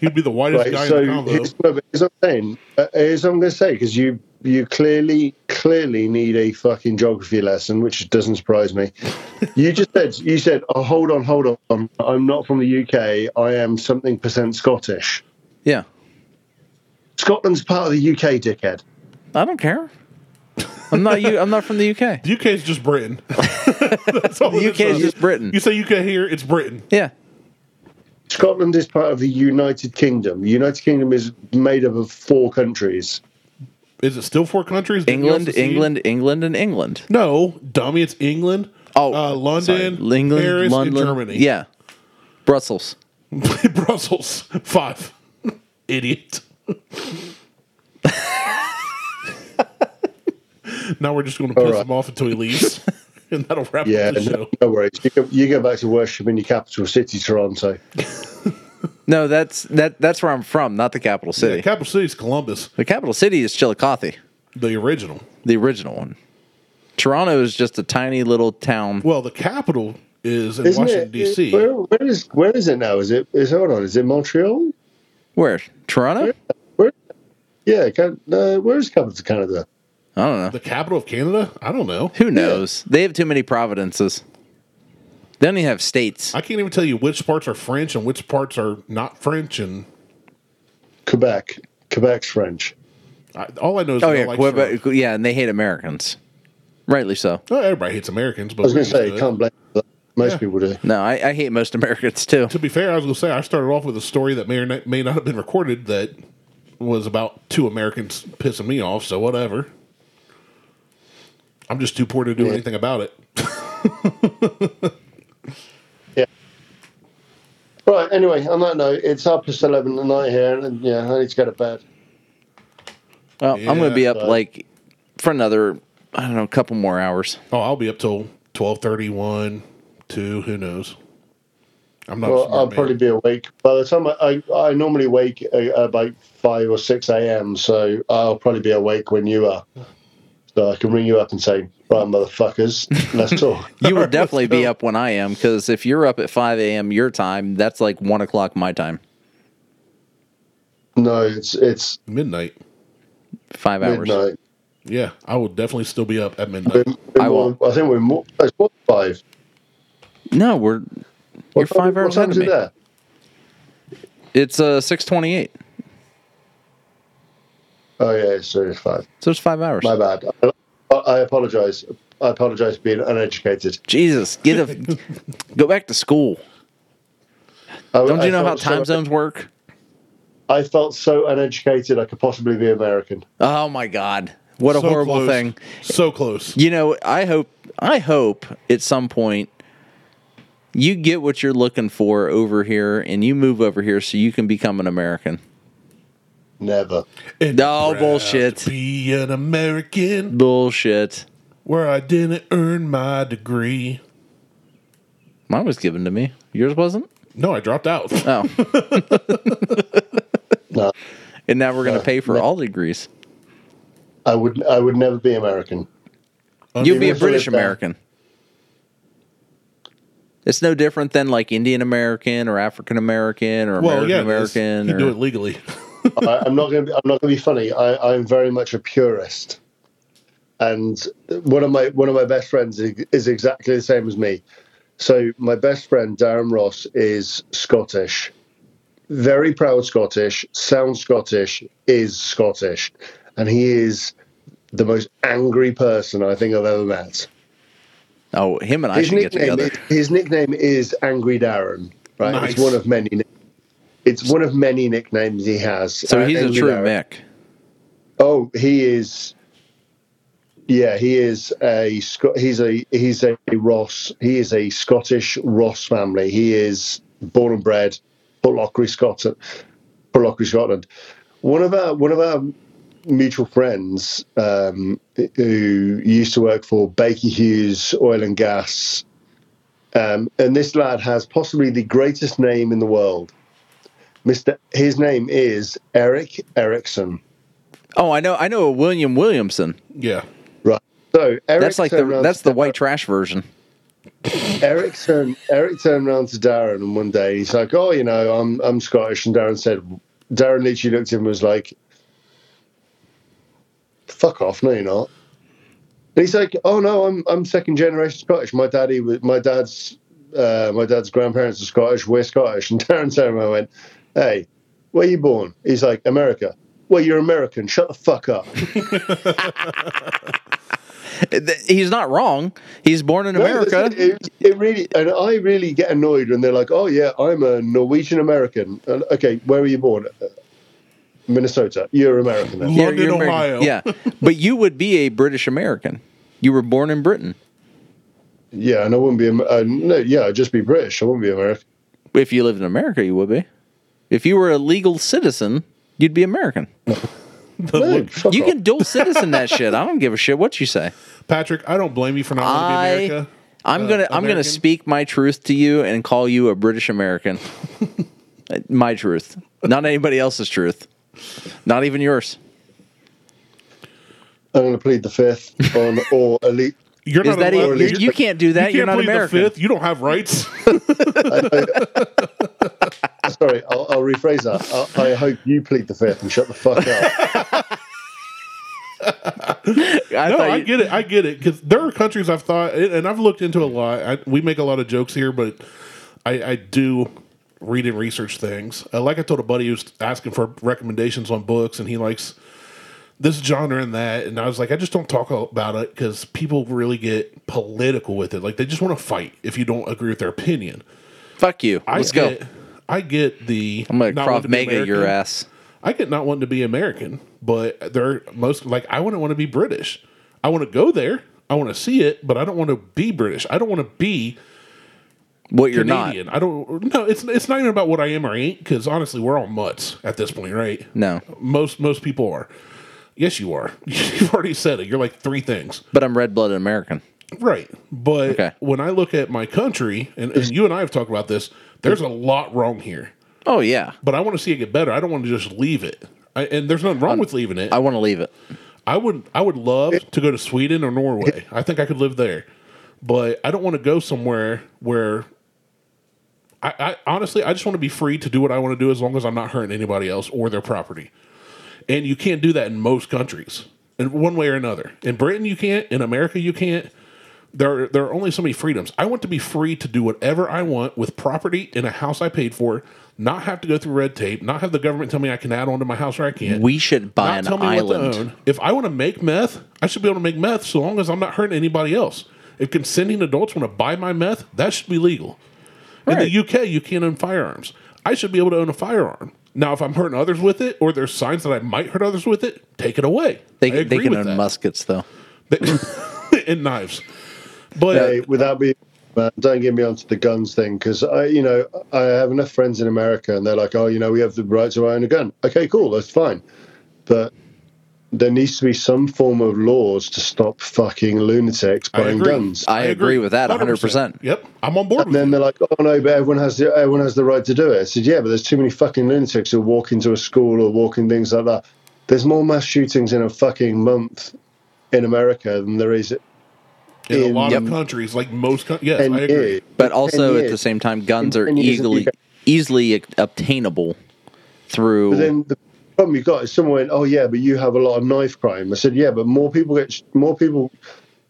Speaker 2: He'd be the whitest
Speaker 6: Right,
Speaker 2: guy
Speaker 6: so
Speaker 2: in the combo.
Speaker 6: here's, no, but here's what I'm saying. Uh, here's what I'm going to say because you you clearly clearly need a fucking geography lesson, which doesn't surprise me. you just said you said, "Oh, hold on, hold on. I'm not from the UK. I am something percent Scottish.
Speaker 3: Yeah.
Speaker 6: Scotland's part of the UK, dickhead."
Speaker 3: I don't care. I'm not you. I'm not from the UK.
Speaker 2: The UK is just Britain. That's all
Speaker 3: The
Speaker 2: it
Speaker 3: UK is just Britain.
Speaker 2: You say UK here, it's Britain.
Speaker 3: Yeah.
Speaker 6: Scotland is part of the United Kingdom. The United Kingdom is made up of four countries.
Speaker 2: Is it still four countries? Didn't you
Speaker 3: England,
Speaker 2: also see-
Speaker 3: England, England, and England.
Speaker 2: No, dummy, it's England.
Speaker 3: Oh,
Speaker 2: uh,
Speaker 3: sorry.
Speaker 2: London,
Speaker 3: England,
Speaker 2: Paris,
Speaker 3: London,
Speaker 2: and Germany.
Speaker 3: Yeah. Brussels.
Speaker 2: Brussels, five. Idiot. now we're just going to piss
Speaker 6: right.
Speaker 2: him off until he leaves, and that'll wrap
Speaker 6: Yeah,
Speaker 2: up the
Speaker 6: no,
Speaker 2: show.
Speaker 6: no worries. You go, you go back to worship in your capital city, Toronto.
Speaker 3: No, that's that. That's where I'm from, not the capital city.
Speaker 2: Yeah, capital city's Columbus,
Speaker 3: the capital city is Chillicothe,
Speaker 2: the original.
Speaker 3: the original one. Toronto is just a tiny little town.
Speaker 2: Well, the capital is in
Speaker 6: Isn't
Speaker 2: Washington
Speaker 6: it?
Speaker 2: D.C.
Speaker 6: Where, where is where is it now? Is it is hold on? Is it Montreal?
Speaker 3: Where? Toronto?
Speaker 6: Yeah, Can, uh, where is capital of Canada?
Speaker 3: I don't know.
Speaker 2: the capital of Canada? I don't know.
Speaker 3: Who knows? They have too many providences. They only have states.
Speaker 2: I can't even tell you which parts are French and which parts are not French. And
Speaker 6: Quebec. Quebec's French.
Speaker 2: I, all I know is
Speaker 3: Oh yeah,
Speaker 2: they don't like
Speaker 3: Quebec.
Speaker 2: Trump.
Speaker 3: Yeah, and they hate Americans. Rightly so.
Speaker 2: Oh, everybody hates Americans, but
Speaker 6: I was
Speaker 2: we're
Speaker 6: going to say,
Speaker 2: used to it.
Speaker 6: can't blame them. most
Speaker 2: Yeah.
Speaker 6: people do.
Speaker 3: No, I, I hate most Americans too.
Speaker 2: To be fair, I was going to say I started off with a story that may or not, may not have been recorded that was about two Americans pissing me off. So whatever. I'm just too poor to do anything about it.
Speaker 6: Right. Anyway, on that note, it's half past eleven at night here, and yeah, I need to go to bed.
Speaker 3: Well, I'm going to be
Speaker 2: Yeah,
Speaker 3: up
Speaker 6: but-
Speaker 3: like for another, I don't know, a couple more hours.
Speaker 2: Oh, I'll be up till twelve thirty one, two. Who knows? I'm not. a
Speaker 6: Well,
Speaker 2: smart
Speaker 6: I'll
Speaker 2: man.
Speaker 6: probably be awake by the time I I, I normally wake uh, about five or six a.m. So I'll probably be awake when you are. So I can ring you up and say, "Right, motherfuckers, let's talk."
Speaker 3: You will definitely be up when I am because if you're up at 5 a.m. your time, that's like one o'clock my time.
Speaker 6: No, it's it's
Speaker 2: midnight.
Speaker 3: Five hours.
Speaker 6: midnight.
Speaker 2: Yeah, I will definitely still be up at midnight.
Speaker 3: I
Speaker 6: I
Speaker 3: won't.
Speaker 6: I think we're more. It's more than five.
Speaker 3: No, we're you're
Speaker 6: What time-
Speaker 3: five hours ahead of
Speaker 6: What time is it
Speaker 3: me.
Speaker 6: there?
Speaker 3: It's uh 6:28,
Speaker 6: Oh yeah, it's it's five.
Speaker 3: so it's five hours.
Speaker 6: My bad. I, I apologize. I apologize for being uneducated.
Speaker 3: Jesus, get a go back to school.
Speaker 6: I,
Speaker 3: Don't
Speaker 6: I
Speaker 3: you know how
Speaker 6: felt
Speaker 3: time
Speaker 6: so,
Speaker 3: zones work?
Speaker 6: I felt so uneducated. I could possibly be American.
Speaker 3: Oh my God, what a
Speaker 2: So
Speaker 3: horrible
Speaker 2: close.
Speaker 3: thing.
Speaker 2: So close.
Speaker 3: You know, I hope I hope at some point you get what you're looking for over here and you move over here so you can become an American.
Speaker 6: Never.
Speaker 2: And
Speaker 3: No,
Speaker 2: proud
Speaker 3: bullshit.
Speaker 2: to Be an American
Speaker 3: Bullshit.
Speaker 2: where I didn't earn my degree.
Speaker 3: Mine was given to me. Yours wasn't.
Speaker 2: No, I dropped out.
Speaker 3: Oh,
Speaker 6: No,
Speaker 3: and now we're gonna pay for all degrees.
Speaker 6: I would. I would never be American.
Speaker 3: You'd be a
Speaker 6: Universal
Speaker 3: British
Speaker 6: is bad.
Speaker 3: American. It's no different than like Indian American or African American or
Speaker 2: well,
Speaker 3: American
Speaker 2: yeah,
Speaker 3: American.
Speaker 2: you do
Speaker 3: or-
Speaker 2: it legally.
Speaker 6: I, I'm not going to. I'm not going to be funny. I, I'm very much a purist, and one of my one of my best friends is, is exactly the same as me. So my best friend Darren Ross is Scottish, very proud Scottish, sounds Scottish, is Scottish, and he is the most angry person I think I've ever met.
Speaker 3: oh, him and I
Speaker 6: His
Speaker 3: should get
Speaker 6: nickname,
Speaker 3: together.
Speaker 6: is, his nickname is Angry Darren. Right,
Speaker 2: Nice.
Speaker 6: it's one of many. It's one of many nicknames he has.
Speaker 3: so
Speaker 6: Uh,
Speaker 3: he's a
Speaker 6: Angry
Speaker 3: true
Speaker 6: Darren.
Speaker 3: Mick.
Speaker 6: Oh, he is. Yeah, he is a Sco- he's a he's a Ross. He is a Scottish Ross family. He is born and bred, Portlockry, Scotland. Portlockry, Scotland. One of our one of our mutual friends um, who used to work for Baker Hughes Oil and Gas, um, and this lad has possibly the greatest name in the world. Mister, his name is Eric Erickson.
Speaker 3: Oh, I know. I know a William Williamson.
Speaker 2: Yeah.
Speaker 6: Right. So Eric uh,
Speaker 3: That's like
Speaker 6: turned
Speaker 3: the
Speaker 6: round
Speaker 3: that's
Speaker 6: to
Speaker 3: the white trash version.
Speaker 6: Eric turned Eric turned round to Darren and one day he's like, "Oh, you know, I'm I'm Scottish." And Darren said, Darren literally looked at him and was like, "Fuck off! No, you're not." And he's like, "Oh no, I'm I'm second generation Scottish. My daddy was my dad's uh, my dad's grandparents are Scottish. We're Scottish." And Darren turned around and went, "Hey, where you born?" He's like, "America." Well, you're American. Shut the fuck up.
Speaker 3: Th- He's not wrong. He's born in
Speaker 6: No,
Speaker 3: America.
Speaker 6: that's It, It- it really, and I really get annoyed when they're like, "Oh yeah, I'm a Norwegian American." And, okay, where were you born? Uh, Minnesota. You're American. Then.
Speaker 2: Yeah. London, Ohio.
Speaker 3: Yeah, but you would be a British American. You were born in Britain.
Speaker 6: Yeah, and I wouldn't be. Am- Uh, no, yeah, I'd just be British. I wouldn't be American.
Speaker 3: If you lived in America, you would be. If you were a legal citizen, you'd be American.
Speaker 2: The
Speaker 6: No,
Speaker 2: look-
Speaker 6: fuck
Speaker 3: You
Speaker 6: off.
Speaker 3: can dual citizen that shit. I don't give a shit what you say.
Speaker 2: Patrick, I don't blame you for not
Speaker 3: I-
Speaker 2: wanting to be America.
Speaker 3: I'm
Speaker 2: Uh,
Speaker 3: gonna I'm gonna
Speaker 2: American?
Speaker 3: speak my truth to you and call you a British American. my truth, not anybody else's truth, not even yours.
Speaker 6: I'm going to plead the fifth on or elite.
Speaker 2: You're
Speaker 3: Is that
Speaker 2: allowed-
Speaker 3: even- you, you can't do that? You are not
Speaker 2: plead the
Speaker 3: American.
Speaker 2: fifth. You don't have rights.
Speaker 6: Sorry, I'll, I'll rephrase that. I, I hope you plead the fifth and shut the fuck up.
Speaker 3: I
Speaker 2: no,
Speaker 3: thought
Speaker 2: I
Speaker 3: you-
Speaker 2: get it. I get it because there are countries I've thought, and and I've looked into a lot. I, we make a lot of jokes here, but I, I do read and research things. Uh, like I told a buddy who's asking for recommendations on books, and he likes this genre and that, and I was like, I just don't talk about it because people really get political with it. Like they just want to fight if you don't agree with their opinion.
Speaker 3: Fuck you.
Speaker 2: I
Speaker 3: Let's go.
Speaker 2: get, I get the
Speaker 3: I'm gonna
Speaker 2: not
Speaker 3: Krav
Speaker 2: wanting to be
Speaker 3: Mega your
Speaker 2: American.
Speaker 3: ass.
Speaker 2: I get not wanting to be American, but they're most like I wouldn't want to be British. I want to go there. I want to see it, but I don't want to be British. I don't want to be
Speaker 3: What you're
Speaker 2: Canadian. I don't. No, it's it's not even about what I am or ain't. Because honestly, we're all mutts at this point, right?
Speaker 3: not. No,
Speaker 2: Most most people are. Yes, you are. You've already said it. You're like three things,
Speaker 3: but I'm red blooded American.
Speaker 2: right? But
Speaker 3: Okay.
Speaker 2: when I look at my country, and, and you and I have talked about this, there's a lot wrong here.
Speaker 3: Oh yeah,
Speaker 2: But I want to see it get better. I don't want to just leave it. I, and there's nothing wrong with leaving it.
Speaker 3: I want to leave it.
Speaker 2: I would I would love to go to Sweden or Norway. I think I could live there, but I don't want to go somewhere where. I, I honestly I just want to be free to do what I want to do as long as I'm not hurting anybody else or their property, and you can't do that in most countries in one way or another. In Britain you can't. In America you can't. There there are only so many freedoms. I want to be free to do whatever I want with property in a house I paid for, not have to go through red tape, not have the government tell me I can add on to my house or I can't
Speaker 3: We should buy
Speaker 2: not
Speaker 3: an
Speaker 2: tell me what to
Speaker 3: island.
Speaker 2: own. If I want to make meth, I should be able to make meth so long as I'm not hurting anybody else. If consenting adults want to buy my meth, that should be legal. In
Speaker 3: Right.
Speaker 2: the UK, you can't own firearms. I should be able to own a firearm. Now, if I'm hurting others with it, or there's signs that I might hurt others with it, take it away.
Speaker 3: They,
Speaker 2: I
Speaker 3: they
Speaker 2: agree
Speaker 3: can
Speaker 2: with
Speaker 3: own
Speaker 2: that.
Speaker 3: muskets though.
Speaker 2: They- and knives. But
Speaker 6: Hey, without being man, don't get me onto the guns thing because I, you know, I have enough friends in America, and they're like, "Oh, you know, we have the right to own a gun." Okay, cool, that's fine, but there needs to be some form of laws to stop fucking lunatics
Speaker 2: I
Speaker 6: buying
Speaker 2: agree.
Speaker 6: guns.
Speaker 3: I agree with that 100%.
Speaker 2: Yep, I'm on board. With
Speaker 6: And then
Speaker 2: it.
Speaker 6: they're like, "Oh no, but everyone has the everyone has the right to do it." I said, "Yeah, but there's too many fucking lunatics who walk into a school or walk in things like that." There's more mass shootings in a fucking month in America than there is
Speaker 2: in a
Speaker 6: in-
Speaker 2: lot of
Speaker 6: Yep.
Speaker 2: countries, like most countries. Yes,
Speaker 6: in
Speaker 2: I agree.
Speaker 6: years.
Speaker 3: But also
Speaker 6: In
Speaker 3: at the
Speaker 6: years.
Speaker 3: same time, guns are
Speaker 6: And it isn't
Speaker 3: easily
Speaker 6: legal.
Speaker 3: easily obtainable through.
Speaker 6: But then the problem you got is someone went, "Oh yeah, but you have a lot of knife crime." I said, "Yeah, but more people get sh- more people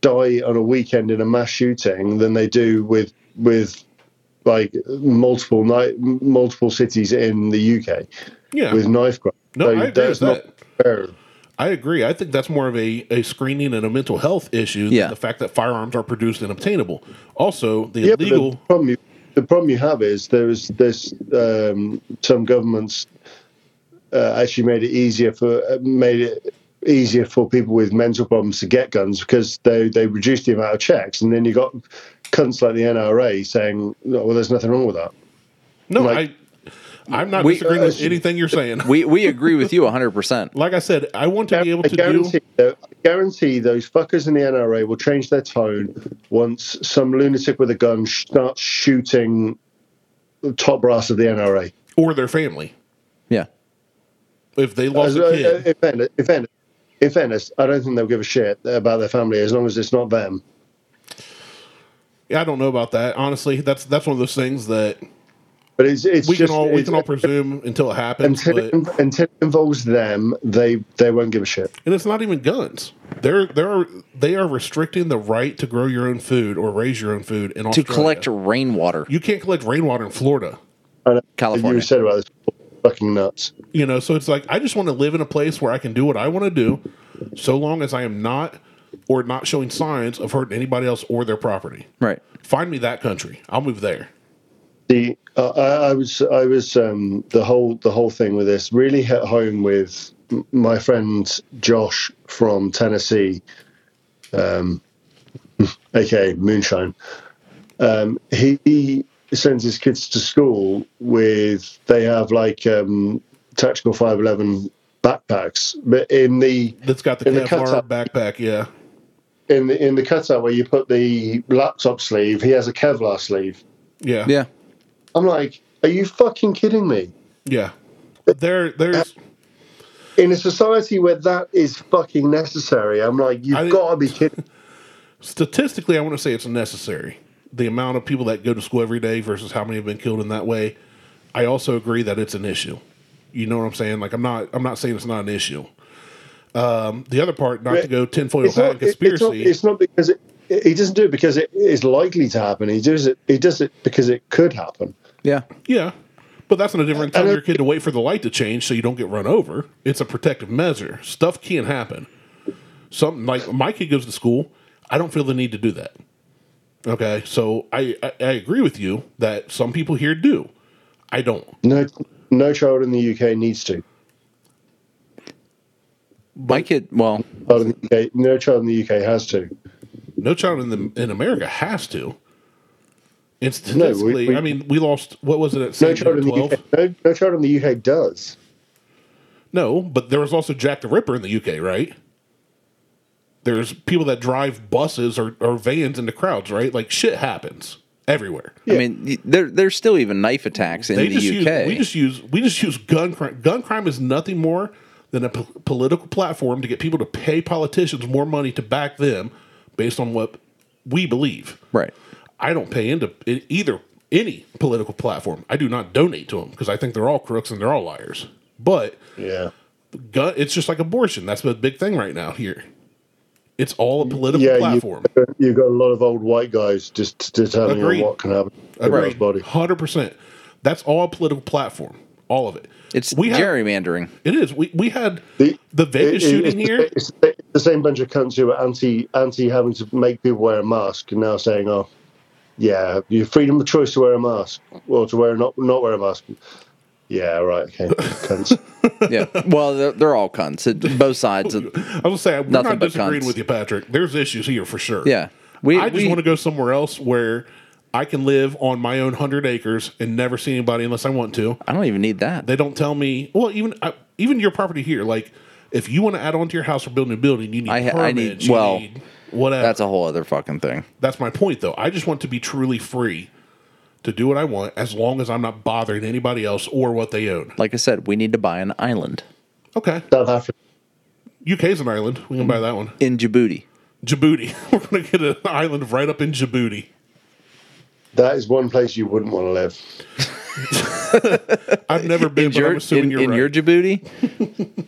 Speaker 6: die on a weekend in a mass shooting than they do with with like multiple night multiple cities in the UK
Speaker 2: Yeah,
Speaker 6: with knife crime."
Speaker 2: No, I agree with
Speaker 6: that's not fair.
Speaker 2: I agree. I think that's more of a, a screening and a mental health issue
Speaker 3: Yeah.
Speaker 2: than the fact that firearms are produced and obtainable. Also, the
Speaker 6: Yeah, but
Speaker 2: illegal.
Speaker 6: the problem you the problem you have is there is there's um, some governments uh, actually made it easier for uh, made it easier for people with mental problems to get guns because they they reduced the amount of checks, and then you got cunts like the NRA saying, "No, "Well, there's nothing wrong with that."
Speaker 2: no,
Speaker 6: like-
Speaker 2: I, I'm not
Speaker 3: We-
Speaker 2: disagreeing with
Speaker 6: uh,
Speaker 2: anything you're saying.
Speaker 3: We we agree with you 100%.
Speaker 2: like I said, I want to be able to
Speaker 6: I
Speaker 2: do.
Speaker 6: guarantee, that- I guarantee those fuckers in the NRA will change their tone once some lunatic with a gun sh- starts shooting the top brass of the NRA.
Speaker 2: or their family
Speaker 3: Yeah.
Speaker 2: if they lost
Speaker 6: As-
Speaker 2: a kid.
Speaker 6: uh, in fairness- in fairness- in fairness, I don't think they'll give a shit about their family as long as it's not them.
Speaker 2: Yeah, I don't know about that. Honestly, that's that's one of those things that
Speaker 6: But it's it's
Speaker 2: we
Speaker 6: just
Speaker 2: can all we
Speaker 6: it's-
Speaker 2: can all presume until it happens.
Speaker 6: until
Speaker 2: But,
Speaker 6: it, until it involves them, they they won't give a shit.
Speaker 2: and it's not even guns. They're they're they are restricting the right to grow your own food or raise your own food in
Speaker 3: To
Speaker 2: Australia.
Speaker 3: collect rainwater,
Speaker 2: you can't collect rainwater in Florida.
Speaker 6: And
Speaker 3: California.
Speaker 6: you said about this fucking nuts.
Speaker 2: You know, so it's like I just want to live in a place where I can do what I want to do, so long as I am not or not showing signs of hurting anybody else or their property.
Speaker 3: Right.
Speaker 2: Find me that country. I'll move there.
Speaker 6: The uh, I, I was I was um, the whole the whole thing with this really hit home with m- my friend Josh from Tennessee, um, aka Moonshine. Um, he, he sends his kids to school with they have like um, tactical five eleven backpacks, but in the
Speaker 2: That's got the
Speaker 6: In the
Speaker 2: Kevlar
Speaker 6: Qatar-
Speaker 2: backpack. Yeah.
Speaker 6: in the in the cutout where you put the laptop sleeve, he has a Kevlar sleeve.
Speaker 2: Yeah.
Speaker 3: Yeah.
Speaker 6: I'm like, are you fucking kidding me?
Speaker 2: Yeah. There, there's.
Speaker 6: In a society where that is fucking necessary, I'm like,
Speaker 2: I-
Speaker 6: you've got to be kidding.
Speaker 2: statistically, I want to say it's necessary. The amount of people that go to school every day versus how many have been killed in that way. I also agree that it's an issue. You know what I'm saying? Like I'm not I'm not saying it's not an issue. Um, the other part, not to go tinfoil
Speaker 6: It's
Speaker 2: hat
Speaker 6: not,
Speaker 2: and
Speaker 6: it- it's not.
Speaker 2: conspiracy.
Speaker 6: It's not because it, he doesn't do it because it is likely to happen. He does it. He does it because it could happen.
Speaker 3: Yeah.
Speaker 2: yeah, but that's not a different
Speaker 6: I- I
Speaker 2: telling
Speaker 6: don't-
Speaker 2: your kid to wait for the light to change so you don't get run over. It's a protective measure. Stuff can happen. Something like my kid goes to school. I don't feel the need to do that. Okay, so I I, I agree with you that some people here do. I don't.
Speaker 6: No, no child in the UK needs to.
Speaker 3: My kid, well,
Speaker 6: Child in the UK, no child in the UK has to.
Speaker 2: No child in the in America has to. And statistically,
Speaker 6: we-
Speaker 2: I mean, we lost what was it at
Speaker 6: No
Speaker 2: seven
Speaker 6: child
Speaker 2: or
Speaker 6: in the
Speaker 2: twelve?
Speaker 6: UK. No, no child in the UK does.
Speaker 2: No, but there was also Jack the Ripper in the UK, right? There's people that drive buses or, or vans into crowds, right? Like shit happens everywhere.
Speaker 3: I mean, y- there there's still even knife attacks in
Speaker 2: They
Speaker 3: the
Speaker 2: just use
Speaker 3: UK.
Speaker 2: we just use we just use gun crime. Gun crime is nothing more than a po- political platform to get people to pay politicians more money to back them based on what we believe.
Speaker 3: right.
Speaker 2: I don't pay into i- either any political platform. I do not donate to them because I think they're all crooks and they're all liars. But
Speaker 6: Yeah.
Speaker 2: gun, it's just like abortion. That's the big thing right now here. It's all a political
Speaker 6: yeah,
Speaker 2: platform.
Speaker 6: You've, you've got a lot of old white guys just determining
Speaker 2: Agreed.
Speaker 6: what can happen to a girl's body.
Speaker 2: Hundred percent. That's all a political platform. All of it.
Speaker 3: It's
Speaker 2: we had-
Speaker 3: gerrymandering.
Speaker 2: It is. We we had the,
Speaker 6: The-
Speaker 2: Vegas
Speaker 6: It- it-
Speaker 2: shooting
Speaker 6: it's,
Speaker 2: here.
Speaker 6: It's the, the same bunch of cunts who were anti anti having to make people wear a mask, and now saying, "Oh, yeah, your freedom of choice to wear a mask or to wear not not wear a mask." Yeah, right. Okay, cunts.
Speaker 3: yeah. Well, they're, they're all cunts. It, both sides. Of,
Speaker 2: I was saying we're
Speaker 3: Nothing
Speaker 2: not
Speaker 3: but
Speaker 2: disagreeing
Speaker 3: cunts.
Speaker 2: with you, Patrick. There's issues here for sure.
Speaker 3: yeah. We,
Speaker 2: I just
Speaker 3: we-
Speaker 2: want to go somewhere else where I can live on my own hundred acres and never see anybody unless I want to.
Speaker 3: I don't even need that.
Speaker 2: They don't tell me. Well, even I, even your property here, like if you want to add on to your house or build a new building, you need
Speaker 3: I ha-
Speaker 2: permits.
Speaker 3: I need-
Speaker 2: you
Speaker 3: well,
Speaker 2: need whatever.
Speaker 3: That's a whole other fucking thing.
Speaker 2: That's my point, though. I just want to be truly free to do what I want as long as I'm not bothering anybody else or what they own.
Speaker 3: Like I said, we need to buy an island
Speaker 2: Okay.
Speaker 6: South Africa.
Speaker 2: UK's an island. We can buy that one.
Speaker 3: in Djibouti.
Speaker 2: Djibouti. We're going to get an island right up in Djibouti.
Speaker 6: That is one place you wouldn't want to live.
Speaker 2: I've never been,
Speaker 3: In
Speaker 2: but I'm
Speaker 3: your,
Speaker 2: assuming
Speaker 3: in,
Speaker 2: you're
Speaker 3: in
Speaker 2: right.
Speaker 3: your Djibouti?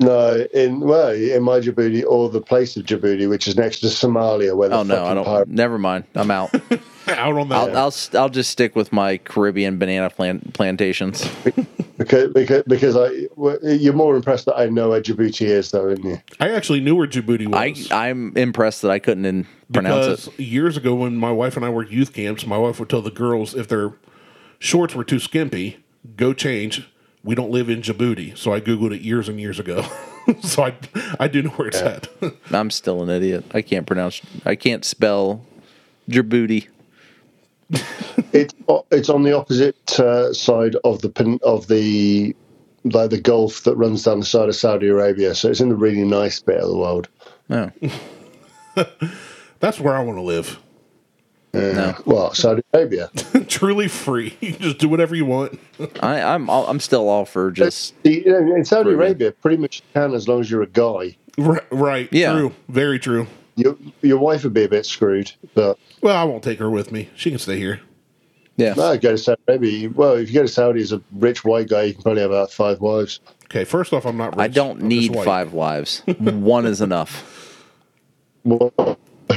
Speaker 6: No, in well, in my Djibouti or the place of Djibouti, which is next to Somalia, where the
Speaker 3: Oh no,
Speaker 6: fucking
Speaker 3: I don't.
Speaker 6: pirates-
Speaker 3: Never mind. I'm out.
Speaker 2: out on that.
Speaker 3: I'll, I'll s- I'll just stick with my Caribbean banana plant, plantations.
Speaker 6: because because because I well, you're more impressed that I know where Djibouti is, though, aren't you?
Speaker 2: I actually knew where Djibouti was.
Speaker 3: I I'm impressed that I couldn't in, pronounce
Speaker 2: because
Speaker 3: it.
Speaker 2: years ago when my wife and I were at youth camps, my wife would tell the girls if their shorts were too skimpy, go change. We don't live in Djibouti, so I googled it years and years ago. so I I do know where it's at.
Speaker 3: I'm still an idiot. I can't pronounce. I can't spell Djibouti.
Speaker 6: It's o- it's on the opposite uh, side of the pen- of the like the Gulf that runs down the side of Saudi Arabia, so it's in the really nice bit of the world.
Speaker 3: No,
Speaker 2: That's where I want to live.
Speaker 3: no.
Speaker 6: Uh, Well, Saudi Arabia,
Speaker 2: Truly free. You can just do whatever you want.
Speaker 3: I, I'm all, I'm still all for just
Speaker 6: You know, in Saudi
Speaker 3: Brilliant.
Speaker 6: Arabia, pretty much you can as long as you're a guy.
Speaker 2: Right. right.
Speaker 3: Yeah.
Speaker 2: True. Very true.
Speaker 6: Your your wife would be a bit screwed, but
Speaker 2: Well, I won't take her with me. She can stay here.
Speaker 3: yeah.
Speaker 6: no, go to Saudi Arabia. Well, if you go to Saudi as a rich white guy, you can probably have about five wives.
Speaker 2: Okay, first off, I'm not rich.
Speaker 3: I don't
Speaker 2: I'm just
Speaker 3: need
Speaker 2: white.
Speaker 3: five wives. One is enough.
Speaker 6: Well,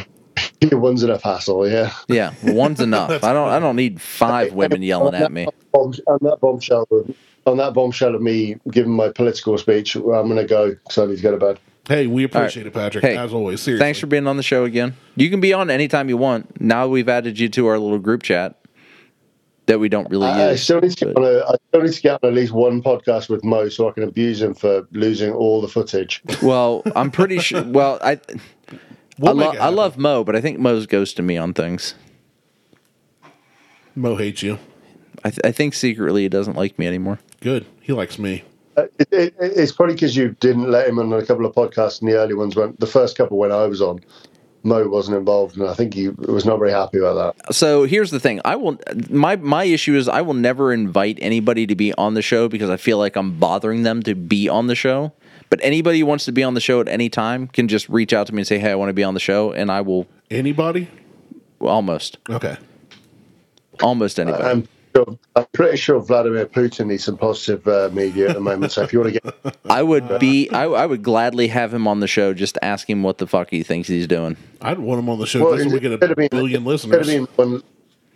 Speaker 6: one's enough hassle, yeah.
Speaker 3: Yeah, one's enough. I don't I don't need five women yelling at me.
Speaker 6: Bomb, on that bombshell, of- on that bombshell of me giving my political speech, I'm going to go because I need to go to bed.
Speaker 2: Hey, we appreciate it, Patrick,
Speaker 3: Hey,
Speaker 2: as always. Seriously.
Speaker 3: Thanks for being on the show again. You can be on anytime you want. Now we've added you to our little group chat that we don't really
Speaker 6: I, I
Speaker 3: use.
Speaker 6: still need to get
Speaker 3: but-
Speaker 6: on a, I still need to get on at least one podcast with Mo so I can abuse him for losing all the footage.
Speaker 3: Well, I'm pretty sure. Well, I
Speaker 2: We'll
Speaker 3: I,
Speaker 2: make
Speaker 3: lo-
Speaker 2: it
Speaker 3: I
Speaker 2: happen.
Speaker 3: love Mo, but I think Mo's ghosting me on things.
Speaker 2: Mo hates you.
Speaker 3: I, th- I think secretly he doesn't like me anymore.
Speaker 2: Good. He likes me.
Speaker 6: Uh, It, it, it's probably because you didn't let him on a couple of podcasts, and the early ones went. The first couple when I was on, Mo wasn't involved, and I think he was not very happy about that.
Speaker 3: So here's the thing: I will my my issue is I will never invite anybody to be on the show because I feel like I'm bothering them to be on the show. But anybody who wants to be on the show at any time can just reach out to me and say, "Hey, I want to be on the show," and I will
Speaker 2: Anybody?
Speaker 3: almost
Speaker 2: Okay.
Speaker 3: almost anybody.
Speaker 6: I'm, sure- Um, I'm pretty sure Vladimir Putin needs some positive uh, media at the moment. So if you want to get
Speaker 3: I would be I, I would gladly have him on the show. Just ask him what the fuck he thinks he's doing.
Speaker 2: I'd want him on the show
Speaker 6: Well,
Speaker 2: just so we get
Speaker 6: instead
Speaker 2: a
Speaker 6: of being-
Speaker 2: billion
Speaker 6: instead of
Speaker 2: listeners.
Speaker 6: being one,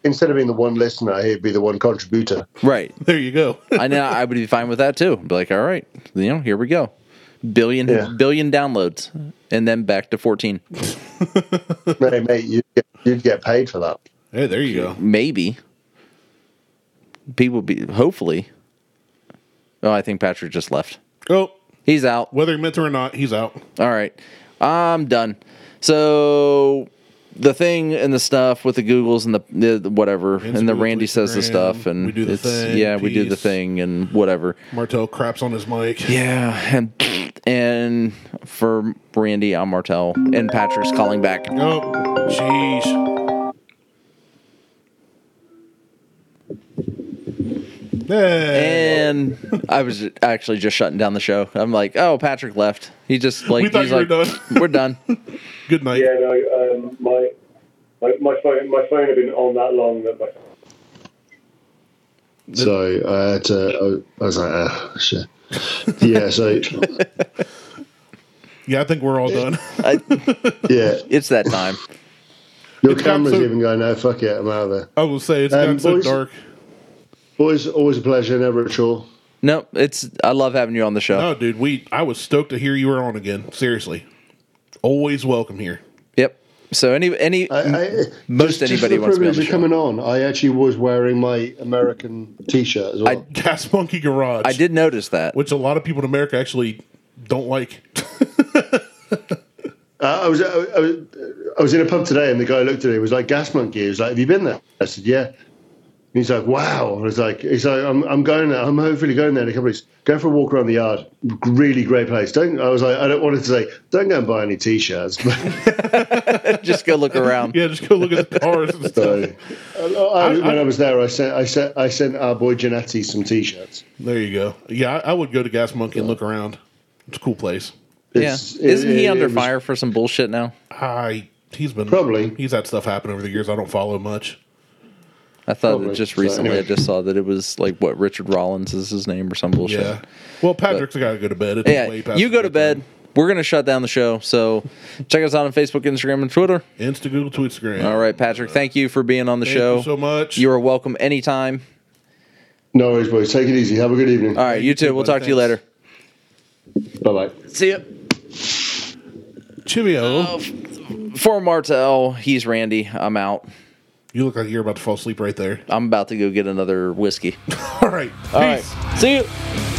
Speaker 6: instead of being the one listener, he'd be the one contributor.
Speaker 3: Right.
Speaker 2: there you go.
Speaker 3: I know I would be fine with that too. Be like, all right, you know, here we go, billion
Speaker 6: Yeah.
Speaker 3: billion downloads, and then back to fourteen,
Speaker 6: Hey, mate, you'd get, you'd get paid for that.
Speaker 2: hey, there you go.
Speaker 3: maybe. People be hopefully. Oh, I think Patrick just left.
Speaker 2: Oh,
Speaker 3: He's out.
Speaker 2: whether he meant to or not, he's out.
Speaker 3: All right, I'm done. So the thing and the stuff with the Googles and the, the whatever and the
Speaker 2: Instagram,
Speaker 3: Randy says the
Speaker 2: Instagram,
Speaker 3: stuff and
Speaker 2: we do the
Speaker 3: it's-
Speaker 2: thing
Speaker 3: yeah we do the
Speaker 2: piece.
Speaker 3: thing and whatever.
Speaker 2: Martel craps on his mic.
Speaker 3: Yeah, and and for Randy, I'm Martel, and Patrick's calling back.
Speaker 2: Oh, jeez. Hey.
Speaker 3: And I was actually just shutting down the show. I'm like, oh, Patrick left. He just like
Speaker 2: We thought
Speaker 3: he's
Speaker 2: you were
Speaker 3: like,
Speaker 2: done.
Speaker 3: we're done.
Speaker 2: Good night.
Speaker 4: Yeah, no, um, my, my my phone my phone had been on that long that my
Speaker 6: So I had to. I was like, ah, shit. Yeah. So
Speaker 2: Yeah, I think we're all done.
Speaker 3: I,
Speaker 6: yeah,
Speaker 3: it's that time.
Speaker 6: your
Speaker 2: It's got
Speaker 6: camera's
Speaker 2: so-
Speaker 6: even going. No, fuck it, I'm out of there.
Speaker 2: I will say it's
Speaker 6: Um,
Speaker 2: gotten so
Speaker 6: boys-
Speaker 2: dark.
Speaker 6: Always, always a pleasure. Never a chore.
Speaker 3: No, it's I love having you on the show.
Speaker 2: No, Oh, dude, we I was stoked to hear you were on again. Seriously. Always welcome here.
Speaker 3: Yep. So any any
Speaker 6: I, I,
Speaker 3: Most
Speaker 6: just- just
Speaker 3: anybody
Speaker 6: the
Speaker 3: wants to be on
Speaker 6: privilege
Speaker 3: the
Speaker 6: of
Speaker 3: show.
Speaker 6: coming on. I actually was wearing my American T-shirt as well.
Speaker 3: I-
Speaker 2: Gas Monkey Garage.
Speaker 3: I did notice that.
Speaker 2: Which a lot of people in America actually don't like.
Speaker 6: Uh, I was, I, I was, I was in a pub today, and the guy looked at me. Was like gas monkey. He was like, "Have you been there?" I said, "Yeah." And he's like, "Wow." I was like, "He's like, I'm, I'm going. There. I'm hopefully going there in a couple of weeks. Go for a walk around the yard. Really great place." Don't. I was like, I don't wanted to say, "Don't go and buy any t-shirts." But
Speaker 3: Just go look around.
Speaker 2: Yeah, just go look at the cars and stuff.
Speaker 6: so, I, I- when I was there, I sent, I sent, I sent our boy Janati some t-shirts.
Speaker 2: There you go. Yeah, I, I would go to Gas Monkey and look around. It's a cool place.
Speaker 3: Yeah.
Speaker 6: It's- it-
Speaker 3: Isn't he
Speaker 6: it-
Speaker 3: under
Speaker 6: it was-
Speaker 3: fire for some bullshit now?
Speaker 2: I he's been
Speaker 6: Probably.
Speaker 2: he's had stuff happen over the years. I don't follow much.
Speaker 3: I thought
Speaker 6: Probably.
Speaker 3: that just
Speaker 6: So,
Speaker 3: recently
Speaker 6: anyway.
Speaker 3: I just saw that it was like what Richard Rollins is his name or some bullshit.
Speaker 2: Yeah. Well, Patrick's got to go to bed. It's
Speaker 3: Yeah,
Speaker 2: way past
Speaker 3: you go to
Speaker 2: bedtime.
Speaker 3: bed. We're gonna shut down the show. So check us out on Facebook, Instagram, and Twitter.
Speaker 2: Insta Google to Instagram.
Speaker 3: All right, Patrick. Thank you for being on the
Speaker 2: Thank
Speaker 3: show.
Speaker 2: you so much.
Speaker 3: You are welcome anytime.
Speaker 6: No worries, boys. Take it easy. Have a good evening.
Speaker 3: All right, you too.
Speaker 2: too,
Speaker 3: We'll
Speaker 2: bud.
Speaker 3: talk to you
Speaker 2: Thanks.
Speaker 3: later.
Speaker 6: Bye bye.
Speaker 3: See ya.
Speaker 2: Chivio.
Speaker 3: Oh. For Martel, he's Randy. I'm out.
Speaker 2: You look like you're about to fall asleep right there.
Speaker 3: I'm about to go get another whiskey.
Speaker 2: All right.
Speaker 3: All
Speaker 2: Peace.
Speaker 3: right. See you.